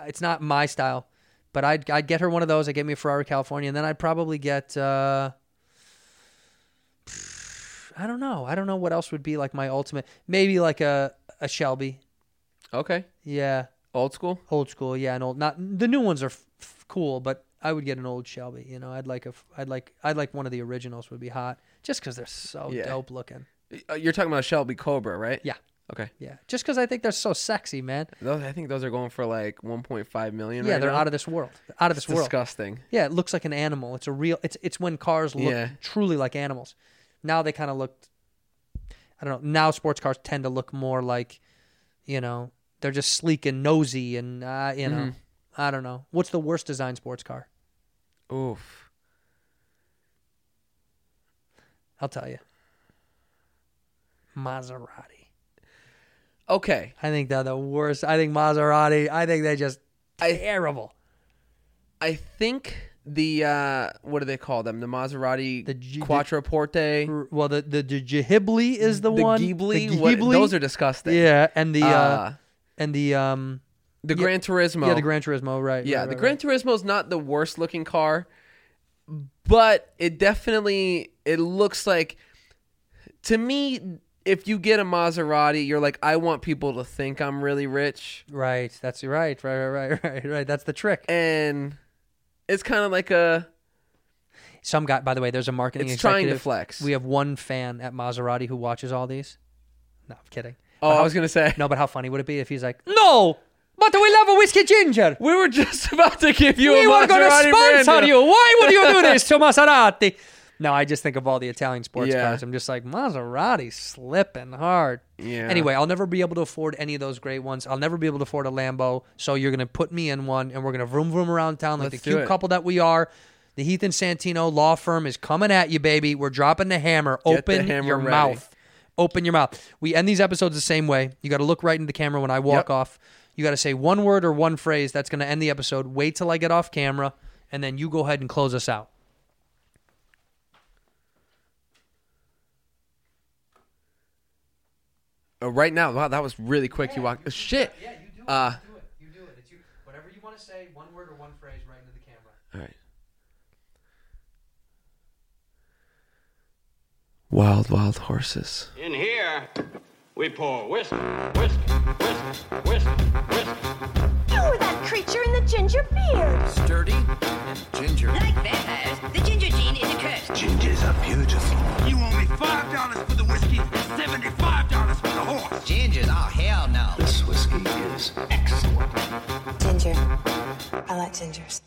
A: it's not my style, but I'd I'd get her one of those. I'd get me a Ferrari California, and then I'd probably get. Uh, I don't know. I don't know what else would be like my ultimate. Maybe like a a Shelby.
I: Okay,
A: Yeah,
I: old school.
A: old school. Yeah, an old. Not the new ones are f- f- cool, but I would get an old Shelby. You know, I'd like a. f- I'd like. I'd like one of the originals. Would be hot just because they're so
I: Yeah.
A: dope looking.
I: Uh, You're talking about Shelby Cobra, right?
A: Yeah.
I: Okay.
A: Yeah, just because I think they're so sexy, man.
I: Those, I think those are going for like 1.5 million.
A: Yeah,
I: right
A: they're
I: now.
A: out of this world. Out of
I: It's
A: this world.
I: disgusting.
A: Yeah, it looks like an animal. It's a real. It's it's when cars look
I: Yeah.
A: truly like animals. Now they kind of look. I don't know. Now sports cars tend to look more like, you know, they're just sleek and nosy, and uh, you know,
I: Mm-hmm.
A: I don't know. What's the worst design sports car?
I: Oof.
A: I'll tell you. Maserati.
I: Okay.
A: I think they're the worst. I think Maserati. I think they just terrible.
I: I think the uh what do they call them? The Maserati
A: The G-
I: Quattroporte.
A: R- well, the the, the Ghibli is the, one.
I: Ghibli, what- those are disgusting.
A: Yeah, and the uh,
I: Uh,
A: and the um,
I: the Gran Turismo.
A: yeah, the Gran Turismo, right?
I: Yeah,
A: right,
I: the
A: right,
I: Gran
A: right.
I: Turismo's not the worst looking car, but it definitely it looks like to me if you get a Maserati, you're like I want people to think I'm really rich
A: Right, that's right, right, right, right, (laughs) right, right. That's the trick.
I: and it's kind of like a oh,
A: Some guy, by the way, there's a marketing.
I: It's trying to
A: executive.
I: flex.
A: We have one fan at Maserati who watches all these. No, I'm kidding.
I: Oh, I was going to say
A: No, but how funny would it be if he's like, no, but we love a whiskey ginger.
I: (laughs) we were just (laughs) about to give you
A: we
I: a
A: were
I: Maserati
A: going to
I: brand
A: sponsor
I: deal.
A: you. Why would you do this to Maserati? No, I just think of all the Italian sports
I: Yeah.
A: cars. I'm just like Maserati slipping hard.
I: Yeah.
A: Anyway, I'll never be able to afford any of those great ones. I'll never be able to afford a Lambo. So you're gonna put me in one, and we're gonna vroom vroom around town like
I: Let's
A: the
I: do
A: cute
I: it.
A: couple that we are. The Heath and Santino law firm is coming at you, baby. We're dropping the hammer.
I: Get the
A: Open
I: hammer
A: your
I: ready.
A: mouth open your mouth. We end these episodes the same way. You got to look right into the camera when I walk
I: Yep.
A: off. You got to say one word or one phrase that's going to end the episode. Wait till I get off camera, and then you go ahead and close us out.
I: Uh, right now. Wow, that was really quick. You walked. Shit. Uh,
A: do it. You do it. It's you. Whatever you want to say, one word or one phrase, right into the camera.
I: All right. Wild, wild horses.
B: In here, we pour whisk, whisk, whisk, whisk, whisk.
C: You were that creature in the ginger beard.
D: Sturdy and ginger.
E: Like vampires, the ginger gene is a curse.
C: like gingers.